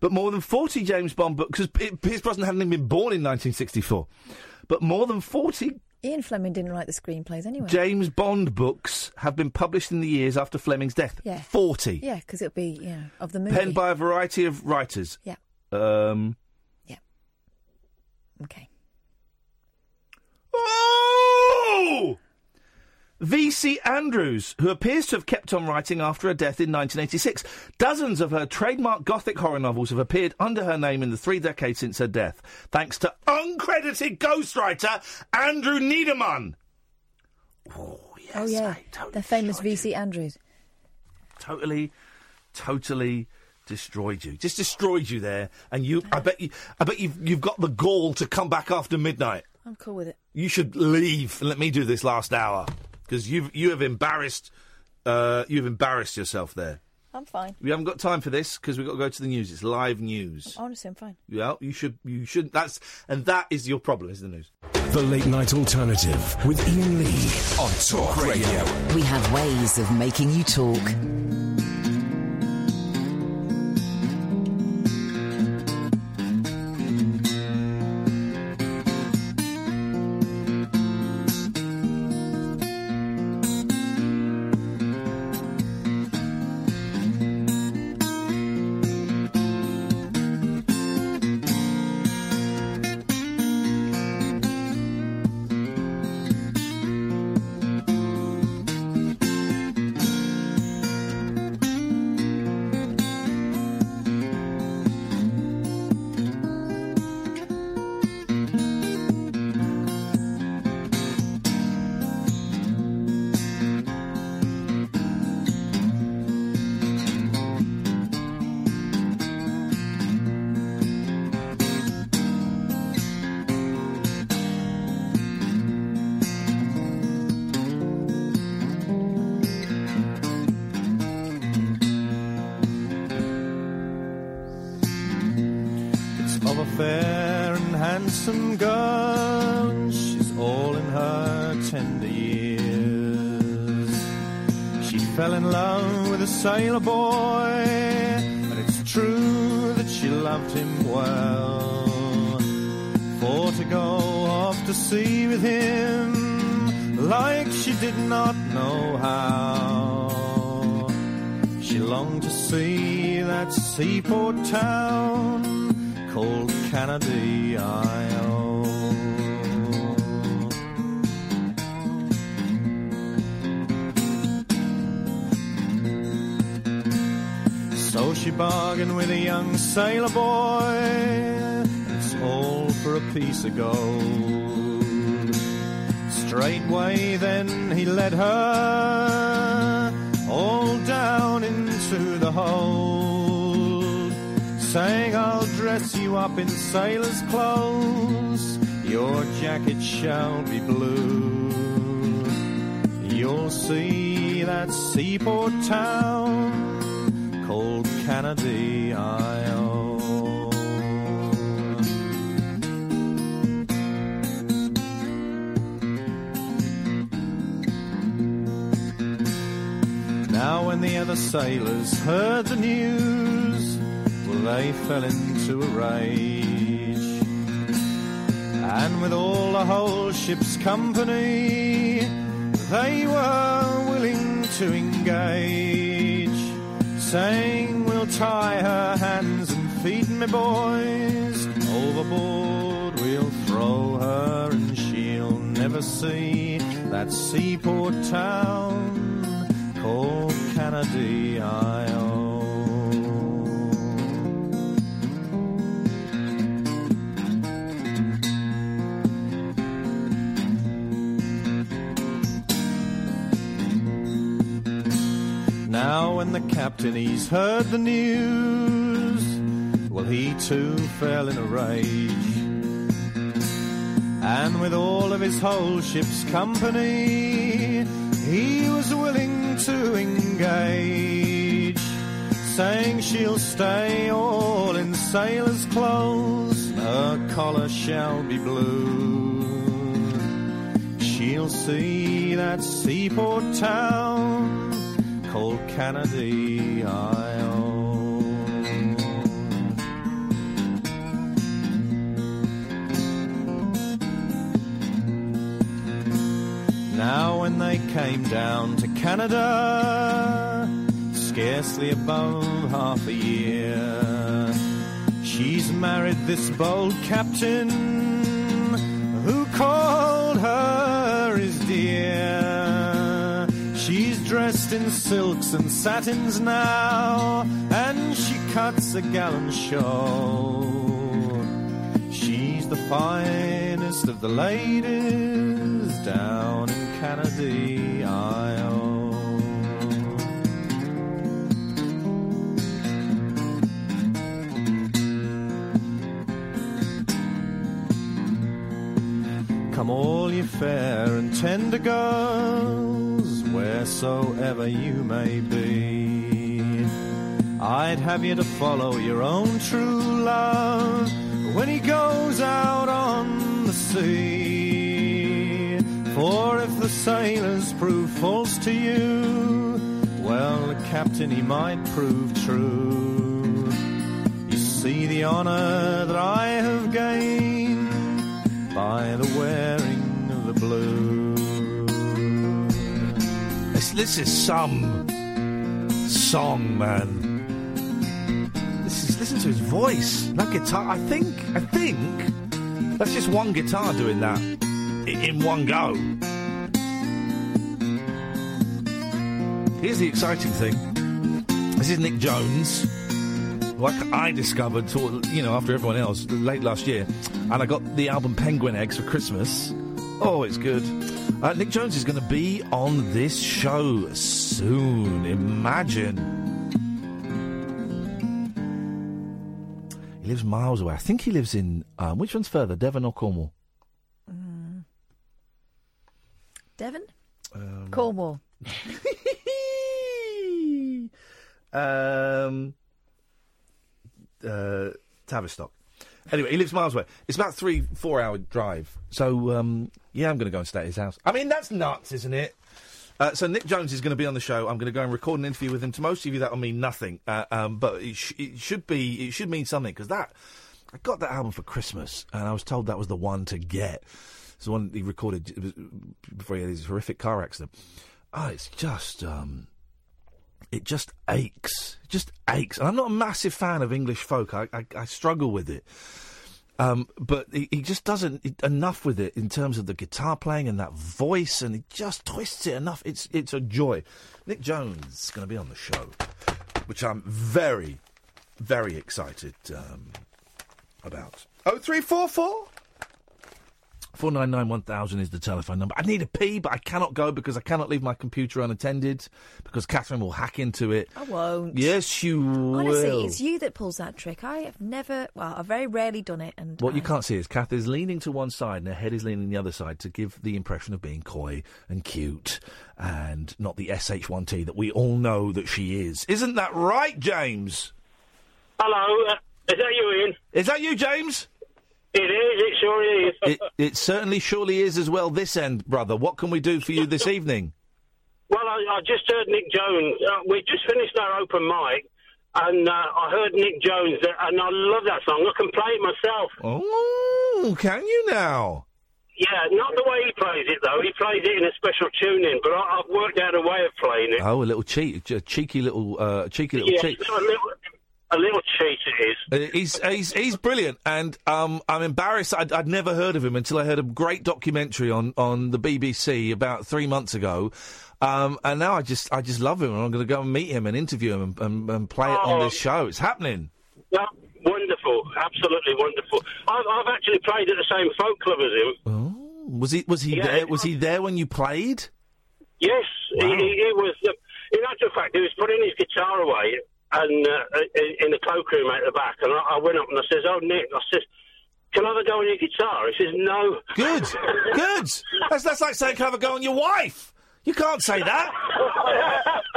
[SPEAKER 3] But more than 40 James Bond books, because Pierce Brosnan hadn't even been born in 1964. But more than 40
[SPEAKER 4] Ian Fleming didn't write the screenplays anyway.
[SPEAKER 3] James Bond books have been published in the years after Fleming's death.
[SPEAKER 4] Yeah.
[SPEAKER 3] 40.
[SPEAKER 4] Yeah, because it'll be, yeah, of the movie.
[SPEAKER 3] Penned by a variety of writers.
[SPEAKER 4] Yeah.
[SPEAKER 3] Um,
[SPEAKER 4] Okay.
[SPEAKER 3] Oh! V.C. Andrews, who appears to have kept on writing after her death in 1986. Dozens of her trademark Gothic horror novels have appeared under her name in the three decades since her death, thanks to uncredited ghostwriter Andrew Niederman.
[SPEAKER 4] oh, yeah. the famous VC Andrews.
[SPEAKER 3] Totally, totally destroyed you. Just destroyed you there, and you. I bet you. I bet you've you've got the gall to come back after midnight.
[SPEAKER 4] I'm cool with it.
[SPEAKER 3] You should leave and let me do this last hour because you you have embarrassed uh, you've embarrassed yourself there.
[SPEAKER 4] I'm fine.
[SPEAKER 3] We haven't got time for this because we've got to go to the news. It's live news.
[SPEAKER 4] Honestly, I'm fine.
[SPEAKER 3] Yeah, you should you should that's and that is your problem is the news.
[SPEAKER 1] The Late Night Alternative with Ian Lee on Talk Radio.
[SPEAKER 25] We have ways of making you talk.
[SPEAKER 26] It's of a fair and handsome girl, and she's all in her tender years. She fell in love with a sailor boy, and it's true that she loved him well. For to go off to sea with him, like she did not know how. She longed to see that seaport town called Kennedy Isle. So she bargained with a young sailor boy. It's all for a piece of gold. Straightway then he led her all down into the hold saying I'll dress you up in sailor's clothes. Your jacket shall be blue. You'll see that seaport town cold Kennedy I owe. Now, when the other sailors heard the news, well, they fell into a rage. And with all the whole ship's company, they were willing to engage, saying, We'll tie her hands and feet, me boys. Overboard we'll throw her, and she'll never see that seaport town called Kennedy, Isle. Now, when the captain he's heard the news, well, he too fell in a rage. And with all of his whole ship's company, he was willing to engage, saying she'll stay all in sailor's clothes, and her collar shall be blue. She'll see that seaport town called Kennedy, Isle. Now, when they came down to Canada, scarcely above half a year, she's married this bold captain who called her his dear. She's dressed in silks and satins now, and she cuts a gallant show. She's the finest of the ladies down in Kennedy, Isle. Come all ye fair and tender girls, wheresoever you may be. I'd have you to follow your own true love when he goes out on the sea. For if the sailors prove false to you, well, the captain he might prove true. You see the honor that I have gained by the wearing of the blue.
[SPEAKER 3] This, this is some song, man. This is listen to his voice. That guitar. I think. I think that's just one guitar doing that i- in one go. Here's the exciting thing. This is Nick Jones, who I, I discovered, sort of, you know, after everyone else, late last year, and I got the album Penguin Eggs for Christmas. Oh, it's good. Uh, Nick Jones is going to be on this show soon. Imagine. He lives miles away. I think he lives in um, which one's further, Devon or Cornwall?
[SPEAKER 4] Mm. Devon?
[SPEAKER 3] Um,
[SPEAKER 4] Cornwall.
[SPEAKER 3] um, uh, Tavistock. Anyway, he lives miles away. It's about three, four hour drive. So um, yeah, I'm going to go and stay at his house. I mean, that's nuts, isn't it? Uh, so Nick Jones is going to be on the show. I'm going to go and record an interview with him. To most of you, that'll mean nothing, uh, um, but it, sh- it should be it should mean something because that I got that album for Christmas, and I was told that was the one to get. It's the one he recorded it was before he had his horrific car accident. Oh, it's just um, it just aches, it just aches. And I'm not a massive fan of English folk. I I, I struggle with it. Um, but he, he just doesn't he- enough with it in terms of the guitar playing and that voice, and he just twists it enough. It's it's a joy. Nick Jones is going to be on the show, which I'm very, very excited um, about. Oh three four four Four nine nine one thousand is the telephone number. I need a pee, but I cannot go because I cannot leave my computer unattended because Catherine will hack into it.
[SPEAKER 4] I won't.
[SPEAKER 3] Yes, you
[SPEAKER 4] Honestly,
[SPEAKER 3] will.
[SPEAKER 4] it's you that pulls that trick. I have never, well, I've very rarely done it, and
[SPEAKER 3] What you can't see is Kath is leaning to one side and her head is leaning the other side to give the impression of being coy and cute and not the SH1T that we all know that she is. Isn't that right, James?
[SPEAKER 27] Hello, uh, is that you, Ian?
[SPEAKER 3] Is that you, James?
[SPEAKER 27] It is, it sure is.
[SPEAKER 3] It, it certainly surely is as well this end, brother. What can we do for you this evening?
[SPEAKER 27] Well, I, I just heard Nick Jones. Uh, we just finished our open mic, and uh, I heard Nick Jones, uh, and I love that song. I can play it myself.
[SPEAKER 3] Oh, can you now?
[SPEAKER 27] Yeah, not the way he plays it, though. He plays it in a special tuning, but I, I've worked out a way of playing it.
[SPEAKER 3] Oh, a little cheat, a cheeky little, uh, cheeky little
[SPEAKER 27] yeah,
[SPEAKER 3] cheat.
[SPEAKER 27] so a little, a little cheat it is.
[SPEAKER 3] Uh, He's, he's he's brilliant, and um, I'm embarrassed. I'd, I'd never heard of him until I heard a great documentary on, on the BBC about three months ago, um, and now I just I just love him, and I'm going to go and meet him and interview him and, and, and play it on
[SPEAKER 27] Oh.
[SPEAKER 3] this show. It's happening.
[SPEAKER 27] Yeah, wonderful, absolutely wonderful. I've, I've actually played at the same folk club as him.
[SPEAKER 3] Was he was he
[SPEAKER 27] Yeah,
[SPEAKER 3] there?
[SPEAKER 27] it's
[SPEAKER 3] Was he there when you played?
[SPEAKER 27] Yes, he, he, he was. Uh, in actual fact, he was putting his guitar away and uh, in, in the cloakroom at the back. And I, I went up and I says, "Oh, Nick," I says, "Can I have a go on your guitar?" He says, "No."
[SPEAKER 3] Good, good. That's that's like saying, "Can I have a go on your wife?" You can't say that.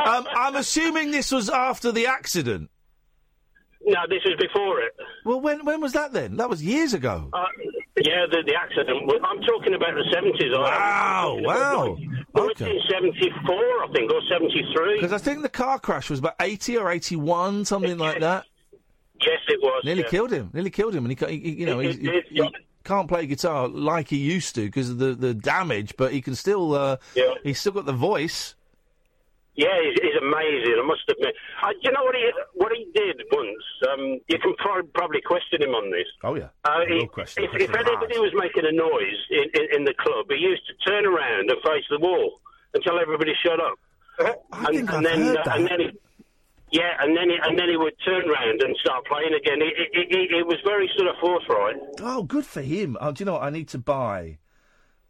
[SPEAKER 3] um, I'm assuming this was after the accident.
[SPEAKER 27] No, this was before it.
[SPEAKER 3] Well, when when was that then? That was years ago.
[SPEAKER 27] Uh, yeah, the, the accident. Well, I'm talking about the seventies.
[SPEAKER 3] Wow, wow.
[SPEAKER 27] Nineteen seventy-four, I think, or seventy-three.
[SPEAKER 3] Because I think the car crash was about 80 or 81, something like that.
[SPEAKER 27] Yes, it was.
[SPEAKER 3] Nearly
[SPEAKER 27] yeah.
[SPEAKER 3] killed him. Nearly killed him. And he, ca- he- he- you know,
[SPEAKER 27] It-
[SPEAKER 3] he,
[SPEAKER 27] it did,
[SPEAKER 3] he- he can't play guitar like he used to because of the, the damage, but he can still, uh,
[SPEAKER 27] Yeah.
[SPEAKER 3] he's still got the voice.
[SPEAKER 27] Yeah, he's, he's amazing. I must admit. Uh, do you know what he what he did once? Um, you can pro- probably question him on this.
[SPEAKER 3] Oh, yeah.
[SPEAKER 27] Uh, he,
[SPEAKER 3] question.
[SPEAKER 27] if, if anybody was making a noise in, in, in the club, he used to turn around and face the wall and tell everybody shut up.
[SPEAKER 3] Uh, I
[SPEAKER 27] and, and
[SPEAKER 3] think I've
[SPEAKER 27] then,
[SPEAKER 3] heard
[SPEAKER 27] uh,
[SPEAKER 3] that.
[SPEAKER 27] and then he, yeah, and then he, and then he would turn round and start playing again. It, it, it, it- it was very sort of forthright.
[SPEAKER 3] Oh, good for him. Oh, do you know what? I need to buy.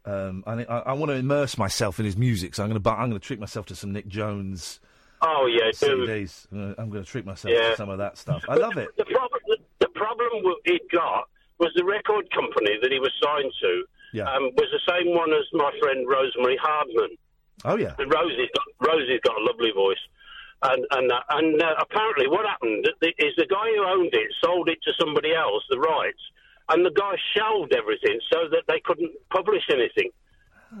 [SPEAKER 3] Um, I, ne- I, I want to immerse myself in his music, so I'm going to buy. I'm going to treat myself to some Nick Jones.
[SPEAKER 27] Oh yeah, dude.
[SPEAKER 3] CDs. I'm gonna- I'm going to treat myself
[SPEAKER 27] Yeah.
[SPEAKER 3] to some of that stuff. I love it.
[SPEAKER 27] The problem, the problem w- he'd got was the record company that he was signed to
[SPEAKER 3] Yeah.
[SPEAKER 27] um, was the same one as my friend Rosemary Hardman.
[SPEAKER 3] Oh yeah.
[SPEAKER 27] And Rosie's got Rosie's got a lovely voice, and and uh, and uh, apparently what happened is the guy who owned it sold it to somebody else, the rights, and the guy shelved everything so that they couldn't publish anything.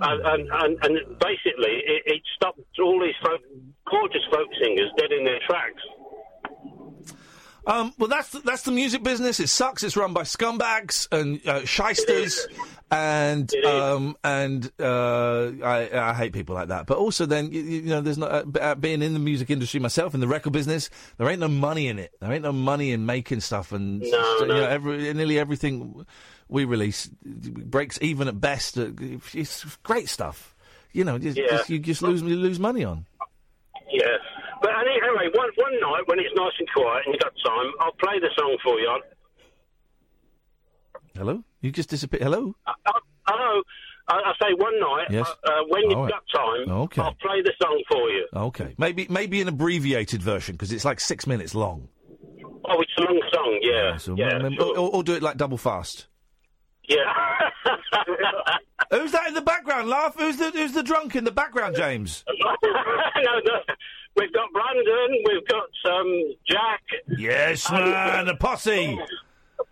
[SPEAKER 27] And, and, and, and basically, it, it stopped all these folk, gorgeous folk singers dead in their tracks.
[SPEAKER 3] Um, well, that's the, that's the music business. It sucks. It's run by scumbags and uh, shysters, and um, and uh, I, I hate people like that. But also, then you, you know, there's not uh, b- uh, being in the music industry myself in the record business. There ain't no money in it. There ain't no money in making stuff, and
[SPEAKER 27] No,
[SPEAKER 3] so, you
[SPEAKER 27] no.
[SPEAKER 3] know, every, nearly everything we release breaks even at best. Uh, It's great stuff. You know, just,
[SPEAKER 27] Yeah.
[SPEAKER 3] just, you just lose you lose money on.
[SPEAKER 27] Yeah. But any- anyway, one, one night when it's nice and quiet and you've got time, I'll play the song for you.
[SPEAKER 3] Hello, you just disappear. Hello.
[SPEAKER 27] Hello. I, I say one night
[SPEAKER 3] Yes.
[SPEAKER 27] uh, uh, when you've
[SPEAKER 3] All right.
[SPEAKER 27] got time,
[SPEAKER 3] Okay.
[SPEAKER 27] I'll play the song for you.
[SPEAKER 3] Okay, maybe maybe an abbreviated version because it's like six minutes long.
[SPEAKER 27] Oh, it's a long song, yeah.
[SPEAKER 3] So
[SPEAKER 27] yeah,
[SPEAKER 3] mem-
[SPEAKER 27] sure.
[SPEAKER 3] or, or do it like double fast.
[SPEAKER 27] yeah.
[SPEAKER 3] Who's that in the background? Laugh. Who's the who's the drunk in the background? James.
[SPEAKER 27] no, no. We've got Brandon, we've got um, Jack.
[SPEAKER 3] Yes, man, the posse.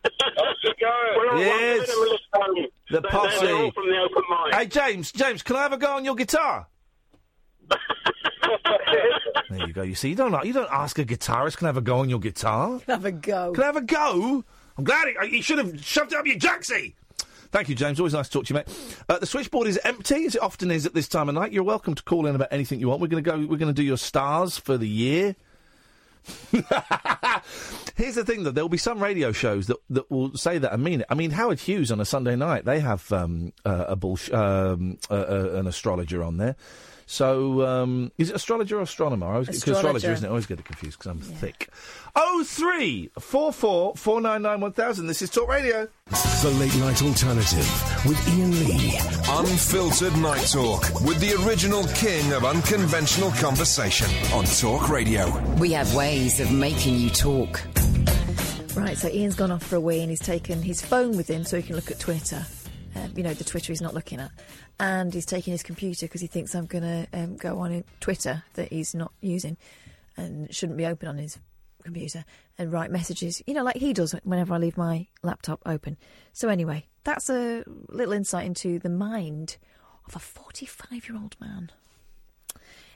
[SPEAKER 27] Oh, We're all one
[SPEAKER 3] Yes.
[SPEAKER 27] minute of the song.
[SPEAKER 3] The
[SPEAKER 27] They're- they're all
[SPEAKER 3] posse.
[SPEAKER 27] from the open mic.
[SPEAKER 3] Hey, James, James, can I have a go on your guitar? there you go. You see, you don't like, you don't ask a guitarist. Can I have a go on your guitar?
[SPEAKER 4] have a go.
[SPEAKER 3] Can I have a go? I'm glad it, you should have shoved it up your jacksie. Thank you, James. Always nice to talk to you, mate. Uh, the switchboard is empty, as it often is at this time of night. You're welcome to call in about anything you want. We're going to go. We're going to do your stars for the year. Here's the thing, though. There will be some radio shows that, that will say that and mean it. I mean, Howard Hughes on a Sunday night, they have um, uh, a bullsh- um, uh, uh, an astrologer on there. So, um, is it astrologer or astronomer? I always get, 'cause astrologer,
[SPEAKER 5] Astrologer.
[SPEAKER 3] isn't it? I always get it confused because I'm thick. Oh three four four four nine nine one thousand. This is Talk Radio.
[SPEAKER 28] The Late Night Alternative with Ian Lee.
[SPEAKER 1] Unfiltered Night Talk with the original king of unconventional conversation on Talk Radio.
[SPEAKER 9] We have ways of making you talk.
[SPEAKER 4] uh, Right, so Ian's gone off for a wee and he's taken his phone with him so he can look at Twitter. Uh, you know, the Twitter he's not looking at. And he's taking his computer because he thinks I'm going to um, go on in Twitter that he's not using and shouldn't be open on his computer and write messages, you know, like he does whenever I leave my laptop open. So, anyway, that's a little insight into the mind of a 45 year old man.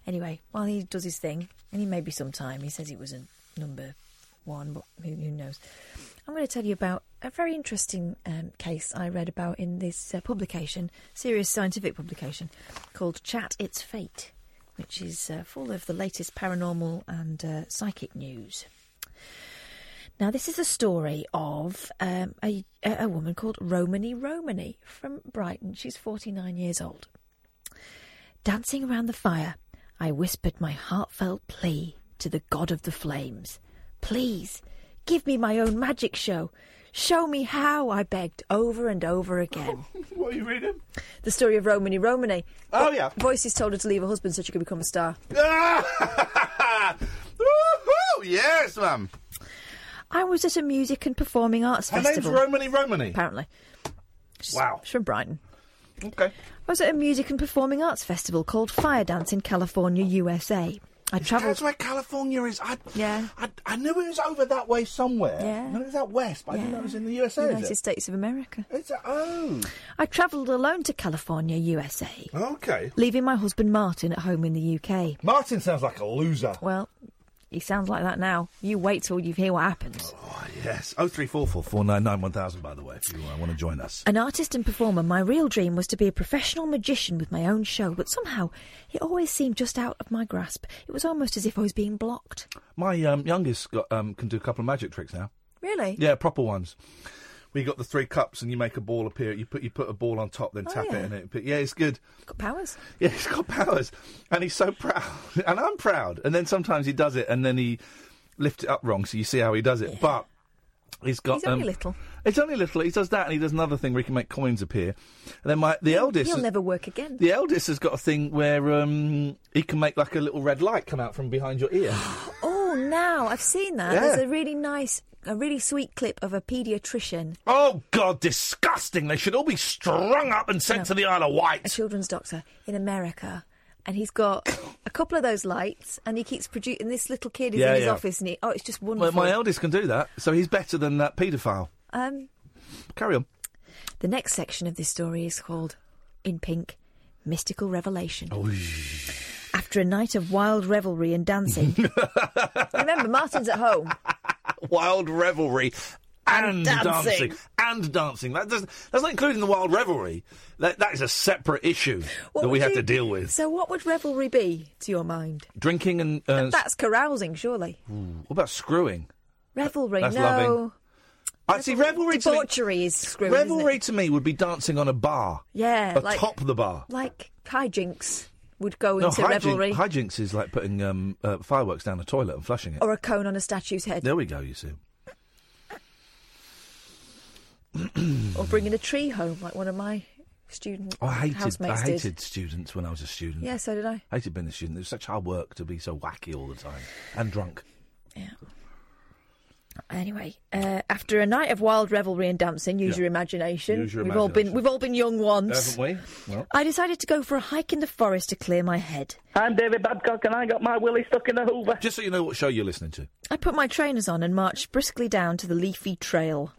[SPEAKER 4] Anyway, while he does his thing, and he may be some time, he says he was a number one, but who, who knows? I'm going to tell you about a very interesting um, case I read about in this uh, publication, serious scientific publication, called Chat It's Fate, which is uh, full of the latest paranormal and uh, psychic news. Now, this is the story of um, a, a woman called Romany Romany from Brighton. She's 49 years old. Dancing around the fire, I whispered my heartfelt plea to the god of the flames. Please, give me my own magic show. Show me how, I begged over and over again.
[SPEAKER 3] What are you reading?
[SPEAKER 4] the story of Romany Romany.
[SPEAKER 3] Oh, yeah.
[SPEAKER 4] Voices told her to leave her husband so she could become a star.
[SPEAKER 3] Woohoo! Yes, ma'am.
[SPEAKER 4] I was at a music and performing arts
[SPEAKER 3] Her name's
[SPEAKER 4] festival.
[SPEAKER 3] Romany Romany.
[SPEAKER 4] Apparently.
[SPEAKER 3] Wow.
[SPEAKER 4] She's from Brighton.
[SPEAKER 3] Okay.
[SPEAKER 4] I was at a music and performing arts festival called Fire Dance in California, USA. I travelled.
[SPEAKER 3] That's where California is. I, yeah. I, I knew it was over that way somewhere.
[SPEAKER 4] Yeah.
[SPEAKER 3] I knew it was out west, but I didn't know it was in the USA. is it?
[SPEAKER 4] United States of America.
[SPEAKER 3] It's a, oh.
[SPEAKER 4] I travelled alone to California, USA,
[SPEAKER 3] Okay.
[SPEAKER 4] leaving my husband Martin at home in the UK.
[SPEAKER 3] Martin sounds like a loser.
[SPEAKER 4] Well, he sounds like that now. You wait till you hear what happens.
[SPEAKER 3] Yes. Oh three four four four nine nine one thousand. By the way, if you uh, want to join us.
[SPEAKER 4] An artist and performer, my real dream was to be a professional magician with my own show, but somehow it always seemed just out of my grasp. It was almost as if I was being blocked.
[SPEAKER 3] My um, youngest got, um, can do a couple of magic tricks now.
[SPEAKER 4] Really?
[SPEAKER 3] Yeah, proper ones. We got the three cups, and you make a ball appear. You put you put a ball on top, then
[SPEAKER 4] Oh,
[SPEAKER 3] tap
[SPEAKER 4] yeah.
[SPEAKER 3] it, and it. But yeah, it's good.
[SPEAKER 4] Got powers.
[SPEAKER 3] Yeah, he's got powers, and he's so proud, and I'm proud. And then sometimes he does it, and then he lifts it up wrong, so you see how he does it. But he's got.
[SPEAKER 4] He's only
[SPEAKER 3] um,
[SPEAKER 4] little.
[SPEAKER 3] It's only little. He does that, and he does another thing where he can make coins appear. And then my the eldest,
[SPEAKER 4] He'll
[SPEAKER 3] has-
[SPEAKER 4] never work again.
[SPEAKER 3] the eldest has got a thing where um, he can make like a little red light come out from behind your ear.
[SPEAKER 4] Oh, now I've seen that.
[SPEAKER 3] Yeah.
[SPEAKER 4] There's a really nice, a really sweet clip of a paediatrician,
[SPEAKER 3] oh God, disgusting! They should all be strung up and sent to the Isle of Wight.
[SPEAKER 4] a children's doctor in America. And he's got a couple of those lights, and he keeps producing. This little kid is
[SPEAKER 3] Yeah,
[SPEAKER 4] in his
[SPEAKER 3] yeah.
[SPEAKER 4] office, and he, oh, it's just
[SPEAKER 3] Well,
[SPEAKER 4] wonderful.
[SPEAKER 3] my eldest can do that, so he's better than that paedophile.
[SPEAKER 4] um,
[SPEAKER 3] Carry on.
[SPEAKER 4] the next section of this story is called, in pink, mystical revelation. After a night of wild revelry and dancing, remember Martin's at home.
[SPEAKER 3] wild revelry and
[SPEAKER 4] dancing.
[SPEAKER 3] dancing. and dancing. That doesn't, that's not including the wild revelry. That that is a separate issue
[SPEAKER 4] What
[SPEAKER 3] that we
[SPEAKER 4] would
[SPEAKER 3] have
[SPEAKER 4] you-
[SPEAKER 3] to deal with.
[SPEAKER 4] So, what would revelry be to your mind?
[SPEAKER 3] Drinking and uh, s-
[SPEAKER 4] That's carousing, surely.
[SPEAKER 3] ooh, what about screwing?
[SPEAKER 4] Revelry,
[SPEAKER 3] That's
[SPEAKER 4] no.
[SPEAKER 3] loving. I see revelry. To me,
[SPEAKER 4] Debauchery is screwing. Isn't
[SPEAKER 3] revelry
[SPEAKER 4] it?
[SPEAKER 3] to me would be dancing on a bar.
[SPEAKER 4] Yeah, like-
[SPEAKER 3] atop the bar.
[SPEAKER 4] Like hijinks would go
[SPEAKER 3] no,
[SPEAKER 4] into
[SPEAKER 3] hijink-
[SPEAKER 4] revelry.
[SPEAKER 3] hijinks is like putting um, uh, fireworks down a toilet and flushing it.
[SPEAKER 4] Or a cone on a statue's head.
[SPEAKER 3] There we go. You see.
[SPEAKER 4] Or bringing a tree home, like one of my student
[SPEAKER 3] Oh, I hated I
[SPEAKER 4] housemates did.
[SPEAKER 3] hated students when I was a student.
[SPEAKER 4] Yeah, so did I.
[SPEAKER 3] hated being a student. It was such hard work to be so wacky all the time and drunk.
[SPEAKER 4] Anyway, uh, after a night of wild revelry and dancing, use
[SPEAKER 3] Yeah.
[SPEAKER 4] your imagination.
[SPEAKER 3] Use your
[SPEAKER 4] we've all been
[SPEAKER 3] imagination.
[SPEAKER 4] we've all been young once.
[SPEAKER 3] we? Well.
[SPEAKER 4] I decided to go for a hike in the forest to clear my head.
[SPEAKER 29] I'm David Babcock, and I got my willy stuck in the Hoover.
[SPEAKER 3] Just so you know what show you're listening to.
[SPEAKER 4] I put my trainers on and marched briskly down to the leafy trail.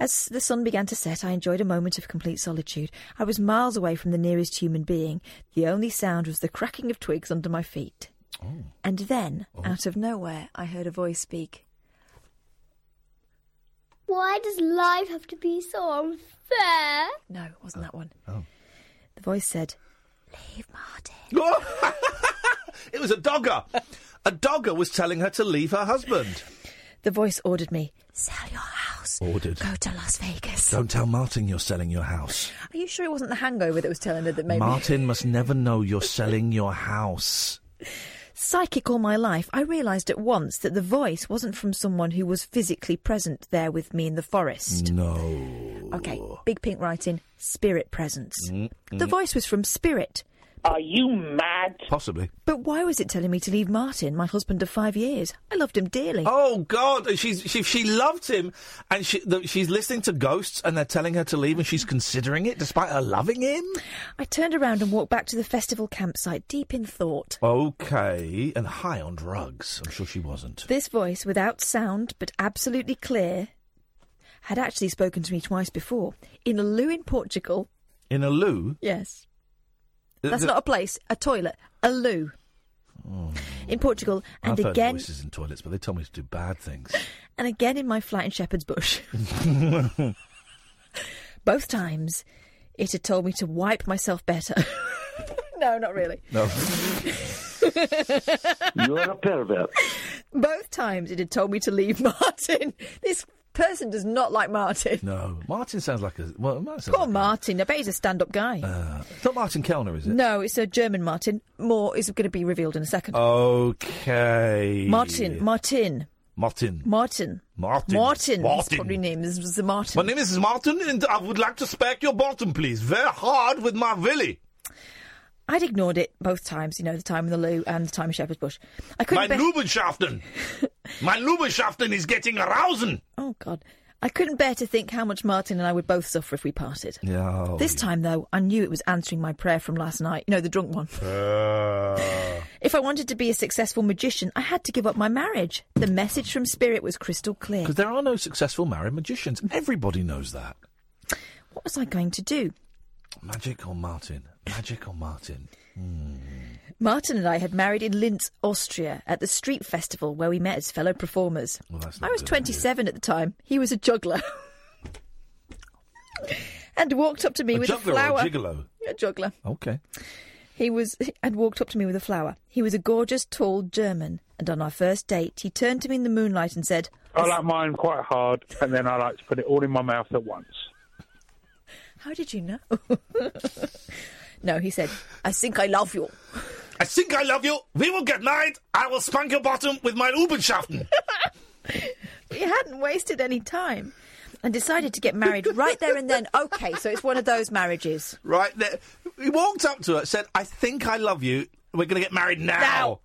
[SPEAKER 4] As the sun began to set, I enjoyed a moment of complete solitude. I was miles away from the nearest human being. The only sound was the cracking of twigs under my feet.
[SPEAKER 3] Oh.
[SPEAKER 4] And then, out of nowhere, I heard a voice speak.
[SPEAKER 12] Why does life have to be so unfair?
[SPEAKER 4] No, it wasn't that one.
[SPEAKER 3] Oh.
[SPEAKER 4] The voice said,
[SPEAKER 3] it was a dogger. A dogger was telling her to leave her husband.
[SPEAKER 4] The voice ordered me, sell your house.
[SPEAKER 3] Ordered.
[SPEAKER 4] Go to Las Vegas.
[SPEAKER 3] Don't tell Martin you're selling your house.
[SPEAKER 6] Are you sure it wasn't the hangover that was telling her that made me
[SPEAKER 3] Martin must never know you're selling your house.
[SPEAKER 4] Psychic all my life, I realised at once that the voice wasn't from someone who was physically present there with me in the forest.
[SPEAKER 3] No.
[SPEAKER 4] Okay, big pink writing, spirit presence.
[SPEAKER 3] Mm,
[SPEAKER 4] The
[SPEAKER 3] mm.
[SPEAKER 4] voice was from spirit.
[SPEAKER 17] Are you mad?
[SPEAKER 3] Possibly.
[SPEAKER 4] But why was it telling me to leave Martin, my husband of five years? I loved him dearly.
[SPEAKER 3] Oh God, she's she she loved him, and she the, she's listening to ghosts, and they're telling her to leave, and she's considering it despite her loving him.
[SPEAKER 4] I turned around Mm-hmm. and walked back to the festival campsite, deep in thought.
[SPEAKER 3] Okay, and high on drugs. I'm sure she wasn't.
[SPEAKER 4] This voice, without sound but absolutely clear, had actually spoken to me twice before in a loo in Portugal.
[SPEAKER 3] In a loo.
[SPEAKER 4] Yes.
[SPEAKER 3] Uh,
[SPEAKER 4] That's
[SPEAKER 3] the- Oh.
[SPEAKER 4] not a place, a toilet, a loo. In Portugal, and
[SPEAKER 3] I've heard
[SPEAKER 4] again,
[SPEAKER 3] voices in toilets, but they tell me to do bad things.
[SPEAKER 4] and again in my flat in Shepherd's Bush. Both times, it had told me to wipe myself better. no, not really.
[SPEAKER 3] no.
[SPEAKER 10] You're a pervert.
[SPEAKER 4] Both times, it had told me to leave Martin. This person does not like Martin.
[SPEAKER 3] No, Martin sounds like a well. Martin sounds
[SPEAKER 4] Poor Martin. I bet he's a stand-up guy.
[SPEAKER 3] uh, it's not Martin Kellner, is it?
[SPEAKER 4] No, it's a German Martin. More is going to be revealed in a second.
[SPEAKER 3] Okay.
[SPEAKER 4] Martin, Martin,
[SPEAKER 3] Martin.
[SPEAKER 4] Martin,
[SPEAKER 3] Martin.
[SPEAKER 4] Martin. His
[SPEAKER 3] Martin.
[SPEAKER 4] probably name is the Martin.
[SPEAKER 3] My name is Martin, and I would like to spank your bottom, please, very hard with my willy.
[SPEAKER 4] I'd ignored it both times. You know, the time in the loo and the time in Shepherd's Bush.
[SPEAKER 3] My
[SPEAKER 4] I couldn't. bear-
[SPEAKER 3] Lubenschaften. my Lubenschaften is getting arousing.
[SPEAKER 4] oh God, I couldn't bear to think how much Martin and I would both suffer if we parted.
[SPEAKER 3] Yeah.
[SPEAKER 4] this time, though, I knew it was answering my prayer from last night. You know, the drunk one.
[SPEAKER 3] Uh,
[SPEAKER 4] If I wanted to be a successful magician, I had to give up my marriage. The message from spirit was crystal clear.
[SPEAKER 3] Because there are no successful married magicians. Everybody knows that.
[SPEAKER 4] What was I going to do?
[SPEAKER 3] Magic or Martin? Magic or Martin?
[SPEAKER 4] Martin and I had married in Linz, Austria, at the street festival where we met as fellow performers. I was 27 at the time. He was a juggler. and walked up to me
[SPEAKER 3] A
[SPEAKER 4] with
[SPEAKER 3] juggler
[SPEAKER 4] a
[SPEAKER 3] or a
[SPEAKER 4] flower.
[SPEAKER 3] gigolo?
[SPEAKER 4] A juggler.
[SPEAKER 3] Okay.
[SPEAKER 4] He was and walked up to me with a flower. He was a gorgeous, tall German, and on our first date, he turned to me in the moonlight and said,
[SPEAKER 24] I like mine quite hard, and then I like to put it all in my mouth at once.
[SPEAKER 4] "How did you know?" no, he said, "I think I love you."
[SPEAKER 3] I think I love you. We will get married. I will spank your bottom with my Lubenschaften.
[SPEAKER 4] He hadn't wasted any time and decided to get married right there and then. Okay, so it's one of those marriages.
[SPEAKER 3] right there. He walked up to her, said, I think I love you. We're going to get married now.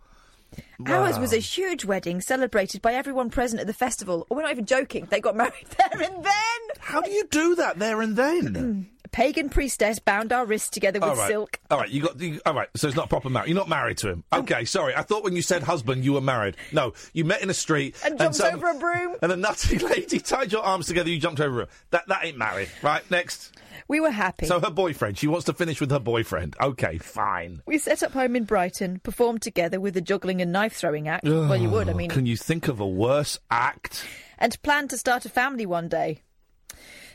[SPEAKER 4] Ours was
[SPEAKER 3] Wow.
[SPEAKER 4] a huge wedding celebrated by everyone present at the festival. Oh, We're not even joking. They got married there and then. Hmm.
[SPEAKER 3] How do you do that there and then?
[SPEAKER 4] A pagan priestess bound our wrists together with
[SPEAKER 3] all right.
[SPEAKER 4] silk. Oh.
[SPEAKER 3] All right, you got. You, all right, so it's not proper marriage. You're not married to him. Okay, sorry. I thought when you said husband, you were married. No, you met in a street
[SPEAKER 4] And jumped
[SPEAKER 3] some-
[SPEAKER 4] over a broom.
[SPEAKER 3] and a nutty lady tied your arms together. You jumped over her. That that ain't married, right? Next.
[SPEAKER 4] We were happy.
[SPEAKER 3] So her boyfriend. She wants to finish with her boyfriend. Okay, fine.
[SPEAKER 4] we set up home in Brighton, performed together with the juggling and knife throwing act. well, you would, I
[SPEAKER 3] Oh,
[SPEAKER 4] mean,
[SPEAKER 3] Can you think of a worse act?
[SPEAKER 4] and planned to start a family one day.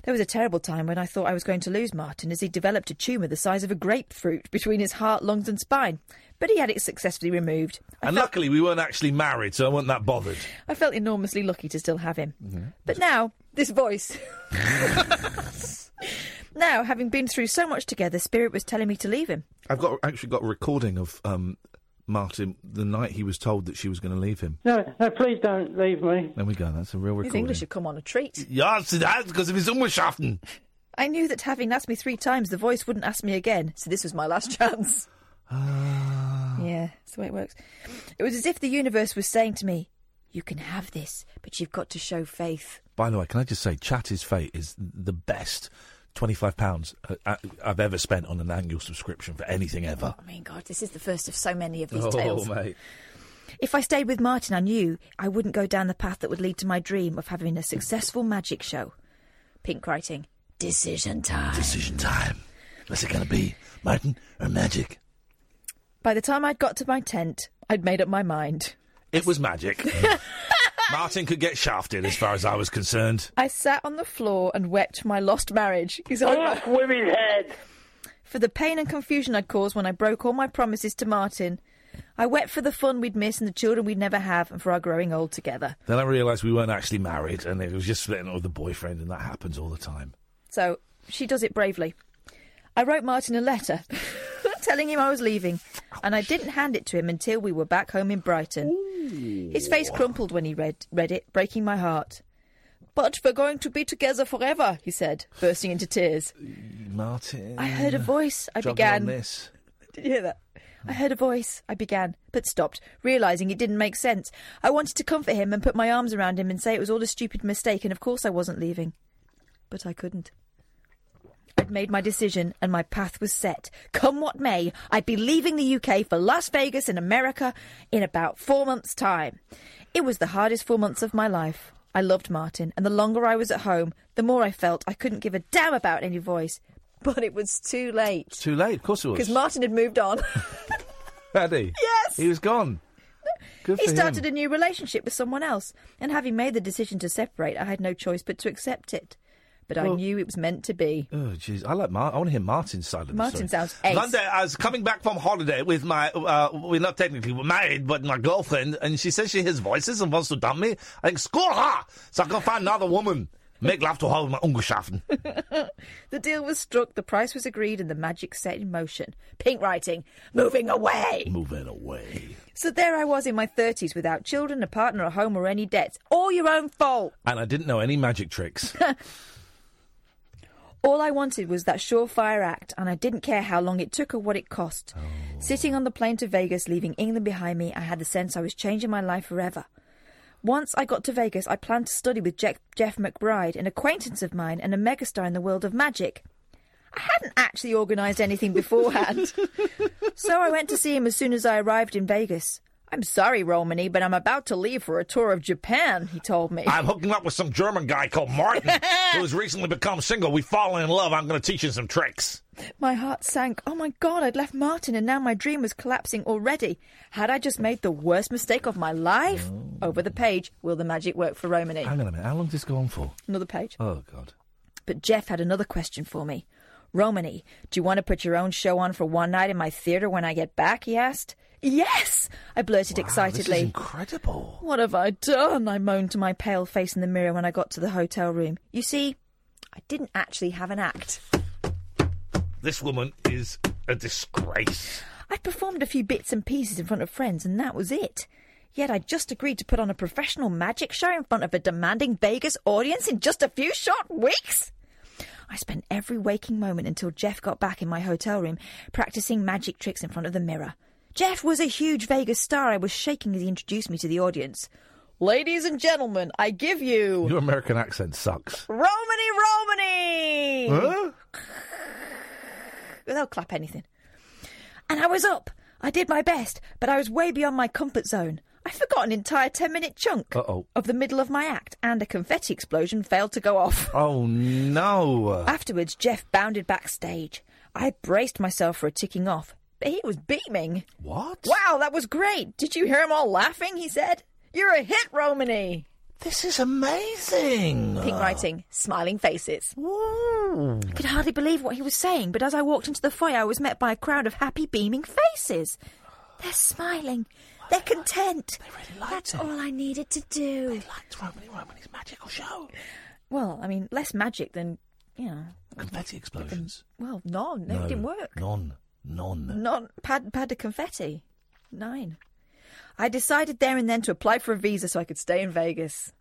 [SPEAKER 4] There was a terrible time when I thought I was going to lose Martin as he developed a tumour the size of a grapefruit between his heart, lungs, and spine. But he had it successfully removed.
[SPEAKER 3] and luckily, we weren't actually married, so I wasn't that bothered.
[SPEAKER 4] I felt enormously lucky to still have him. But now, this voice. now, having been through so much together, Spirit was telling me to leave him.
[SPEAKER 3] I've got actually got a recording of um, Martin the night he was told that she was going to leave him.
[SPEAKER 13] No, no, please don't leave me.
[SPEAKER 3] There we go. That's a real
[SPEAKER 4] His
[SPEAKER 3] recording.
[SPEAKER 4] English had come on a treat.
[SPEAKER 3] Yeah, so that's because of his Umwelschaften.
[SPEAKER 4] I knew that having asked me three times, the voice wouldn't ask me again, so this was my last chance.
[SPEAKER 3] Ah.
[SPEAKER 4] yeah, that's the way it works. It was as if the universe was saying to me, You can have this, but you've got to show faith.
[SPEAKER 3] By the way, can I just say, Chat is Fate is the best £25 uh, I've ever spent on an annual subscription for anything ever.
[SPEAKER 4] Oh,
[SPEAKER 6] I mean, God, this is the first of so many of these
[SPEAKER 3] oh,
[SPEAKER 6] tales.
[SPEAKER 3] mate.
[SPEAKER 4] If I stayed with Martin, I knew I wouldn't go down the path that would lead to my dream of having a successful magic show. Pink writing, Decision time.
[SPEAKER 3] Decision time. What's it going to be? Martin or magic?
[SPEAKER 4] By the time I'd got to my tent, I'd made up my mind.
[SPEAKER 3] It was magic. Martin could get shafted as far as I was concerned.
[SPEAKER 4] I sat on the floor and wept my lost marriage. He's on my women's head. For the pain and confusion I'd caused when I broke all my promises to Martin, I wept for the fun we'd miss and the children we'd never have and for our growing old together.
[SPEAKER 3] Then I realised we weren't actually married, and it was just splitting up with the boyfriend, and that happens all the time.
[SPEAKER 4] So she does it bravely. I wrote Martin a letter telling him I was leaving, and I didn't hand it to him until we were back home in Brighton. His face crumpled when he read, read it, breaking my heart. But we're going to be together forever, he said, bursting into tears.
[SPEAKER 3] Martin.
[SPEAKER 4] I heard a voice. I
[SPEAKER 3] Juggle
[SPEAKER 4] began.
[SPEAKER 3] Mm. On this.
[SPEAKER 4] Did you hear that? I heard a voice. I began, but stopped, realising it didn't make sense. I wanted to comfort him and put my arms around him and say it was all a stupid mistake and of course I wasn't leaving. But I couldn't. I'd made my decision and my path was set. Come what may, I'd be leaving the UK for Las Vegas in America in about four months' time. It was the hardest four months of my life. I loved Martin, and the longer I was at home, the more I felt I couldn't give a damn about any voice. But it was too late.
[SPEAKER 3] It's too late, of course it was.
[SPEAKER 4] Because Martin had moved on.
[SPEAKER 3] Had he?
[SPEAKER 4] Yes.
[SPEAKER 3] He was gone. Good
[SPEAKER 4] he
[SPEAKER 3] for
[SPEAKER 4] started
[SPEAKER 3] him.
[SPEAKER 4] a new relationship with someone else, and having made the decision to separate, I had no choice but to accept it. But I
[SPEAKER 3] Well-
[SPEAKER 4] knew it was meant to be.
[SPEAKER 3] Oh jeez, I like Mar- I want to hear Martin's side of the
[SPEAKER 4] Martin
[SPEAKER 3] story.
[SPEAKER 4] sounds ace.
[SPEAKER 3] One day I was coming back from holiday with my, uh, we're not technically married, but my girlfriend, and she says she hears voices and wants to dump me. I think, score her! So I can find another woman. Make love to her with my Ungeschaften.
[SPEAKER 4] The deal was struck, the price was agreed, and the magic set in motion. Pink writing, moving away.
[SPEAKER 3] Moving away.
[SPEAKER 4] So there I was in my 30s without children, a partner, a home, or any debts. All your own fault.
[SPEAKER 3] And I didn't know any magic tricks.
[SPEAKER 4] All I wanted was that surefire act, and I didn't care how long it took or what it cost. Sitting on the plane to Vegas, leaving England behind me, I had the sense I was changing my life forever. Once I got to Vegas, I planned to study with Jack- Jeff McBride, an acquaintance of mine and a megastar in the world of magic. I hadn't actually organised anything beforehand, so I went to see him as soon as I arrived in Vegas. I'm sorry, Romany, but I'm about to leave for a tour of Japan, he told me.
[SPEAKER 3] I'm hooking up with some German guy called Martin, who's recently become single. We've fallen in love. I'm going to teach him some tricks.
[SPEAKER 4] My heart sank. Oh my God, I'd left Martin and now my dream was collapsing already. Had I just made the worst mistake of my life? Over the page, will the magic work for Romany?
[SPEAKER 3] Hang on a minute, how long does this go on for?
[SPEAKER 4] Another page.
[SPEAKER 3] Oh, God.
[SPEAKER 4] But Jeff had another question for me. Romany, do you want to put your own show on for one night in my theatre when I get back? He asked. Yes! I blurted excitedly.
[SPEAKER 3] Oh, incredible.
[SPEAKER 4] What have I done? I moaned to my pale face in the mirror when I got to the hotel room. You see, I didn't actually have an act.
[SPEAKER 3] This woman is a disgrace.
[SPEAKER 4] I'd performed a few bits and pieces in front of friends, and that was it. Yet I'd just agreed to put on a professional magic show in front of a demanding Vegas audience in just a few short weeks. I spent every waking moment until Jeff got back in my hotel room practicing magic tricks in front of the mirror. Jeff was a huge Vegas star. I was shaking as he introduced me to the audience. Ladies and gentlemen, I give you
[SPEAKER 3] Your American accent sucks.
[SPEAKER 4] Romany Romany!
[SPEAKER 3] Huh?
[SPEAKER 4] They'll clap anything. And I was up. I did my best, but I was way beyond my comfort zone. I forgot an entire 10 minute chunk
[SPEAKER 3] Uh oh.
[SPEAKER 4] of the middle of my act, and a confetti explosion failed to go off.
[SPEAKER 3] Oh no.
[SPEAKER 4] Afterwards, Jeff bounded backstage. I braced myself for a ticking off, but he was beaming.
[SPEAKER 3] What?
[SPEAKER 4] Wow, that was great. Did you hear 'em all laughing? He said. You're a hit, Romany.
[SPEAKER 3] This is amazing.
[SPEAKER 4] Pink writing, smiling faces.
[SPEAKER 3] Ooh.
[SPEAKER 4] I could hardly believe what he was saying, but as I walked into the foyer, I was met by a crowd of happy, beaming faces. They're smiling. They're content. They really liked That's all I needed to do. They
[SPEAKER 3] liked Romany Romany's magical show.
[SPEAKER 4] Well, I mean, less magic than, you know.
[SPEAKER 3] Confetti explosions.
[SPEAKER 4] Well, none. No, it didn't work.
[SPEAKER 3] None. None.
[SPEAKER 4] Not pad pad of confetti. Nine. I decided there and then to apply for a visa so I could stay in Vegas.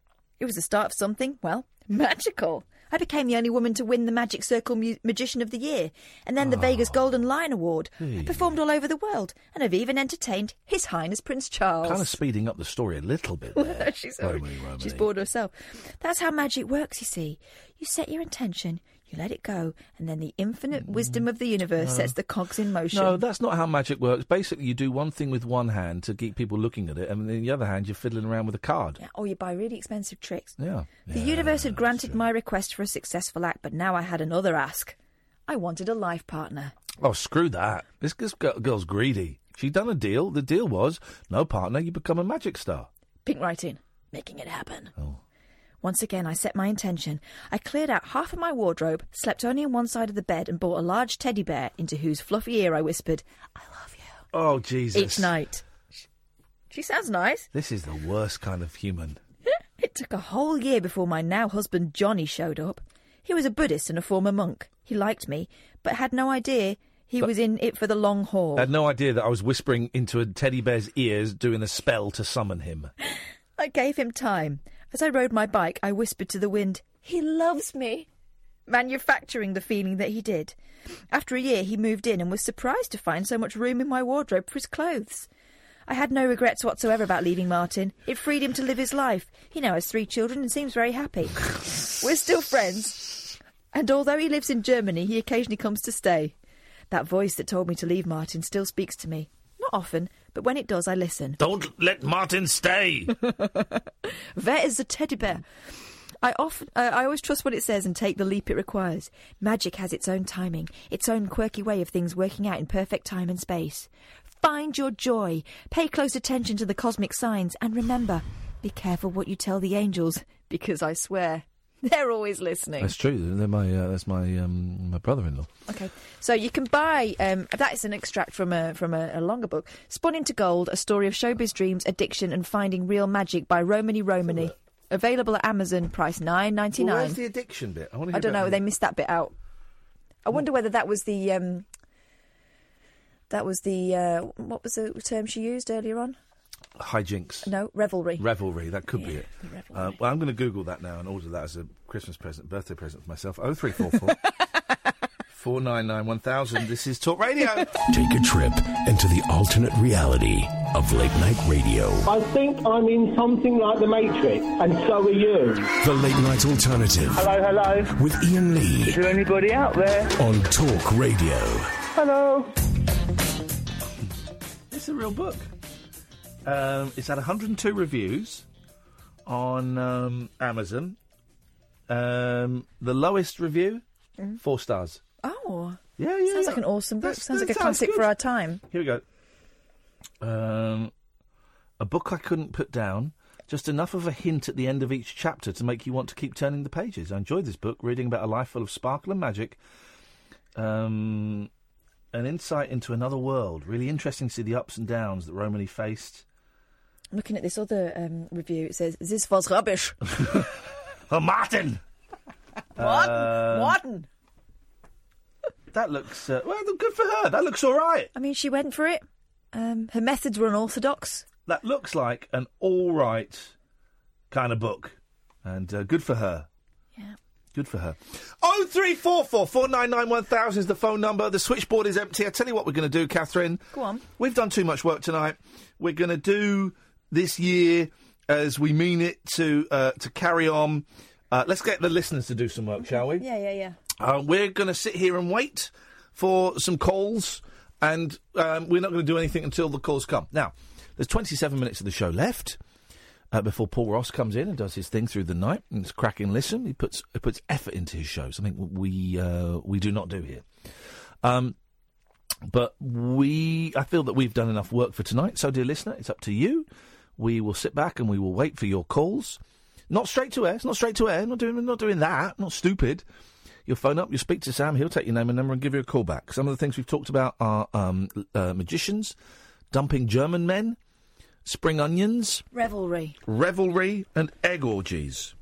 [SPEAKER 4] It was the start of something, well, magical. I became the only woman to win the Magic Circle Mu- Magician of the Year, and then the Vegas Golden Lion Award. I
[SPEAKER 3] Ah. Hey.
[SPEAKER 4] performed all over the world, and have even entertained His Highness Prince Charles.
[SPEAKER 3] Kind of speeding up the story a little bit. There.
[SPEAKER 4] she's,
[SPEAKER 3] Romany Romany.
[SPEAKER 4] she's bored herself. That's how magic works, you see. You set your intention, you let it go, and then the infinite wisdom of the universe
[SPEAKER 3] Mm. No.
[SPEAKER 4] sets the cogs in motion.
[SPEAKER 3] No, that's not how magic works. Basically, you do one thing with one hand to keep people looking at it, and then the other hand, you're fiddling around with a card.
[SPEAKER 4] or Oh, you buy really expensive tricks.
[SPEAKER 3] Yeah.
[SPEAKER 4] The universe had granted my request for a successful act, but now I had another ask. I wanted a life partner.
[SPEAKER 3] Oh, screw that. This g- g- girl's greedy. She done a deal. The deal was no partner, you become a magic star.
[SPEAKER 4] Pink writing, making it happen.
[SPEAKER 3] Oh.
[SPEAKER 4] Once again, I set my intention. I cleared out half of my wardrobe, slept only on one side of the bed, and bought a large teddy bear into whose fluffy ear I whispered
[SPEAKER 3] Oh, Jesus.
[SPEAKER 4] each night. She sounds nice.
[SPEAKER 3] This is the worst kind of human.
[SPEAKER 4] It took a whole year before my now husband Johnny showed up. He was a Buddhist and a former monk. He liked me, but had no idea he was in it for the long haul.
[SPEAKER 3] I had no idea that I was whispering into a teddy bear's ears doing a spell to summon him.
[SPEAKER 4] I gave him time. As I rode my bike, I whispered to the wind, He loves me, manufacturing the feeling that he did. After a year, he moved in and was surprised to find so much room in my wardrobe for his clothes. I had no regrets whatsoever about leaving Martin. It freed him to live his life. He now has three children and seems very happy. We're still friends. And although he lives in Germany, he occasionally comes to stay. That voice that told me to leave Martin still speaks to me. Not often, but when it does, I listen.
[SPEAKER 3] Don't let Martin stay.
[SPEAKER 4] Where is the teddy bear? I often, uh, I always trust what it says and take the leap it requires. Magic has its own timing, its own quirky way of things working out in perfect time and space. Find your joy, pay close attention to the cosmic signs, and remember, be careful what you tell the angels, because I swear they're always listening.
[SPEAKER 3] That's true. They're my, uh, that's my um, my brother-in-law.
[SPEAKER 4] Okay, so you can buy um, that is an extract from a from a, a longer book, "Spun into Gold: A Story of Showbiz Dreams, Addiction, and Finding Real Magic" by Romany Romany. Available at Amazon, price nine ninety
[SPEAKER 3] Well,
[SPEAKER 4] nine.
[SPEAKER 3] where's the addiction bit? I, wanna hear
[SPEAKER 4] I don't
[SPEAKER 3] about
[SPEAKER 4] know.
[SPEAKER 3] it.
[SPEAKER 4] They missed that bit out.
[SPEAKER 6] I wonder whether that was the um, that was the uh, what was the term she used earlier on?
[SPEAKER 3] hijinks.
[SPEAKER 6] No, revelry.
[SPEAKER 3] Revelry, that could be it.
[SPEAKER 6] the
[SPEAKER 3] Uh, well, I'm going to Google that now and order that as a Christmas present, birthday present for myself. 0344 499 1000. This is Talk Radio.
[SPEAKER 1] Take a trip into the alternate reality of late night radio.
[SPEAKER 2] I think I'm in something like The Matrix, and so are you.
[SPEAKER 1] The late night alternative. Hello, hello. With Ian Lee. Is there anybody out there? On Talk Radio.
[SPEAKER 2] Hello.
[SPEAKER 3] It's a real book. Um, it's had 102 reviews on um, Amazon. Um, the lowest review,
[SPEAKER 6] Mm-hmm.
[SPEAKER 4] Mm.
[SPEAKER 3] four stars.
[SPEAKER 4] Oh,
[SPEAKER 3] Yeah, yeah.
[SPEAKER 4] sounds
[SPEAKER 3] yeah.
[SPEAKER 4] like an awesome book.
[SPEAKER 3] That's-
[SPEAKER 4] sounds
[SPEAKER 3] that
[SPEAKER 4] like a
[SPEAKER 3] sounds
[SPEAKER 4] classic
[SPEAKER 3] good.
[SPEAKER 4] for our time.
[SPEAKER 3] Here we go. Um, a book I couldn't put down. Just enough of a hint at the end of each chapter to make you want to keep turning the pages. I enjoyed this book, reading about a life full of sparkle and magic. Um, an insight into another world. Really interesting to see the ups and downs that Romany faced.
[SPEAKER 4] I'm looking at this other um, review. It says this was rubbish.
[SPEAKER 3] Oh, Martin!
[SPEAKER 4] What?
[SPEAKER 3] Um,
[SPEAKER 4] Martin.
[SPEAKER 3] That looks uh, well. Good for her. That looks all right.
[SPEAKER 4] I mean, she went for it. Um, her methods were unorthodox.
[SPEAKER 3] That looks like an all right kind of book, and uh, good for her.
[SPEAKER 4] Yeah.
[SPEAKER 3] Good for her. Oh three four four four nine nine one thousand is the phone number. The switchboard is empty. I tell you what we're going to do, Catherine.
[SPEAKER 4] Go on.
[SPEAKER 3] We've done too much work tonight. We're going to do this year as we mean it to uh, to carry on. Uh, let's get the listeners to do some work, shall we?
[SPEAKER 4] Yeah, yeah, yeah.
[SPEAKER 3] Uh, we're going to sit here and wait for some calls, and um, we're not going to do anything until the calls come. Now, there's 27 minutes of the show left uh, before Paul Ross comes in and does his thing through the night. And it's a cracking listen. He puts he puts effort into his show, something we uh, we do not do here. Um, but we, I feel that we've done enough work for tonight. So, dear listener, it's up to you. We will sit back and we will wait for your calls. Not straight to air. It's not straight to air. Not doing, not doing that. Not stupid. You'll phone up. You'll speak to Sam. He'll take your name and number and give you a call back. Some of the things we've talked about are um, l- uh, magicians, dumping German men, spring onions,
[SPEAKER 4] Revelry.
[SPEAKER 3] revelry, and egg orgies.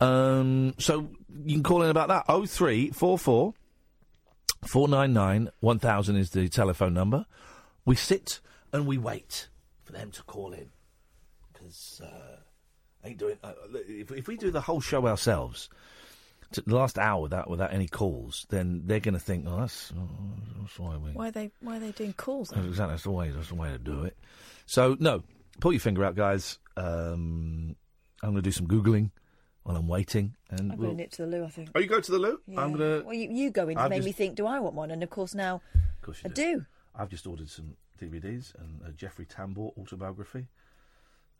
[SPEAKER 3] Um, so you can call in about that. Oh three four four. 499 1000 is the telephone number. We sit and we wait for them to call in. Because uh, I ain't doing. Uh, look, if, if we do the whole show ourselves, to the last hour without, without any calls, then they're going to think, oh, that's, oh, that's why we.
[SPEAKER 4] Why are they? Why are they doing calls?
[SPEAKER 3] That's Exactly. That's the way. That's the way to do it. So no, pull your finger out, guys. Um, I'm going to do some googling while I'm waiting, and
[SPEAKER 4] I'm
[SPEAKER 3] we'll-
[SPEAKER 4] going to nip to the loo. I think.
[SPEAKER 3] Oh, you go to the loo. I'm
[SPEAKER 4] Yeah.
[SPEAKER 3] going to.
[SPEAKER 4] Well, you, you go in to
[SPEAKER 3] I've
[SPEAKER 4] make
[SPEAKER 3] just-
[SPEAKER 4] me think. Do I want one? And of course now,
[SPEAKER 3] Of course
[SPEAKER 4] I
[SPEAKER 3] you
[SPEAKER 4] do.
[SPEAKER 3] I've just ordered some DVDs and a Jeffrey Tambor autobiography.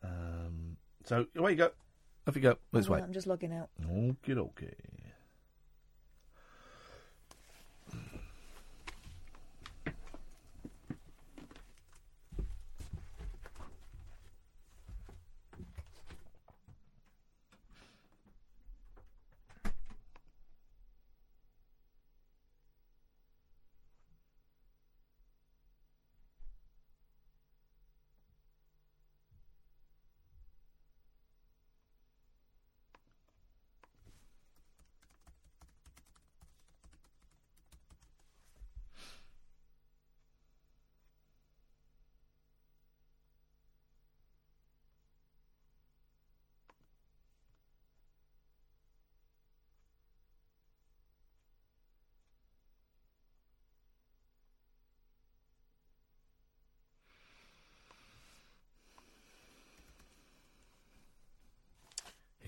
[SPEAKER 3] Um, so away you go. Off you go. Let's
[SPEAKER 4] Hold
[SPEAKER 3] wait.
[SPEAKER 4] on, I'm just logging out.
[SPEAKER 3] Okay, okay.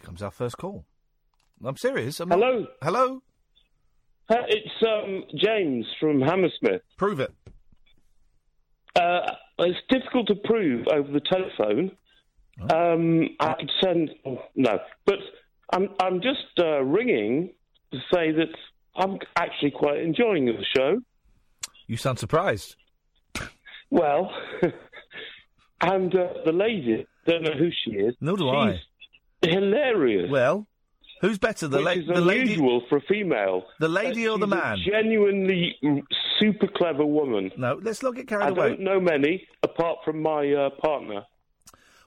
[SPEAKER 3] times our first call. I'm serious. I'm
[SPEAKER 14] Hello?
[SPEAKER 3] not- hello.
[SPEAKER 14] Uh, It's um, James from Hammersmith.
[SPEAKER 3] Prove it.
[SPEAKER 14] Uh, it's difficult to prove over the telephone.
[SPEAKER 3] Oh.
[SPEAKER 14] Um, I could send oh, no, but I'm I'm just uh, ringing to say that I'm actually quite enjoying the show.
[SPEAKER 3] You sound surprised.
[SPEAKER 14] Well, and uh, the lady don't know who she is.
[SPEAKER 3] No, do
[SPEAKER 14] She's Hilarious.
[SPEAKER 3] Well, who's better, the, la-
[SPEAKER 14] Which is
[SPEAKER 3] the lady-
[SPEAKER 14] unusual for a female?
[SPEAKER 3] The lady
[SPEAKER 14] Uh,
[SPEAKER 3] or the
[SPEAKER 14] she's a
[SPEAKER 3] man?
[SPEAKER 14] genuinely mm, super clever woman.
[SPEAKER 3] No, let's not get carried
[SPEAKER 14] I
[SPEAKER 3] away.
[SPEAKER 14] don't know many apart from my uh, partner.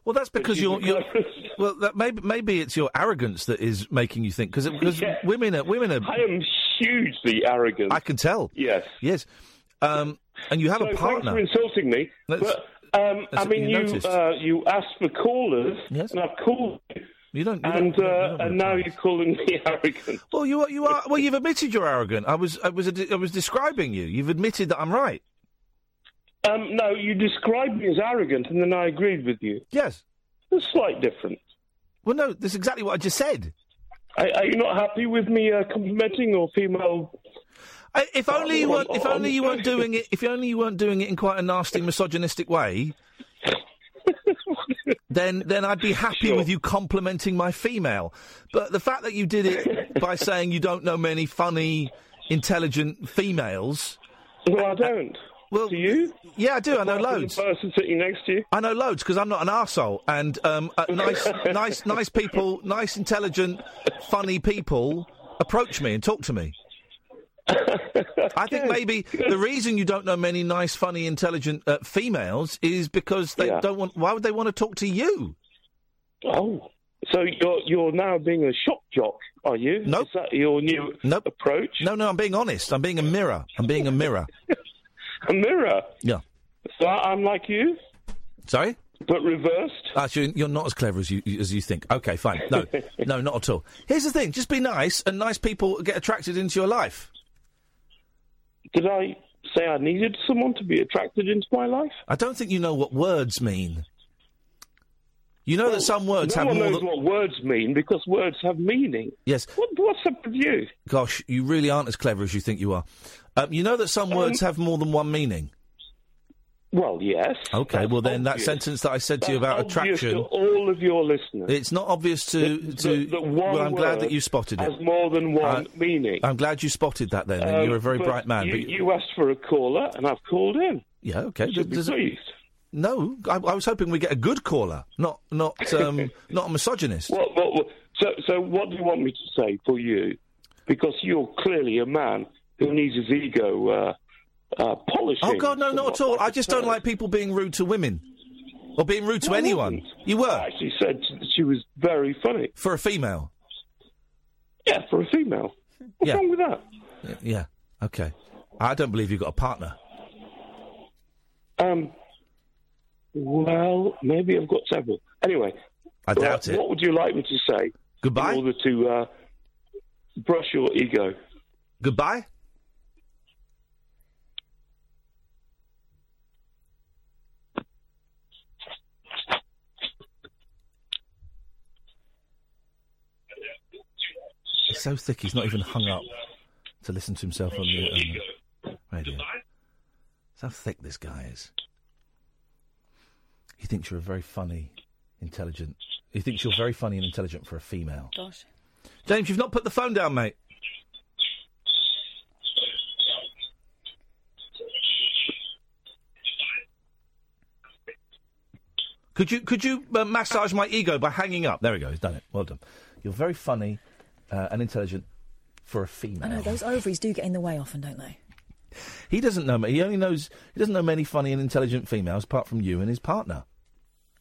[SPEAKER 3] Well, that's
[SPEAKER 14] But
[SPEAKER 3] because
[SPEAKER 14] she's
[SPEAKER 3] you're,
[SPEAKER 14] a
[SPEAKER 3] you're well. That maybe maybe it's your arrogance that is making you think because because women are women are.
[SPEAKER 14] I am hugely arrogant.
[SPEAKER 3] I can tell.
[SPEAKER 14] Yes.
[SPEAKER 3] Yes. Um, and you have
[SPEAKER 14] so
[SPEAKER 3] a partner.
[SPEAKER 14] Thanks for insulting me.
[SPEAKER 3] That's-
[SPEAKER 14] but um, I
[SPEAKER 3] that's what
[SPEAKER 14] mean,
[SPEAKER 3] you
[SPEAKER 14] you
[SPEAKER 3] noticed.
[SPEAKER 14] uh, you asked for callers, and I've called.
[SPEAKER 3] You don't.
[SPEAKER 14] and uh, and now you're calling me arrogant.
[SPEAKER 3] Well, you are, you are. Well, you've admitted you're arrogant. I was I was I was describing you. You've admitted that I'm right.
[SPEAKER 14] Um, no, you described me as arrogant, and then I agreed with you.
[SPEAKER 3] Yes.
[SPEAKER 14] A slight difference.
[SPEAKER 3] Well, no, that's exactly what I just said.
[SPEAKER 14] Are, are you not happy with me uh, complimenting or female?
[SPEAKER 3] I, if only you
[SPEAKER 14] Oh,
[SPEAKER 3] weren't, if
[SPEAKER 14] oh,
[SPEAKER 3] only you weren't doing it. If only you weren't doing it in quite a nasty, misogynistic way. then, then I'd be happy with you complimenting my female. But the fact that you did it by saying you don't know many funny, intelligent females.
[SPEAKER 14] Well, I don't.
[SPEAKER 3] Well, do
[SPEAKER 14] you?
[SPEAKER 3] Yeah, I do. I know
[SPEAKER 14] Apart from the
[SPEAKER 3] loads.
[SPEAKER 14] person sitting next to you.
[SPEAKER 3] I know loads because I'm not an arsehole. and um, uh, nice, nice, nice people, nice, intelligent, funny people approach me and talk to me. I think maybe the reason you don't know many nice, funny, intelligent uh, females is because they
[SPEAKER 14] Yeah.
[SPEAKER 3] don't want. Why would they want to talk to you?
[SPEAKER 14] Oh, so you're you're now being a shock jock, are you? No. Is that your new approach?
[SPEAKER 3] No, no, I'm being honest. I'm being a mirror. I'm being a mirror.
[SPEAKER 14] A mirror.
[SPEAKER 3] Yeah.
[SPEAKER 14] So I'm like you,
[SPEAKER 3] Sorry.
[SPEAKER 14] but reversed.
[SPEAKER 3] Ah, so you're not as clever as you as you think. Okay, fine. No, no, not at all. Here's the thing: just be nice, and nice people get attracted into your life.
[SPEAKER 14] Did I say I needed someone to be attracted into my life?
[SPEAKER 3] I don't think you know what words mean. You know that some words
[SPEAKER 14] no
[SPEAKER 3] have
[SPEAKER 14] one
[SPEAKER 3] more
[SPEAKER 14] knows
[SPEAKER 3] than.
[SPEAKER 14] what words mean because words have meaning.
[SPEAKER 3] Yes.
[SPEAKER 14] What, what's up with you?
[SPEAKER 3] Gosh, you really aren't as clever as you think you are. Um, you know that some words have more than one meaning.
[SPEAKER 14] Well, yes.
[SPEAKER 3] Okay, well then that
[SPEAKER 14] obvious.
[SPEAKER 3] sentence that I said to you
[SPEAKER 14] That's
[SPEAKER 3] about
[SPEAKER 14] obvious
[SPEAKER 3] attraction.
[SPEAKER 14] to all of your listeners.
[SPEAKER 3] It's not obvious to
[SPEAKER 14] That-
[SPEAKER 3] to.
[SPEAKER 14] that- that one
[SPEAKER 3] well, I'm glad that
[SPEAKER 14] word
[SPEAKER 3] you spotted it. Uh,
[SPEAKER 14] has more than one meaning.
[SPEAKER 3] I'm glad you spotted that. Then,
[SPEAKER 14] Um,
[SPEAKER 3] and you're a very
[SPEAKER 14] but
[SPEAKER 3] bright man.
[SPEAKER 14] You,
[SPEAKER 3] but you-
[SPEAKER 14] you asked for a caller, and I've called in.
[SPEAKER 3] yeah, okay.
[SPEAKER 14] You should be
[SPEAKER 3] does it-
[SPEAKER 14] pleased.
[SPEAKER 3] no, I, I was hoping we get a good caller, not not um, not a misogynist.
[SPEAKER 14] What, what, what, so, so what do you want me to say for you? Because you're clearly a man who needs his ego uh, uh, polishing.
[SPEAKER 3] Oh God, no, not at all. I just don't like people being rude to women or being rude to
[SPEAKER 14] No, I
[SPEAKER 3] anyone. You were. I
[SPEAKER 14] actually said she was very funny
[SPEAKER 3] for a female.
[SPEAKER 14] Yeah, for a female. What's
[SPEAKER 3] Yeah.
[SPEAKER 14] wrong with that?
[SPEAKER 3] Yeah. Okay. I don't believe you've got a partner.
[SPEAKER 14] Um, well, maybe I've got several. Anyway,
[SPEAKER 3] I doubt
[SPEAKER 14] uh,
[SPEAKER 3] it.
[SPEAKER 14] What would you like me to say?
[SPEAKER 3] Goodbye.
[SPEAKER 14] In order to uh, brush your ego.
[SPEAKER 3] Goodbye. He's so thick, he's not even hung up to listen to himself on the um, radio. That's how thick this guy is. He thinks you're a very funny, intelligent. He thinks you're very funny and intelligent for a female.
[SPEAKER 4] Gosh.
[SPEAKER 3] James, you've not put the phone down, mate. Could you could you uh, massage my ego by hanging up? There we go. He's done it. Well done. You're very funny uh, and intelligent for a female.
[SPEAKER 6] I know those ovaries do get in the way often, don't they?
[SPEAKER 3] He doesn't know. He only knows. He doesn't know many funny and intelligent females apart from you and his partner,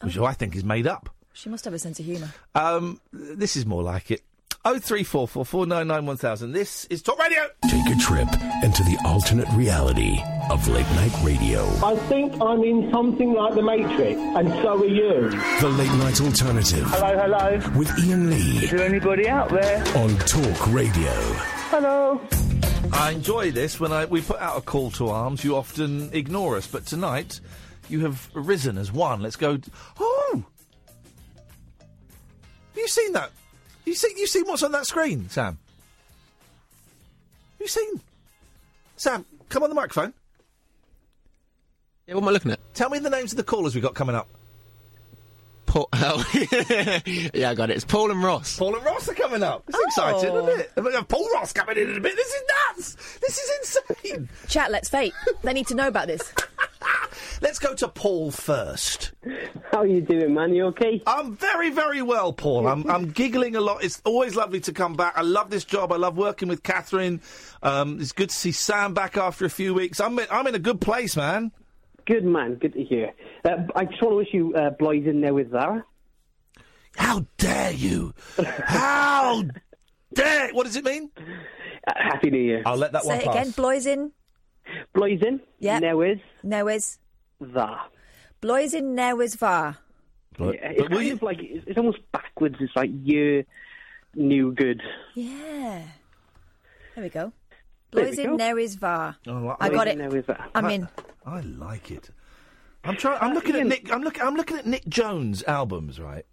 [SPEAKER 3] which I think is made up.
[SPEAKER 6] She must have a sense of humour.
[SPEAKER 3] Um, this is more like it. Oh three four four four nine nine one thousand. This is Talk Radio.
[SPEAKER 1] Take a trip into the alternate reality of late night radio.
[SPEAKER 2] I think I'm in something like The Matrix, and so are you.
[SPEAKER 1] The late night alternative. Hello, hello. With Ian Lee. Is there anybody out there? On Talk Radio.
[SPEAKER 2] Hello.
[SPEAKER 3] I enjoy this when I we put out a call to arms. You often ignore us, but tonight you have risen as one. Let's go. Oh, have you seen that? Have You see, you seen what's on that screen, Sam? You seen? Sam, come on the microphone.
[SPEAKER 5] Yeah, what am I looking at?
[SPEAKER 3] Tell me the names of the callers we got coming up.
[SPEAKER 5] Paul. Oh, yeah, I got it. It's Paul and Ross. Oh.
[SPEAKER 3] Paul and Ross are coming up. It's exciting, isn't it? We've got Paul Ross coming in in a bit. This is nuts. This is insane.
[SPEAKER 6] Chat, let's fate. they need to know about this.
[SPEAKER 3] Let's go to Paul first.
[SPEAKER 30] How are you doing, man? You okay?
[SPEAKER 3] I'm very, very well, Paul. I'm, I'm giggling a lot. It's always lovely to come back. I love this job. I love working with Catherine. Um, it's good to see Sam back after a few weeks. I'm in, I'm in a good place, man.
[SPEAKER 30] Good man, good to hear. Uh, I just want to wish you uh, Bloys in there with Zara.
[SPEAKER 3] How dare you? How dare? What does it mean?
[SPEAKER 30] Uh, Happy New Year.
[SPEAKER 3] I'll let that
[SPEAKER 6] Say
[SPEAKER 3] one
[SPEAKER 6] it
[SPEAKER 3] pass.
[SPEAKER 6] again. Bloys in.
[SPEAKER 30] Bloys in.
[SPEAKER 6] Yeah.
[SPEAKER 30] Now is.
[SPEAKER 6] Now is.
[SPEAKER 30] That.
[SPEAKER 6] Bloys in. Now is var.
[SPEAKER 30] Yeah, it's kind of like it's, it's almost backwards. It's like year, new good.
[SPEAKER 6] Yeah. There we go.
[SPEAKER 30] There
[SPEAKER 6] Bloys
[SPEAKER 30] we
[SPEAKER 6] in.
[SPEAKER 30] go.
[SPEAKER 6] Now is var.
[SPEAKER 3] Oh,
[SPEAKER 6] I got it.
[SPEAKER 3] like-
[SPEAKER 6] I'm
[SPEAKER 3] I-
[SPEAKER 6] in.
[SPEAKER 3] I like it. I'm trying.
[SPEAKER 30] Uh,
[SPEAKER 3] I'm looking at Nick. I'm looking. I'm looking at Nick Jones albums. Right.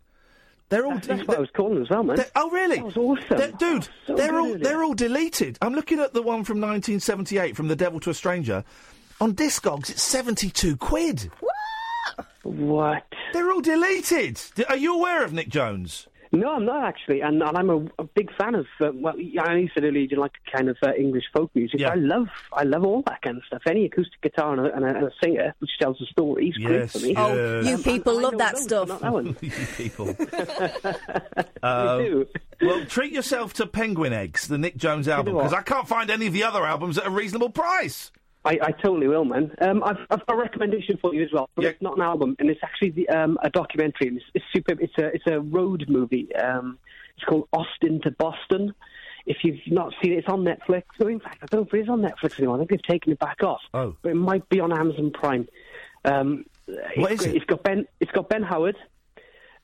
[SPEAKER 3] They're all. That's, what I was
[SPEAKER 30] calling as well, man.
[SPEAKER 3] Oh, really? That was
[SPEAKER 30] awesome,
[SPEAKER 3] dude.
[SPEAKER 30] so
[SPEAKER 3] they're
[SPEAKER 30] good
[SPEAKER 3] all.
[SPEAKER 30] earlier.
[SPEAKER 3] They're all deleted. I'm looking at the one from 1978, from The Devil to a Stranger. On Discogs, it's 72 quid.
[SPEAKER 30] What?
[SPEAKER 3] They're all deleted. D- Are you aware of Nick Jones?
[SPEAKER 30] No, I'm not actually, and, and I'm a, a big fan of. Uh, well, yeah, I said earlier you like kind of uh, English folk music. I love, I love all that kind of stuff. Any acoustic guitar and a, and a, and a singer which tells a story is great for me.
[SPEAKER 6] Oh, you people love that stuff.
[SPEAKER 3] you people. Um, well, treat yourself to Penguin Eggs, the Nick Jones album, because I can't find any of the other albums at a reasonable price.
[SPEAKER 30] I, I totally will, man. Um, I've, I've got a recommendation for you as well, but it's not an album, and it's actually the, um, a documentary. And it's, it's super. It's a it's a road movie. Um, it's called Austin to Boston. If you've not seen it, it's on Netflix. Well, in fact, I don't know if it is on Netflix anymore. I think they've taken it back off.
[SPEAKER 3] Oh.
[SPEAKER 30] but it might be on Amazon Prime. Um,
[SPEAKER 3] What
[SPEAKER 30] it's,
[SPEAKER 3] is it?
[SPEAKER 30] It's got Ben. It's got Ben Howard,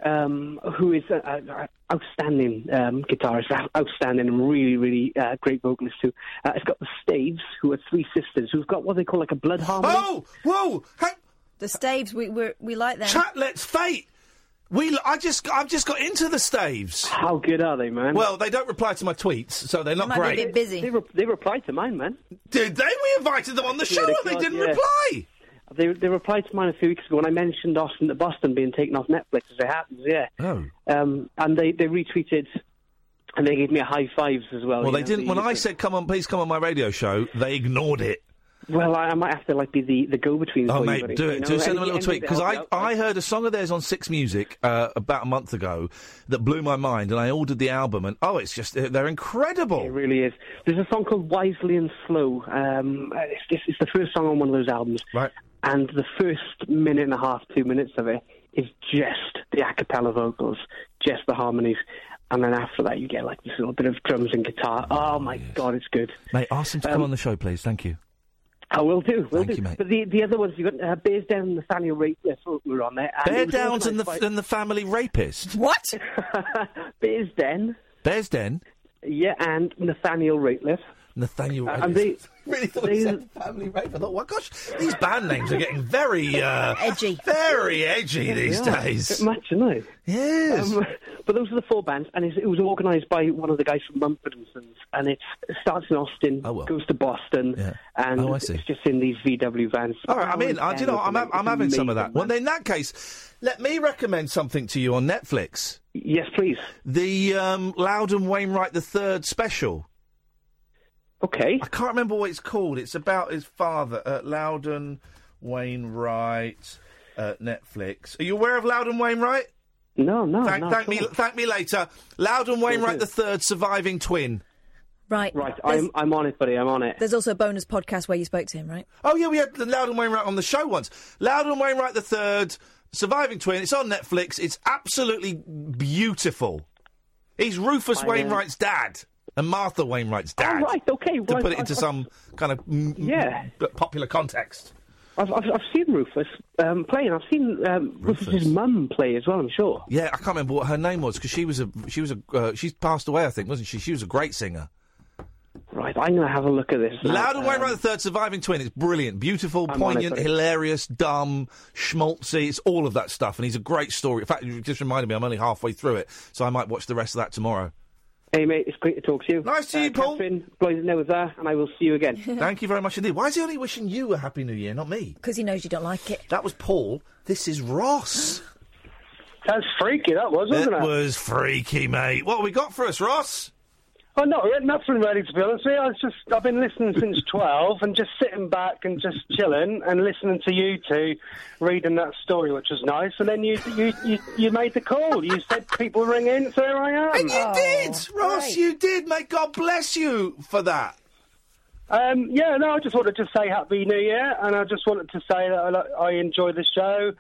[SPEAKER 30] um, who is an outstanding um, guitarist, out- outstanding and really, really uh, great vocalist too. Uh, it's got the Staves, who are three sisters, who've got what they call like a blood harmony.
[SPEAKER 3] Oh, whoa!
[SPEAKER 6] The staves, we we're, we like them.
[SPEAKER 3] Chat, let's fate. We, I just, I've just got into the staves.
[SPEAKER 30] How good are they, man?
[SPEAKER 3] Well, they don't reply to my tweets, so they're not great.
[SPEAKER 30] busy. They, re- they replied to mine, man.
[SPEAKER 3] Did they? We invited them on the show, and they didn't reply.
[SPEAKER 30] They, they replied to mine a few weeks ago when I mentioned Austin to Boston being taken off Netflix, as it happens, yeah.
[SPEAKER 3] Oh.
[SPEAKER 30] Um, and they, they retweeted and they gave me a high fives as well.
[SPEAKER 3] well,
[SPEAKER 30] Oh, you
[SPEAKER 3] they
[SPEAKER 30] know,
[SPEAKER 3] didn't.
[SPEAKER 30] the-
[SPEAKER 3] When I said, "Come on, please come on my radio show," they ignored it.
[SPEAKER 30] Well, I, I might have to like be the, the go between.
[SPEAKER 3] Oh, mate, do it. Do send them a little tweet because I, I heard a song of theirs on Six Music uh, about a month ago that blew my mind, and I ordered the album, and oh, it's just they're, they're incredible. It
[SPEAKER 30] really is. There's a song called Wisely and Slow. Um, it's, it's, it's the first song on one of those albums.
[SPEAKER 3] Right.
[SPEAKER 30] And the first minute and a half, two minutes of it is just the a cappella vocals, just the harmonies. And then after that, you get like this little bit of drums and guitar. Oh, my God, it's good.
[SPEAKER 3] Mate, ask them to
[SPEAKER 30] Um,
[SPEAKER 3] come on the show, please. Thank you.
[SPEAKER 30] I will do. Will
[SPEAKER 3] Thank
[SPEAKER 30] do.
[SPEAKER 3] you, mate.
[SPEAKER 30] But the, the other ones, you've got uh, Bears Down and Nathaniel Ray uh, were on there. and
[SPEAKER 3] Bear
[SPEAKER 30] it was
[SPEAKER 3] Downs and the
[SPEAKER 30] organised by-
[SPEAKER 3] and the Family Rapist.
[SPEAKER 30] What? Bears Den.
[SPEAKER 3] Bears Den.
[SPEAKER 30] Yeah, and Nathaniel Rateliff.
[SPEAKER 3] Nathaniel
[SPEAKER 30] Uh, and they,
[SPEAKER 3] really thought he said Family Rape. I thought, well, gosh, these band names are getting very uh,
[SPEAKER 30] Edgy.
[SPEAKER 3] very edgy
[SPEAKER 30] Yeah, they
[SPEAKER 3] these
[SPEAKER 30] are.
[SPEAKER 3] days.
[SPEAKER 30] Bit much, isn't it?
[SPEAKER 3] Yes.
[SPEAKER 30] Um, but those are the four bands, and it's, it was organised by one of the guys from Mumford and Sons, and it starts in Austin, goes to Boston, and
[SPEAKER 3] Oh, I
[SPEAKER 30] it's
[SPEAKER 3] see.
[SPEAKER 30] just in these VW vans.
[SPEAKER 3] All right, I'm in. I, uh, do you know, I'm, ha- I'm having some of that. Well, then in that case, let me recommend something to you on Netflix.
[SPEAKER 30] Yes, please.
[SPEAKER 3] The um, Loudon Wainwright III special.
[SPEAKER 30] Okay.
[SPEAKER 3] I can't remember what it's called. It's about his father, uh, Loudon Wainwright, uh, Netflix. Are you aware of Loudon Wainwright?
[SPEAKER 30] No, no.
[SPEAKER 3] Thank,
[SPEAKER 30] no,
[SPEAKER 3] thank
[SPEAKER 30] at
[SPEAKER 3] me.
[SPEAKER 30] all.
[SPEAKER 3] Thank me later. Loudon Wainwright III, surviving twin.
[SPEAKER 6] Right.
[SPEAKER 30] Right, I'm, I'm on it, buddy. I'm on it.
[SPEAKER 6] There's also a bonus podcast where you spoke to him, right?
[SPEAKER 3] Oh yeah, we had the Loudon Wainwright on the show once. Loudon Wainwright the third, surviving twin. It's on Netflix. It's absolutely beautiful. He's Rufus
[SPEAKER 30] I, um,
[SPEAKER 3] Wainwright's dad and Martha Wainwright's dad.
[SPEAKER 30] Oh, right, okay,
[SPEAKER 3] To
[SPEAKER 30] right,
[SPEAKER 3] put it
[SPEAKER 30] I-
[SPEAKER 3] into
[SPEAKER 30] I-
[SPEAKER 3] some kind of mm, mm,
[SPEAKER 30] Yeah.
[SPEAKER 3] b- popular context.
[SPEAKER 30] I've, I've, I've seen Rufus um, play, and I've seen um, Rufus's mum play as well. I'm sure.
[SPEAKER 3] Yeah, I can't remember what her name was because she was a she was a uh, she's passed away, I think, wasn't she? She was a great singer.
[SPEAKER 30] Right, I'm going to have a look at this. now.
[SPEAKER 3] Loudon
[SPEAKER 30] Um,
[SPEAKER 3] Wainwright III, surviving twin. It's brilliant, beautiful,
[SPEAKER 30] I'm on it,
[SPEAKER 3] poignant,
[SPEAKER 30] buddy.
[SPEAKER 3] hilarious, dumb, schmaltzy. It's all of that stuff, and he's a great story. In fact, you just reminded me, I'm only halfway through it, so I might watch the rest of that tomorrow.
[SPEAKER 30] Hey, mate, it's great to talk to you. Uh,
[SPEAKER 3] Nice to you, Paul.
[SPEAKER 30] Catherine, Blinding over there, and I will see you again.
[SPEAKER 3] Thank you very much indeed. Why is he only wishing you a happy new year, not me?
[SPEAKER 6] Because he knows you don't like it.
[SPEAKER 3] That was Paul. This is Ross.
[SPEAKER 17] That's freaky, that was, wasn't it?
[SPEAKER 3] was freaky, mate. What have we got for us, Ross?
[SPEAKER 17] Oh, no, we had nothing really to be honest with you. I was just, I've been listening since 12 and just sitting back and just chilling and listening to you two reading that story, which was nice. And then you you, you, you made the call. You said people ring in, so here I am.
[SPEAKER 3] And you did, Ross. You did, mate. God bless you for that.
[SPEAKER 17] Um, yeah, no, I just wanted to say Happy New Year, and I just wanted to say that I, lo- I enjoy the show.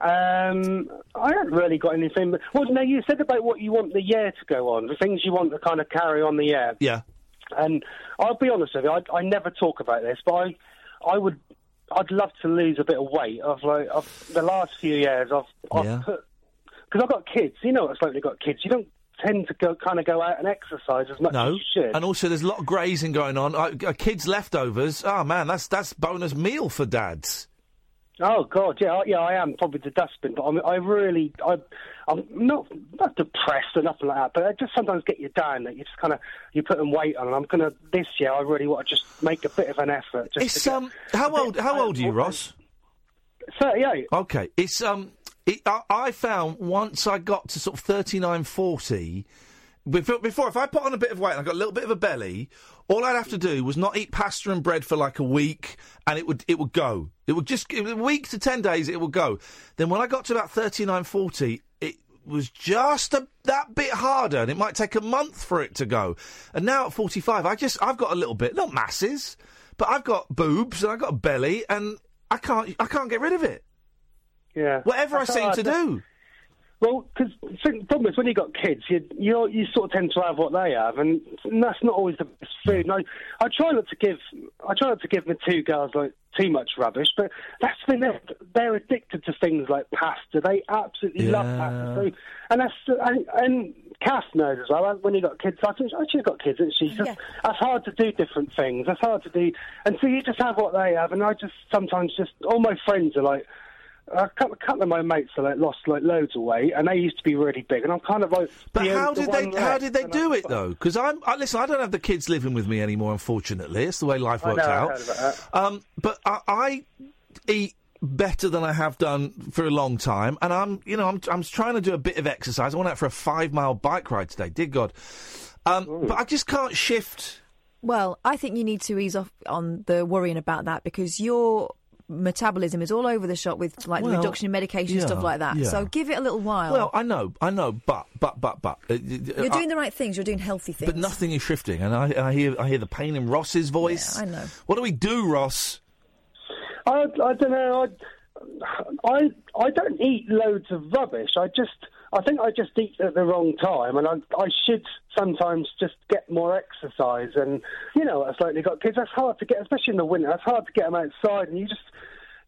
[SPEAKER 17] Um, I haven't really got anything. But, well, no, you said about what you want the year to go on, the things you want to kind of carry on the year.
[SPEAKER 3] Yeah.
[SPEAKER 17] And I'll be honest with you, I, I never talk about this, but I, I would, I'd love to lose a bit of weight. I've like, I've, the last few years, I've, I've
[SPEAKER 3] Yeah.
[SPEAKER 17] put, because I've got kids. You know, what it's like when you've got kids. You don't tend to go kind of go out and exercise as much as
[SPEAKER 3] No.
[SPEAKER 17] you should.
[SPEAKER 3] And also, there's a lot of grazing going on. Uh, g- uh, kids' leftovers. Oh, man, that's that's bonus meal for dads.
[SPEAKER 17] Oh God, yeah, I- yeah, I am probably the dustbin, but I'm, I really, I, I'm not not depressed or nothing like that, but I just sometimes get you down that you just kind of you're putting weight on. And I'm gonna this year, I really want to just make a bit of an effort. Just
[SPEAKER 3] It's,
[SPEAKER 17] to get,
[SPEAKER 3] um, How old? How old are you, Ross?
[SPEAKER 17] Thirty-eight.
[SPEAKER 3] Okay. It's um. It, I, I found once I got to sort of thirty-nine, forty. Before, before, if I put on a bit of weight and I got a little bit of a belly, all I'd have to do was not eat pasta and bread for like a week, and it would it would go. It would just it was a week to ten days, it would go. Then when I got to about thirty-nine, forty, it was just a, that bit harder, and it might take a month for it to go. And now at forty-five, I just I've got a little bit, not masses, but I've got boobs and I've got a belly, and I can't I can't get rid of it.
[SPEAKER 17] yeah,
[SPEAKER 3] Whatever I
[SPEAKER 17] That's
[SPEAKER 3] seem
[SPEAKER 17] how
[SPEAKER 3] to
[SPEAKER 17] just-
[SPEAKER 3] do.
[SPEAKER 17] Well, because the problem is when you got kids, you you you sort of tend to have what they have, and that's not always the best food. And I, I try not to give I try not to give my two girls like too much rubbish, but that's the thing. They're, they're addicted to things like pasta. They absolutely love pasta food, and that's and, and Kath knows as well. When you got kids, I think oh, she's got kids, and she's just that's hard to do different things. That's hard to do, and so you just have what they have. And I just sometimes just all my friends are like a couple, a couple of my mates are like lost like loads of weight, and they used to be really big, and I'm kind of like.
[SPEAKER 3] But
[SPEAKER 17] the-
[SPEAKER 3] how
[SPEAKER 17] the
[SPEAKER 3] did
[SPEAKER 17] one
[SPEAKER 3] they how
[SPEAKER 17] left,
[SPEAKER 3] did they
[SPEAKER 17] and
[SPEAKER 3] do it though? Because I'm I, listen, I don't have the kids living with me anymore. Unfortunately, it's the way life
[SPEAKER 17] I
[SPEAKER 3] works
[SPEAKER 17] know, I
[SPEAKER 3] out.
[SPEAKER 17] heard about
[SPEAKER 3] Um, but I, I eat better than I have done for a long time, and I'm you know I'm I'm trying to do a bit of exercise. I went out for a five mile bike ride today. Dear God, um, but I just can't shift.
[SPEAKER 4] Well, I think you need to ease off on the worrying about that because your metabolism is all over the shop with like
[SPEAKER 3] Well,
[SPEAKER 4] the reduction in medication and
[SPEAKER 3] yeah,
[SPEAKER 4] stuff like that.
[SPEAKER 3] yeah.
[SPEAKER 4] So give it a little while.
[SPEAKER 3] Well, I know, I know, but but but but uh,
[SPEAKER 6] You're doing the right things. You're doing healthy things.
[SPEAKER 3] but nothing is shifting, and I, I hear I hear the pain in Ross's voice.
[SPEAKER 6] Yeah, I know.
[SPEAKER 3] What do we do, Ross?
[SPEAKER 17] I, I don't know. I, I I don't eat loads of rubbish. I just I think I just eat at the wrong time, and I I should sometimes just get more exercise. And you know, it's like they got kids. That's hard to get, especially in the winter. It's hard to get them outside, and you just.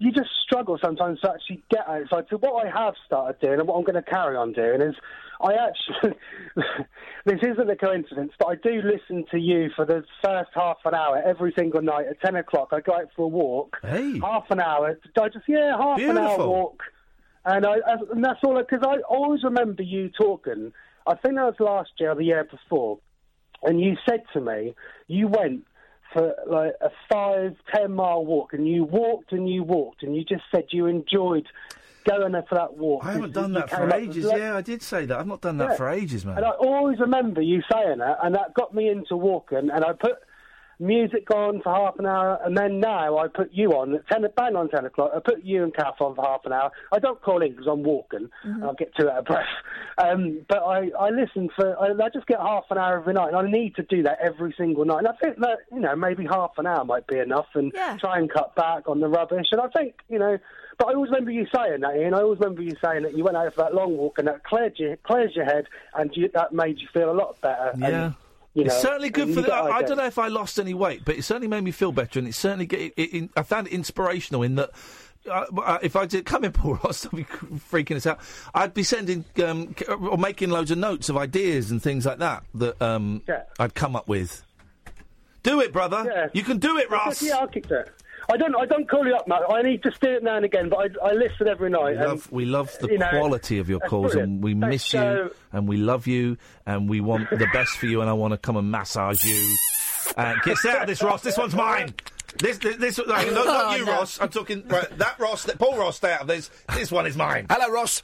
[SPEAKER 17] You just struggle sometimes to actually get outside. So what I have started doing, and what I'm going to carry on doing, is I actually this isn't a coincidence, but I do listen to you for the first half an hour every single night at ten o'clock. I go out for a walk, half an hour. I just yeah, half an hour
[SPEAKER 18] Beautiful.
[SPEAKER 17] walk, and I and that's all because I always remember you talking. I think that was last year, or the year before, and you said to me you went for like a five ten mile walk, and you walked and you walked, and you just said you enjoyed going there for that walk.
[SPEAKER 3] I haven't
[SPEAKER 17] You
[SPEAKER 3] done that
[SPEAKER 17] came
[SPEAKER 3] for
[SPEAKER 17] up with
[SPEAKER 3] ages.
[SPEAKER 17] lo-
[SPEAKER 3] Yeah, I did say that. I've not done that
[SPEAKER 17] Yeah.
[SPEAKER 3] for ages, man.
[SPEAKER 17] and I always remember you saying that, and that got me into walking. And I put music on for half an hour, and then now I put you on at ten, bang on ten o'clock. I put you and Kath on for half an hour. I don't call in because I'm walking, and I'll get too out of breath. Um, but I, I listen for. I, I just get half an hour every night, and I need to do that every single night. And I think that you know maybe half an hour might be enough, and try and cut back on the rubbish. And I think you know. But I always remember you saying that, Ian. I always remember you saying that you went out for that long walk and that cleared you, clears your head, and you, that made you feel a lot better. And,
[SPEAKER 3] Yeah.
[SPEAKER 17] you know,
[SPEAKER 3] it's certainly good
[SPEAKER 17] and
[SPEAKER 3] for
[SPEAKER 17] you
[SPEAKER 3] the.
[SPEAKER 17] got
[SPEAKER 3] I, I
[SPEAKER 17] ideas.
[SPEAKER 3] don't know if I lost any weight, but it certainly made me feel better, and it certainly get, it, it, I found it inspirational in that. Uh, uh, if I did come in, Paul Ross, I'd be freaking us out. I'd be sending um, c- or making loads of notes of ideas and things like that that um, I'd come up with. Do it, brother. You can do it, Ross.
[SPEAKER 17] Yeah, I'll keep that. I don't. I don't call you up, Matt. I need to steer it now and again, but I, I listen every night.
[SPEAKER 3] We love,
[SPEAKER 17] and,
[SPEAKER 3] we love the
[SPEAKER 17] you know,
[SPEAKER 3] quality of your
[SPEAKER 17] that's
[SPEAKER 3] calls,
[SPEAKER 17] brilliant.
[SPEAKER 3] and we
[SPEAKER 17] Thanks,
[SPEAKER 3] miss
[SPEAKER 17] so-
[SPEAKER 3] you, and we love you, and we want the best for you, and I want to come and massage you. And get out of this, Ross. This one's mine. This, this, this like, no, not
[SPEAKER 18] Oh,
[SPEAKER 3] you,
[SPEAKER 18] no.
[SPEAKER 3] Ross. I'm talking right, that Ross, that Paul Ross. Stay out of this. This one is mine. Hello, Ross.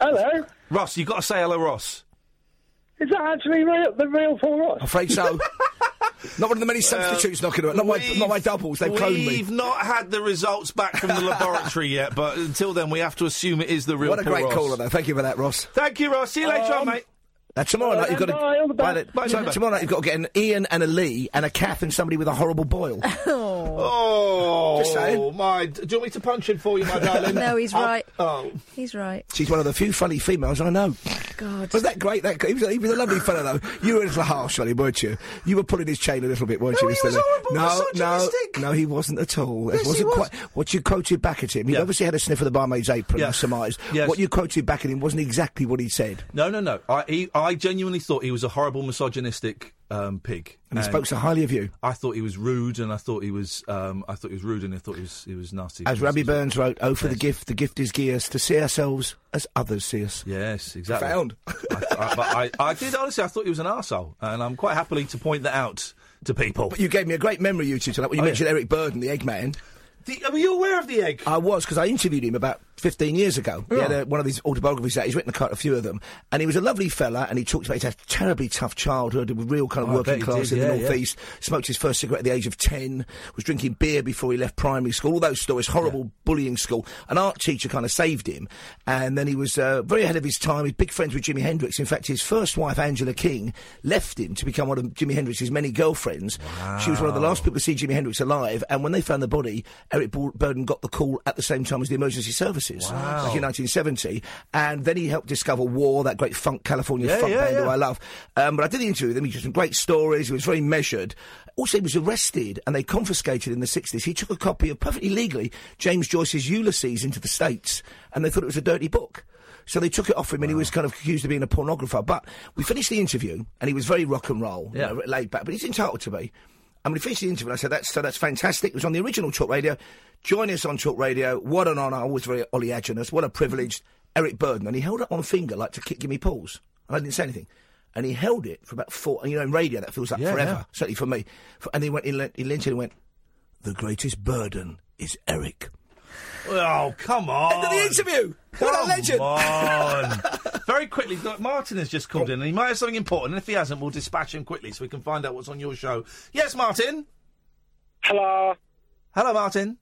[SPEAKER 17] Hello,
[SPEAKER 3] Ross. You have got to say hello, Ross.
[SPEAKER 17] Is that actually real, the real Paul Ross?
[SPEAKER 18] I'm afraid so. not one of the many substitutes knocking around. Not my, not my doubles. They've cloned me.
[SPEAKER 3] Uh, We've not had the results back from the laboratory yet, but until then, we have to assume it is the real.
[SPEAKER 18] What a
[SPEAKER 3] Paul
[SPEAKER 18] great
[SPEAKER 3] Ross.
[SPEAKER 18] caller, though. Thank you for that, Ross.
[SPEAKER 3] Thank you, Ross. See you later on,
[SPEAKER 17] Um,
[SPEAKER 3] mate.
[SPEAKER 18] Now, tomorrow night you've got to.
[SPEAKER 3] Bye, all the best.
[SPEAKER 18] then-
[SPEAKER 3] Bye,
[SPEAKER 18] so
[SPEAKER 3] bye.
[SPEAKER 18] tomorrow night you've got to get an Ian and a Lee and a Kath and somebody with a horrible boil.
[SPEAKER 3] Oh,
[SPEAKER 18] Just saying.
[SPEAKER 3] my! Do you want me to punch him for you, my darling?
[SPEAKER 6] No, he's
[SPEAKER 3] Oh,
[SPEAKER 6] right.
[SPEAKER 3] Oh,
[SPEAKER 6] He's right.
[SPEAKER 18] She's one of the few funny females I know.
[SPEAKER 6] God.
[SPEAKER 18] Was that great? That guy? he was, he was a lovely fellow though. You were a little harsh on him, weren't you? You were pulling his chain a little bit, weren't
[SPEAKER 3] No,
[SPEAKER 18] you?
[SPEAKER 3] he
[SPEAKER 18] Mr.
[SPEAKER 3] was
[SPEAKER 18] Lee?
[SPEAKER 3] horrible,
[SPEAKER 18] no,
[SPEAKER 3] misogynistic.
[SPEAKER 18] no, he wasn't at all. It
[SPEAKER 3] Yes, he
[SPEAKER 18] wasn't
[SPEAKER 3] was.
[SPEAKER 18] quite what you quoted back at him. He obviously had a sniff of the barmaid's apron. I surmise.
[SPEAKER 3] Yes.
[SPEAKER 18] What you quoted back at him wasn't exactly what he said.
[SPEAKER 3] no, no, no! I, he, I genuinely thought he was a horrible misogynistic um, pig.
[SPEAKER 18] And he spoke so highly of you.
[SPEAKER 3] I thought he was rude, and I thought he was, um, I thought he was rude, and I thought he was, he was nasty.
[SPEAKER 18] As Rabbi Burns wrote, "Oh, for the gift, the gift is gear us to see ourselves as others see us."
[SPEAKER 3] Yes, exactly.
[SPEAKER 18] Found.
[SPEAKER 3] I, I, but I, I did honestly. I thought he was an arsehole, and I'm quite happily to point that out to people.
[SPEAKER 18] But you gave me a great memory, you two, tonight. When you
[SPEAKER 3] Oh, yeah.
[SPEAKER 18] mentioned Eric Burden, the Eggman.
[SPEAKER 3] were you aware of the egg? Oh.
[SPEAKER 18] I was because I interviewed him about 15 years ago. He had
[SPEAKER 3] Yeah.
[SPEAKER 18] a, one of his autobiographies out. He's written quite a few of them, and he was a lovely fella. And he talked about he's had a terribly tough childhood, with real kind of
[SPEAKER 3] Oh, I
[SPEAKER 18] working
[SPEAKER 3] bet he
[SPEAKER 18] class
[SPEAKER 3] did,
[SPEAKER 18] in the
[SPEAKER 3] yeah, yeah.
[SPEAKER 18] northeast. Smoked his first cigarette at the age of 10. Was drinking beer before he left primary school. All those stories. Horrible bullying school. An art teacher kind of saved him, and then he was uh, very ahead of his time. He's big friends with Jimi Hendrix. In fact, his first wife Angela King left him to become one of Jimi Hendrix's many girlfriends. She was one of the
[SPEAKER 3] Wow.
[SPEAKER 18] last people to see Jimi Hendrix alive, and when they found the body, Eric Bur- Burden got the call at the same time as the emergency services,
[SPEAKER 3] Wow.
[SPEAKER 18] back in 1970. And then he helped discover War, that great funk California
[SPEAKER 3] Yeah,
[SPEAKER 18] funk
[SPEAKER 3] yeah,
[SPEAKER 18] band who
[SPEAKER 3] yeah.
[SPEAKER 18] I love. Um, but I did the interview with him. He told some great stories. He was very measured. Also, he was arrested and they confiscated in the 60s. He took a copy of perfectly legally James Joyce's Ulysses into the States, and they thought it was a dirty book. So they took it off him, and he was kind of accused of being a pornographer. But we finished the interview, and he was very rock and roll, you
[SPEAKER 3] Yeah.
[SPEAKER 18] know, laid back. But he's entitled to be. And we finished the interview. and I said, "That's so that's fantastic." It was on the original Talk Radio. Join us on Talk Radio. What an honour! Always very oleaginous. What a privilege. Eric Burden, and he held up one finger like to kick, give me pause, and I didn't say anything. And he held it for about four. And you know, in radio, that feels like
[SPEAKER 3] Yeah,
[SPEAKER 18] forever,
[SPEAKER 3] yeah.
[SPEAKER 18] certainly for me. For- and he went, he leant, he leant in and went, "The greatest burden is Eric."
[SPEAKER 3] Oh, come on.
[SPEAKER 18] End of the interview. What a
[SPEAKER 3] Come
[SPEAKER 18] legend.
[SPEAKER 3] on. Very quickly, look, Martin has just called in and he might have something important. And if he hasn't, we'll dispatch him quickly so we can find out what's on your show. Yes, Martin.
[SPEAKER 21] Hello.
[SPEAKER 3] Hello, Martin.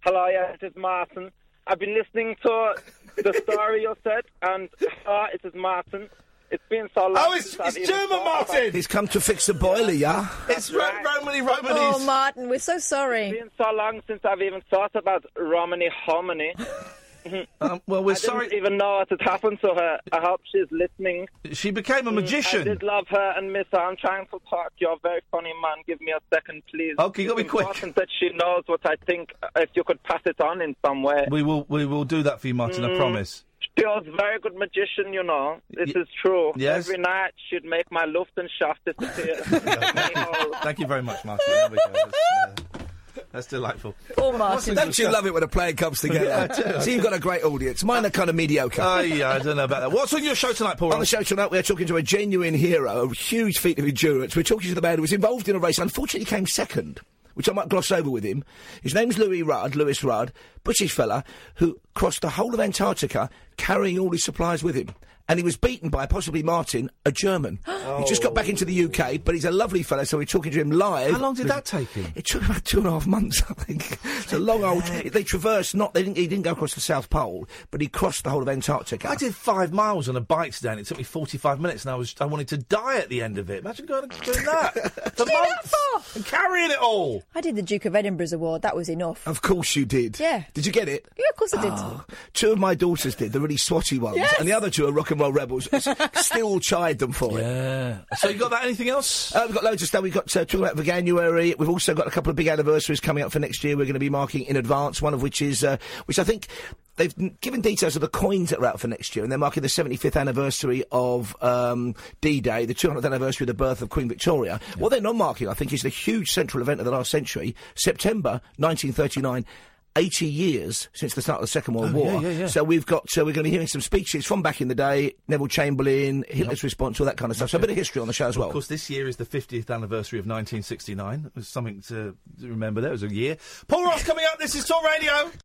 [SPEAKER 21] Hello, yeah, it is Martin. I've been listening to the story you said, and uh, it is Martin. It's been so long.
[SPEAKER 3] Oh, it's-
[SPEAKER 21] since I've
[SPEAKER 3] it's
[SPEAKER 21] even
[SPEAKER 3] German,
[SPEAKER 21] thought about
[SPEAKER 3] Martin!
[SPEAKER 18] He's come to fix the boiler, yeah.
[SPEAKER 3] It's Ro- Romany Romanese.
[SPEAKER 6] Oh, Martin, we're so sorry.
[SPEAKER 21] It's been so long since I've even thought about Romany Hominy.
[SPEAKER 3] um, well, we're
[SPEAKER 21] I
[SPEAKER 3] sorry.
[SPEAKER 21] Didn't even know what had happened to her. I hope she's listening.
[SPEAKER 3] She became a
[SPEAKER 21] Mm,
[SPEAKER 3] magician.
[SPEAKER 21] I did love her and miss her. I'm trying to talk. You're a very funny man. Give me a second, please.
[SPEAKER 3] Okay, you
[SPEAKER 21] it's
[SPEAKER 3] gotta be quick.
[SPEAKER 21] important that she knows what I think. If you could pass it on in some way.
[SPEAKER 3] We will we will do that for you, Martin, I
[SPEAKER 21] Mm.
[SPEAKER 3] promise.
[SPEAKER 21] She was a very good magician, you know. This is true.
[SPEAKER 3] yes.
[SPEAKER 21] Every night she'd make my Luftenschaft disappear.
[SPEAKER 3] Thank you very much, Martin. There we go. That's, uh, that's delightful. Martin.
[SPEAKER 18] Oh, Don't you love it when a plan comes
[SPEAKER 3] Yeah, I do.
[SPEAKER 18] together? See, you've got a great audience. Mine are kind of mediocre.
[SPEAKER 3] Oh, yeah, I don't know about that. What's on your show tonight, Paul?
[SPEAKER 18] On the show tonight, we're talking to a genuine hero, a huge feat of endurance. We're talking to the man who was involved in a race, unfortunately came second, which I might gloss over with him. His name's Louis Rudd, Lewis Rudd, British fella, who crossed the whole of Antarctica carrying all his supplies with him. And he was beaten by possibly Martin, a German. He just got back into the UK, but he's a lovely fella, so we're talking to him live.
[SPEAKER 3] How long did that take him?
[SPEAKER 18] It took about two and a half months, I think. It's a long old. They traversed not. They didn't, he didn't go across the South Pole, but he crossed the whole of Antarctica.
[SPEAKER 3] I did five miles on a bike today, and it took me forty-five minutes, and I was I wanted to die at the end of it. Imagine going doing that for months
[SPEAKER 18] Oh.
[SPEAKER 3] and carrying it all.
[SPEAKER 6] I did the Duke of Edinburgh's award. That was
[SPEAKER 3] Uh,
[SPEAKER 6] enough.
[SPEAKER 18] Of course you did.
[SPEAKER 6] Yeah.
[SPEAKER 18] Did you get it?
[SPEAKER 6] Yeah, of course I did.
[SPEAKER 18] Oh, two of my daughters did, the really swotty ones,
[SPEAKER 6] Yes.
[SPEAKER 18] and the other two are rock and roll rebels. S- Still chide them for
[SPEAKER 3] it. Yeah. So you got that? Anything else?
[SPEAKER 18] Uh, we've got loads of stuff. We've got uh, talking about Veganuary. We've also got a couple of big anniversaries coming up for next year. We're going to be marking in advance. One of which is, uh, which I think. They've n- given details of the coins that are out for next year, and they're marking the 75th anniversary of um, D-Day, the 200th anniversary of the birth of Queen Victoria. What they're not marking, I think, is the huge central event of the last century, September 1939. 80 years since the start of the Second World
[SPEAKER 3] Oh, yeah,
[SPEAKER 18] War.
[SPEAKER 3] yeah, yeah.
[SPEAKER 18] So we've got, so we're going to be hearing some speeches from back in the day, Neville Chamberlain, Hitler's response, all that kind of stuff. So a bit of history on the show as well.
[SPEAKER 3] Of course, this year is the 50th anniversary of 1969. It was something to remember. There It was a year. Paul Ross coming up. This is Talk Radio.